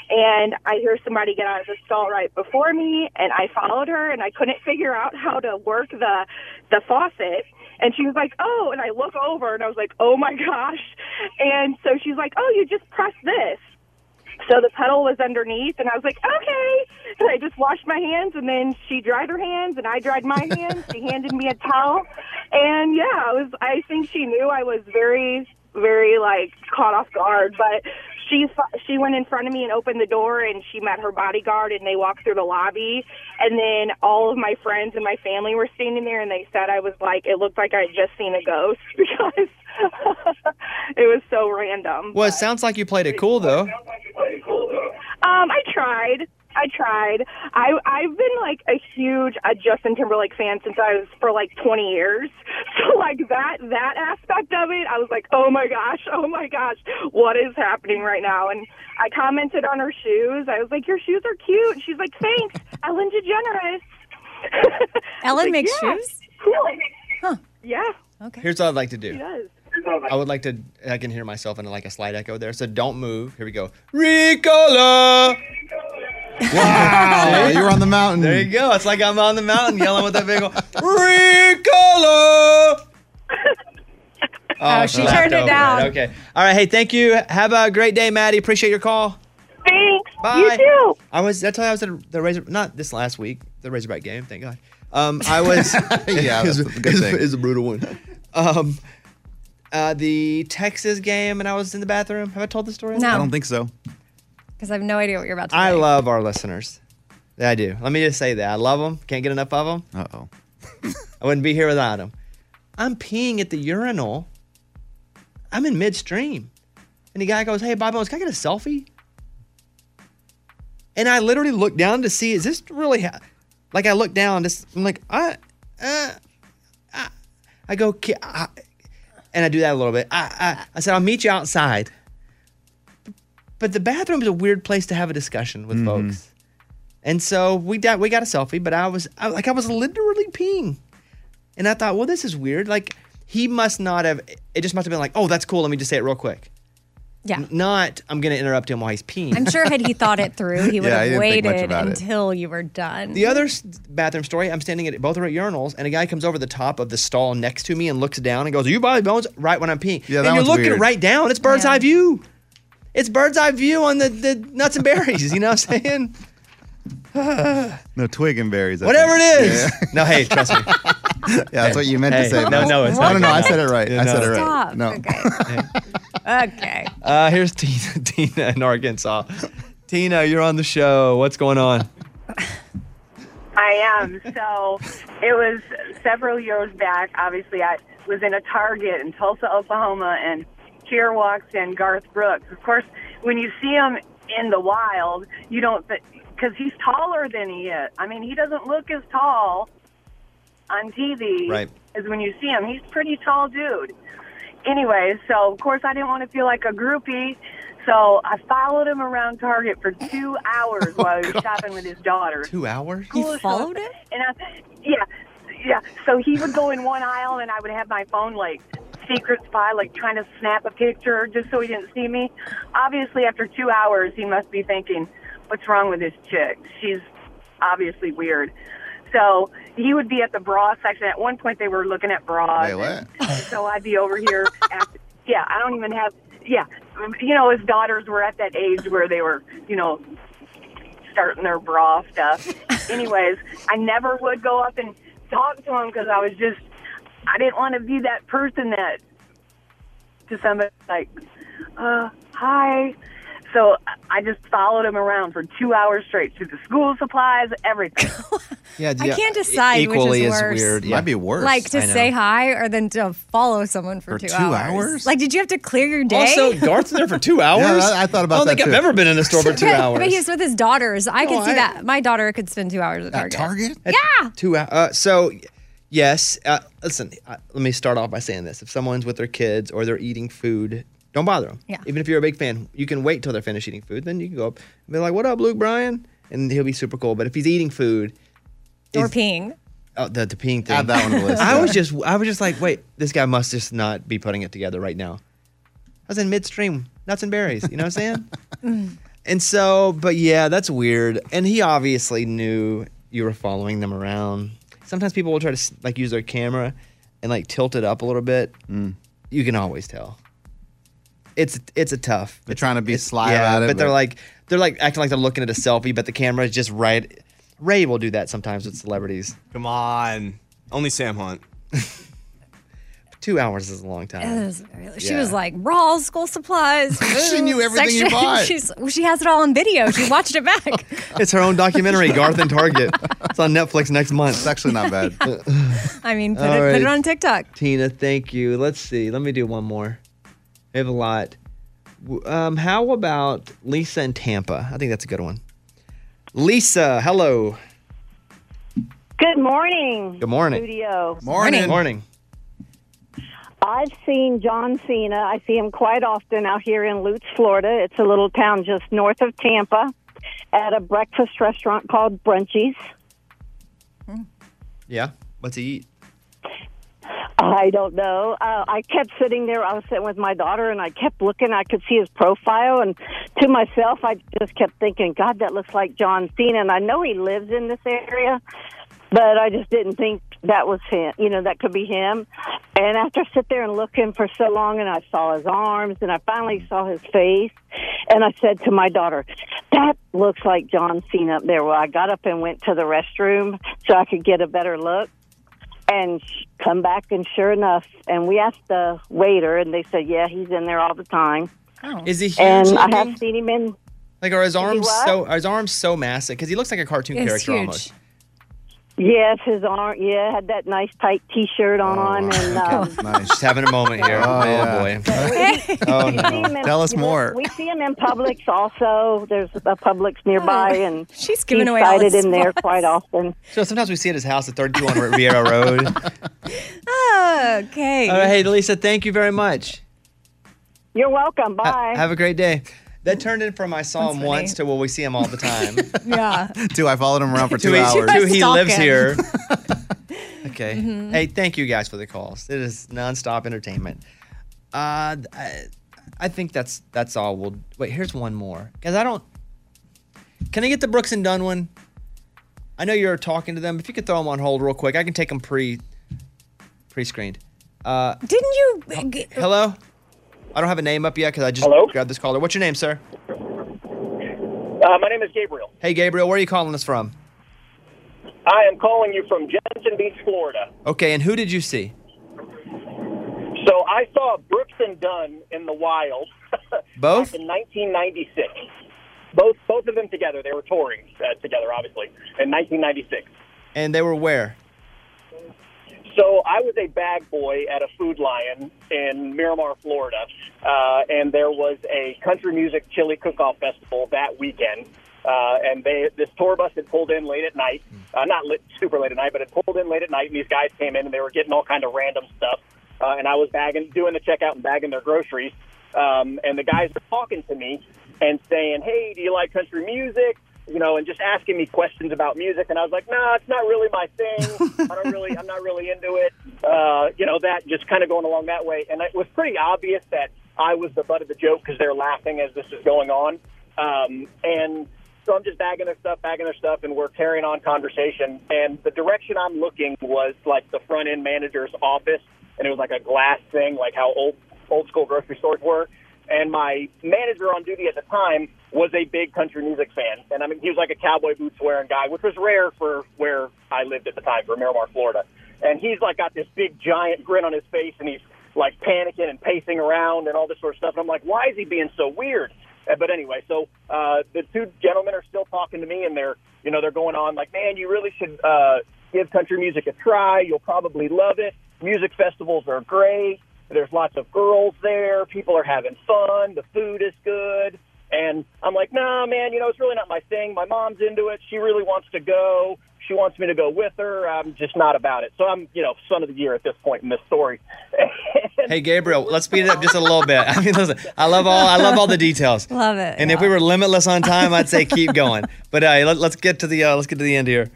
Speaker 16: And I hear somebody get out of the stall right before me, and I followed her, and I couldn't figure out how to work the the faucet. And she was like, "Oh," and I look over, and I was like, "Oh my gosh!" And so she's like, "Oh, you just press this." So the pedal was underneath, and I was like, okay. And I just washed my hands, and then she dried her hands, and I dried my hands. she handed me a towel, and yeah, I was. I think she knew I was very, very like caught off guard, but. She fu- she went in front of me and opened the door, and she met her bodyguard, and they walked through the lobby. And then all of my friends and my family were standing there, and they said I was like, it looked like I had just seen a ghost because it was so random.
Speaker 1: Well, it sounds like you played it cool though.
Speaker 16: Um, I tried. I tried. I I've been like a huge uh, Justin Timberlake fan since I was for like 20 years. So like that that aspect of it, I was like, "Oh my gosh. Oh my gosh. What is happening right now?" And I commented on her shoes. I was like, "Your shoes are cute." She's like, "Thanks. Ellen DeGeneres."
Speaker 3: Ellen
Speaker 16: Like,
Speaker 3: makes
Speaker 16: yeah.
Speaker 3: shoes?
Speaker 16: Cool.
Speaker 3: Huh.
Speaker 16: Yeah.
Speaker 3: Okay.
Speaker 1: Here's what I'd like to do.
Speaker 16: She does.
Speaker 1: I would like to. I can hear myself in like a slight echo there. So don't move. Here we go. Ricola.
Speaker 2: Wow, you're on the mountain.
Speaker 1: There you go. It's like I'm on the mountain yelling with that big old Ricola.
Speaker 3: Oh, she
Speaker 1: laughed
Speaker 3: turned it
Speaker 1: over
Speaker 3: down.
Speaker 1: Okay. All right. Hey, thank you. Have a great day, Maddie. Appreciate your call.
Speaker 16: Thanks.
Speaker 1: Bye.
Speaker 16: You too.
Speaker 1: I was. That's why I was at the Razor. Not this last week. The Razorback game. Thank God. Um, I was.
Speaker 2: Yeah, that's
Speaker 1: It's-
Speaker 2: a good
Speaker 1: it's-
Speaker 2: thing.
Speaker 1: It's a brutal one. Um, uh, the Texas game, and I was in the bathroom. Have I told the story?
Speaker 3: No. I don't
Speaker 1: think so.
Speaker 3: Because I have no idea what you're about to
Speaker 1: I
Speaker 3: say.
Speaker 1: love our listeners. I do. Let me just say that I love them. Can't get enough of them.
Speaker 2: Uh oh.
Speaker 1: I wouldn't be here without them. I'm peeing at the urinal. I'm in midstream, and the guy goes, "Hey, Bob Bones, can I get a selfie?" And I literally look down to see is this really ha-? like I look down. This I'm like I, uh, I, I go, "Ki- I, and I do that a little bit. I, I, I said, "I'll meet you outside." But the bathroom is a weird place to have a discussion with folks. And so we got we got a selfie, but I was I, like I was literally peeing, and I thought, well, this is weird. Like he must not have. It just must have been like, oh, that's cool. Let me just say it real quick.
Speaker 3: Yeah.
Speaker 1: N- not I'm gonna interrupt him while he's peeing.
Speaker 3: I'm sure had he thought it through, he would
Speaker 1: Yeah, I
Speaker 3: have
Speaker 1: didn't think much
Speaker 3: waited
Speaker 1: about it.
Speaker 3: until you were done.
Speaker 1: The other s- bathroom story, I'm standing at both are at urinals, and a guy comes over the top of the stall next to me and looks down and goes, "Are you Bobby Bones?" Right when I'm peeing,
Speaker 2: Yeah,
Speaker 1: and
Speaker 2: that
Speaker 1: you're
Speaker 2: one's
Speaker 1: looking
Speaker 2: weird.
Speaker 1: right down. It's bird's eye view. It's bird's eye view on the, the nuts and berries. You know what I'm saying?
Speaker 2: No twig and berries. I
Speaker 1: Whatever
Speaker 2: think.
Speaker 1: it is. No, hey, trust me.
Speaker 2: yeah, that's what you meant
Speaker 1: Hey,
Speaker 2: to say.
Speaker 1: no, no, it's
Speaker 2: no,
Speaker 1: not
Speaker 2: no, no. I
Speaker 1: good.
Speaker 2: said it right.
Speaker 1: Yeah,
Speaker 2: I said
Speaker 1: no.
Speaker 2: it right.
Speaker 3: Stop.
Speaker 2: No.
Speaker 3: Okay.
Speaker 1: Uh, here's Tina, Tina in Arkansas. Tina, you're on the show. What's going on?
Speaker 21: I am. So it was several years back. Obviously, I was in a Target in Tulsa, Oklahoma, and here walks in Garth Brooks. Of course, when you see him in the wild, you don't because he's taller than he is. I mean, he doesn't look as tall on TV
Speaker 1: Right.
Speaker 21: as when you see him. He's a pretty tall dude. Anyway, so of course I didn't want to feel like a groupie, so I followed him around Target for two hours while he was shopping with his daughter.
Speaker 1: Oh Two hours?
Speaker 21: Coolest
Speaker 1: followed
Speaker 21: stuff. And I, yeah, yeah. So he would go in one aisle, and I would have my phone like secret spy, like trying to snap a picture just so he didn't see me. Obviously, after two hours, he must be thinking, "What's wrong with this chick? She's obviously weird." So he would be at the bra section. At one point, they were looking at bras.
Speaker 4: Wait, what?
Speaker 21: So I'd be over here. After, yeah, I don't even have. Yeah, you know, his daughters were at that age where they were, you know, starting their bra stuff. Anyways, I never would go up and talk to him because I was just, I didn't want to be that person that to somebody like, uh, hi. So I just followed him around for two hours straight through the school supplies, everything.
Speaker 1: Yeah, e-,
Speaker 3: I yeah. can't decide which
Speaker 1: Equally
Speaker 3: is
Speaker 1: as
Speaker 3: worse.
Speaker 1: weird. Yeah.
Speaker 2: Might be worse.
Speaker 3: Like to
Speaker 1: I know.
Speaker 3: say hi or then to follow someone for,
Speaker 1: For two hours?
Speaker 3: Like, did you have to clear your day?
Speaker 1: Also, Garth's in there for two hours.
Speaker 2: I- I thought about
Speaker 1: I don't
Speaker 2: that
Speaker 1: think
Speaker 2: too.
Speaker 1: I've ever been in a store for two
Speaker 3: but,
Speaker 1: hours.
Speaker 3: But he was with his daughters. I could
Speaker 1: No,
Speaker 3: see
Speaker 1: I-
Speaker 3: that. My daughter could spend two hours at Target.
Speaker 2: Target?
Speaker 3: Yeah.
Speaker 1: Two hours. Uh, so, yes. Uh, listen, uh, let me start off by saying this: if someone's with their kids or they're eating food, don't bother them.
Speaker 3: Yeah.
Speaker 1: Even if you're a big fan, you can wait till they're finished eating food. Then you can go up and be like, "What up, Luke Bryan?" And he'll be super cool. But if he's eating food,
Speaker 3: Or peeing.
Speaker 1: Oh, the, the peeing thing.
Speaker 2: Add that one to the list,
Speaker 1: I
Speaker 2: yeah.
Speaker 1: was just I was just like, wait, this guy must just not be putting it together right now. I was in midstream, nuts and berries. You know what I'm saying? and so, but yeah, that's weird. And he obviously knew you were following them around. Sometimes people will try to s- like use their camera and like tilt it up a little bit.
Speaker 2: Mm.
Speaker 1: You can always tell. It's it's a tough. They're
Speaker 2: trying to be sly
Speaker 1: yeah,
Speaker 2: about it,
Speaker 1: but, they're
Speaker 2: but-
Speaker 1: like they're like acting like they're looking at a selfie, but the camera is just right. Ray will do that sometimes with celebrities.
Speaker 8: Come on. Only Sam Hunt.
Speaker 1: Two hours is a long time.
Speaker 3: It was really- she
Speaker 1: Uh, Yeah.
Speaker 3: was like bras, school supplies.
Speaker 1: She knew
Speaker 3: food,
Speaker 1: everything you
Speaker 3: section.
Speaker 1: bought.
Speaker 3: She's, she has it all on video. She watched it back.
Speaker 1: It's her own documentary, Garth and Target. It's on Netflix next month. It's
Speaker 2: actually not bad.
Speaker 3: I mean, put
Speaker 1: All
Speaker 3: it, put
Speaker 1: right.
Speaker 3: it on TikTok.
Speaker 1: Tina, thank you. Let's see. Let me do one more. We have a lot. W- Um, how about Lisa in Tampa? I think that's a good one. Lisa, hello.
Speaker 22: Good morning.
Speaker 1: Good morning.
Speaker 22: Studio.
Speaker 1: Morning.
Speaker 22: I've seen John Cena. I see him quite often out here in Lutz, Florida. It's a little town just north of Tampa at a breakfast restaurant called Brunchies.
Speaker 1: Yeah. What's he eat?
Speaker 22: I don't know. Uh, I kept sitting there. I was sitting with my daughter, and I kept looking. I could see his profile, and to myself, I just kept thinking, "God, that looks like John Cena." And I know he lives in this area, but I just didn't think that was him. You know, that could be him. And after I sit there and looking for so long, and I saw his arms, and I finally saw his face, and I said to my daughter, "That looks like John Cena up there." Well, I got up and went to the restroom so I could get a better look and sh- come back and sure enough and we asked the waiter and they said yeah he's in there all the time
Speaker 1: Is he huge?
Speaker 22: and i
Speaker 1: looking?
Speaker 22: have seen him in
Speaker 1: like are his
Speaker 22: he
Speaker 1: arms
Speaker 22: what?
Speaker 1: so are his arms so massive? Because he looks like a cartoon
Speaker 22: It's
Speaker 1: character
Speaker 22: huge.
Speaker 1: almost.
Speaker 22: yes his arm yeah had that nice tight t-shirt on and um,
Speaker 1: Oh, Nice. Just having a moment here. Oh, boy. oh
Speaker 22: we see him
Speaker 1: no.
Speaker 22: in- we- we see him in publix also there's a publix
Speaker 3: Oh,
Speaker 22: nearby and
Speaker 3: she's giving
Speaker 22: he's
Speaker 3: away all
Speaker 22: sighted
Speaker 3: the
Speaker 22: in there
Speaker 3: spots.
Speaker 22: quite often
Speaker 1: So sometimes we see at his house at 32 on Riviera Road.
Speaker 3: Okay.
Speaker 1: All right, hey Lisa, thank you very much.
Speaker 22: you're welcome
Speaker 1: Ha-
Speaker 22: bye
Speaker 1: have a great day. That turned in from I saw him once to well, we see him all the time.
Speaker 3: yeah.
Speaker 2: Do I followed him around for
Speaker 1: To
Speaker 2: two
Speaker 1: he-
Speaker 2: hours?
Speaker 1: to he lives here. okay.
Speaker 3: Mm-hmm.
Speaker 2: Mhm.
Speaker 1: Hey, thank you guys for the calls. It is nonstop entertainment. Uh, th- I, I think that's that's all. We'll wait. Here's one more because I don't. Can I get the Brooks and Dunn one? I know you're talking to them. If you could throw them on hold real quick, I can take them pre pre screened. Uh,
Speaker 3: Didn't you? g-
Speaker 1: hello. I don't have a name up yet because I just grabbed this caller. What's your name, sir?
Speaker 20: Uh, my name is Gabriel.
Speaker 1: Hey, Gabriel. Where are you calling us from?
Speaker 20: I am calling you from Jensen Beach, Florida.
Speaker 1: Okay, and who did you see?
Speaker 20: So I saw Brooks and Dunn in the wild.
Speaker 1: Both?
Speaker 20: back in 1996. Both both of them together. They were touring uh, together, obviously, in 1996.
Speaker 1: And they were where?
Speaker 20: So I was a bag boy at a Food Lion in Miramar, Florida, uh, and there was a country music chili cook-off festival that weekend. Uh, and they, this tour bus had pulled in late at night, uh, not lit, super late at night, but it pulled in late at night, and these guys came in and they were getting all kind of random stuff. Uh, and I was bagging, doing the checkout and bagging their groceries. Um, and the guys were talking to me and saying, "Hey, do you like country music?" You know, and just asking me questions about music. And I was like, "Nah, it's not really my thing. I don't really, I'm not really into it." Uh, you know, that just kind of going along that way. And it was pretty obvious that I was the butt of the joke because they're laughing as this is going on. Um, and so I'm just bagging their stuff, bagging their stuff, and we're carrying on conversation. And the direction I'm looking was like the front end manager's office, and it was like a glass thing, like how old old school grocery stores were. And my manager on duty at the time was a big country music fan, and I mean he was like a cowboy boots wearing guy, which was rare for where I lived at the time, for Miramar, Florida. And he's like got this big giant grin on his face, and he's like panicking and pacing around and all this sort of stuff. And I'm like, why is he being so weird? Uh, But anyway, so uh, the two gentlemen are still talking to me, and they're you know they're going on like, man, you really should uh, give country music a try. You'll probably love it. Music festivals are great. There's lots of girls there. People are having fun. The food is good. And I'm like, nah, man, you know, it's really not my thing. My mom's into it. She really wants to go. She wants me to go with her. I'm just not about it. So I'm, you know, son of the year at this point in this story.
Speaker 1: Hey Gabriel, let's speed it up just a little bit. I mean, listen, I love all I love all the details.
Speaker 3: Love it.
Speaker 1: And if we were limitless on time, I'd say keep going. But uh, let, let's get to the uh, let's get to the end here.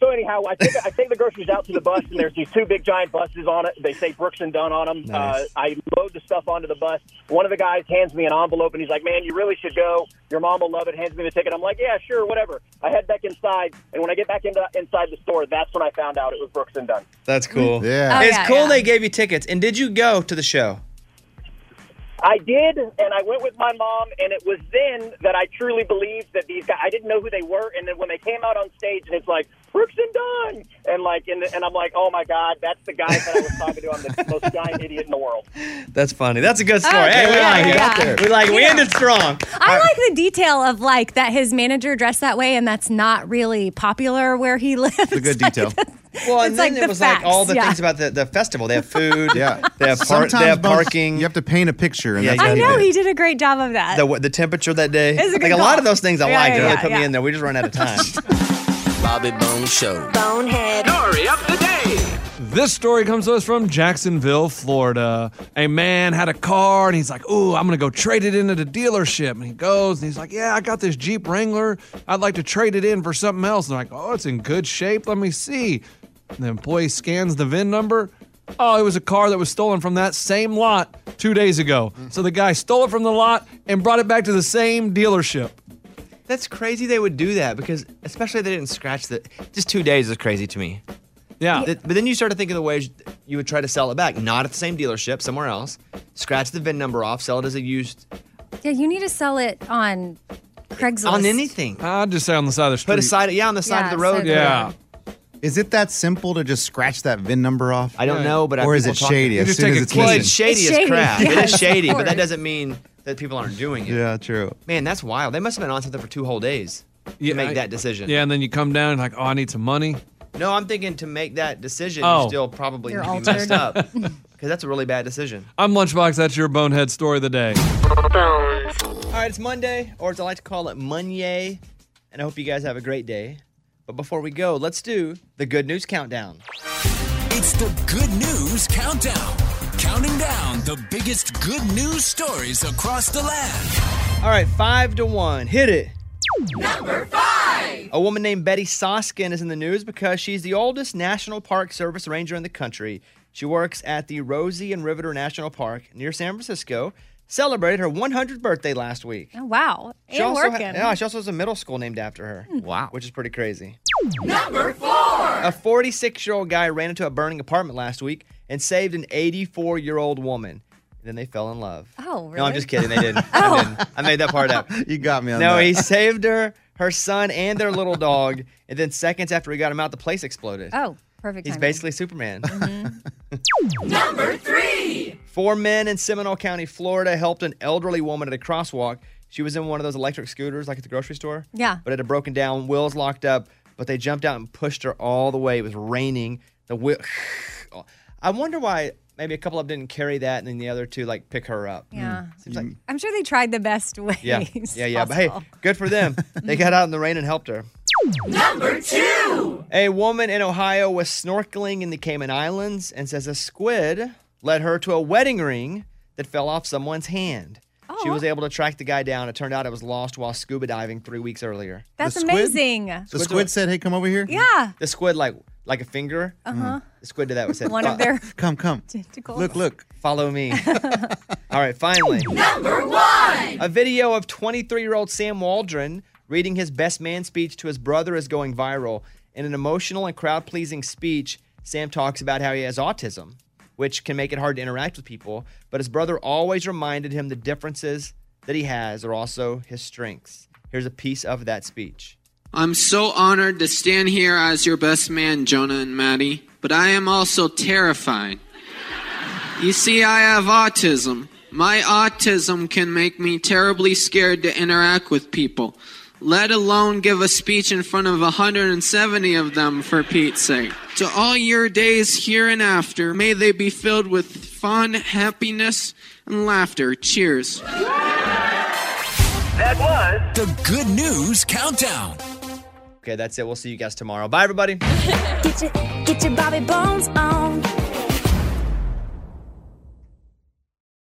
Speaker 20: So anyhow, I take, I take the groceries out to the bus, and there's these two big giant buses on it. They say Brooks and Dunn on them.
Speaker 1: Nice.
Speaker 20: Uh, I load the stuff onto the bus. One of the guys hands me an envelope, and he's like, "Man, you really should go. Your mom will love it." Hands me the ticket. I'm like, "Yeah, sure, whatever." I head back inside, and when I get back into, inside the store, that's when I found out it was Brooks and Dunn.
Speaker 1: That's cool.
Speaker 20: Yeah. Oh,
Speaker 1: it's
Speaker 20: yeah,
Speaker 1: cool
Speaker 20: yeah.
Speaker 1: they gave you tickets. And did you go to the show?
Speaker 20: I did, and I went with my mom, and it was then that I truly believed that these guys, I didn't know who they were, and then when they came out on stage, and it's like, Brooks and Dunn, and like, and, and I'm like, oh my God, that's the guy that I was talking to. I'm the most giant idiot in the world.
Speaker 1: That's funny. That's a good story.
Speaker 3: Oh,
Speaker 1: hey, we
Speaker 3: yeah,
Speaker 1: like
Speaker 3: yeah.
Speaker 1: it. We like it. We ended strong.
Speaker 3: I like the detail of like that his manager dressed that way and that's not really popular where he lives.
Speaker 1: It's a good detail. Well, and
Speaker 3: It's
Speaker 1: then
Speaker 3: like
Speaker 1: it
Speaker 3: the
Speaker 1: was
Speaker 3: facts,
Speaker 1: like all the
Speaker 3: yeah.
Speaker 1: things about the, the festival. They have food. yeah. They have, par-
Speaker 2: Sometimes
Speaker 1: they have
Speaker 2: most-
Speaker 1: parking.
Speaker 2: You have to paint a picture. And
Speaker 1: Yeah,
Speaker 2: that's
Speaker 1: yeah,
Speaker 2: how
Speaker 3: I
Speaker 2: you
Speaker 3: know
Speaker 2: do it.
Speaker 3: he did a great job of that.
Speaker 1: the, the temperature that day.
Speaker 3: It's a
Speaker 1: like
Speaker 3: good
Speaker 1: a lot
Speaker 3: call.
Speaker 1: of those things I
Speaker 3: Yeah,
Speaker 1: liked.
Speaker 3: yeah,
Speaker 1: really
Speaker 3: yeah,
Speaker 1: put me
Speaker 3: yeah.
Speaker 1: in there. We just run out of time.
Speaker 14: Bobby Bone Show.
Speaker 5: Bonehead. Story of the day.
Speaker 9: This story comes to us from Jacksonville, Florida. A man had a car and he's like, Ooh, I'm going to go trade it in at a dealership. And he goes and he's like, Yeah, I got this Jeep Wrangler. I'd like to trade it in for something else. And they're like, Oh, it's in good shape. Let me see. And the employee scans the VIN number. Oh, it was a car that was stolen from that same lot two days ago. So the guy stole it from the lot and brought it back to the same dealership.
Speaker 1: That's crazy they would do that because, especially if they didn't scratch the. Just two days is crazy to me.
Speaker 9: Yeah.
Speaker 1: Th- But then you start to think of the ways you would try to sell it back, not at the same dealership, somewhere else. Scratch the VIN number off, sell it as a used.
Speaker 3: yeah, you need to sell it on Craigslist.
Speaker 1: On anything.
Speaker 9: I'd just say on the side of the street.
Speaker 1: Put a side, yeah, on the side of the road.
Speaker 2: Is it that simple to just scratch that VIN number off?
Speaker 1: I don't know, but I
Speaker 2: or is
Speaker 1: people
Speaker 2: it
Speaker 1: talk-
Speaker 2: shady?
Speaker 1: You
Speaker 2: As
Speaker 1: just
Speaker 2: soon
Speaker 1: take
Speaker 2: as
Speaker 1: a
Speaker 2: it's
Speaker 1: clip.
Speaker 2: missing.
Speaker 1: It's shady as crap. It is
Speaker 3: Yes,
Speaker 1: shady, but that
Speaker 3: course.
Speaker 1: doesn't mean that people aren't doing it.
Speaker 2: Yeah, true.
Speaker 1: Man, that's wild. They must have been on something for two whole days
Speaker 9: Yeah,
Speaker 1: to make
Speaker 9: I-
Speaker 1: that decision.
Speaker 9: Yeah, and then you come down and like, Oh, I need some money.
Speaker 1: No, I'm thinking to make that decision,
Speaker 9: Oh.
Speaker 1: you still probably
Speaker 9: You're
Speaker 1: need to be
Speaker 9: altered.
Speaker 1: messed up because that's a really bad decision.
Speaker 9: I'm Lunchbox. That's your bonehead story of the day.
Speaker 1: All right, it's Monday, or as I like to call it, Monday, and I hope you guys have a great day. But before we go, let's do the good news countdown.
Speaker 14: It's the Good News Countdown. Counting down the biggest good news stories across the land.
Speaker 1: All right, five to one, hit it.
Speaker 14: Number five.
Speaker 1: A woman named Betty Soskin is in the news because she's the oldest National Park Service ranger in the country. She works at the Rosie and Riveter National Park near San Francisco. Celebrated her 100th birthday last week.
Speaker 3: Oh, wow.
Speaker 1: She
Speaker 3: and
Speaker 1: also ha-
Speaker 3: working. Hmm.
Speaker 1: yeah, she also has a middle school named after her. Wow, which is pretty crazy.
Speaker 5: Number four.
Speaker 1: A 46 year old guy ran into a burning apartment last week and saved an 84 year old woman. Then they fell in love.
Speaker 3: Oh, really? Oh.
Speaker 1: No, I'm just kidding. They didn't. I, didn't. I made that part up.
Speaker 2: You got me on
Speaker 1: No,
Speaker 2: that.
Speaker 1: he saved her, her son, and their little dog. And then seconds after he got him out, the place exploded.
Speaker 3: Oh, Mm-hmm. perfect
Speaker 1: He's
Speaker 3: timing.
Speaker 1: basically Superman.
Speaker 5: Number three.
Speaker 1: Four men in Seminole County, Florida helped an elderly woman at a crosswalk. She was in one of those electric scooters, like at the grocery store.
Speaker 3: Yeah.
Speaker 1: But it had broken down, wheels locked up. but they jumped out and pushed her all the way. It was raining. The wheel. I wonder why maybe a couple of them didn't carry that, and then the other two like pick her up. Hmm.
Speaker 3: Yeah. I'm sure they tried the best ways.
Speaker 1: Yeah, yeah, yeah. But hey, good for them. they got out in the rain and helped her.
Speaker 5: Number two.
Speaker 1: A woman in Ohio was snorkeling in the Cayman Islands and says a squid led her to a wedding ring that fell off someone's hand. She was able to track the guy down. It turned out it was lost while scuba diving three weeks earlier.
Speaker 3: That's amazing.
Speaker 2: The squid said, "Hey, come over here." Uh-huh.
Speaker 3: Yeah.
Speaker 1: The squid like like a finger.
Speaker 3: Uh huh.
Speaker 1: The squid did that was said.
Speaker 3: One of
Speaker 1: "Fo-
Speaker 3: their
Speaker 2: Come, come.
Speaker 3: tentacles.
Speaker 1: look. Follow me. All right, finally. Number one. A video of 23 year old Sam Waldron reading his best man speech to his brother is going viral. In an emotional and crowd pleasing speech, Sam talks about how he has autism, which can make it hard to interact with people, but his brother always reminded him the differences that he has are also his strengths. Here's a piece of that speech.
Speaker 10: I'm so honored to stand here as your best man, Jonah and Maddie, but I am also terrified. You see, I have autism. My autism can make me terribly scared to interact with people, let alone give a speech in front of 170 of them, for Pete's sake. To all your days here and after, may they be filled with fun, happiness, and laughter. Cheers.
Speaker 5: That was
Speaker 1: The Good News Countdown. Okay, that's it. We'll see you guys tomorrow. Bye, everybody.
Speaker 5: Get your, get your Bobby Bones on.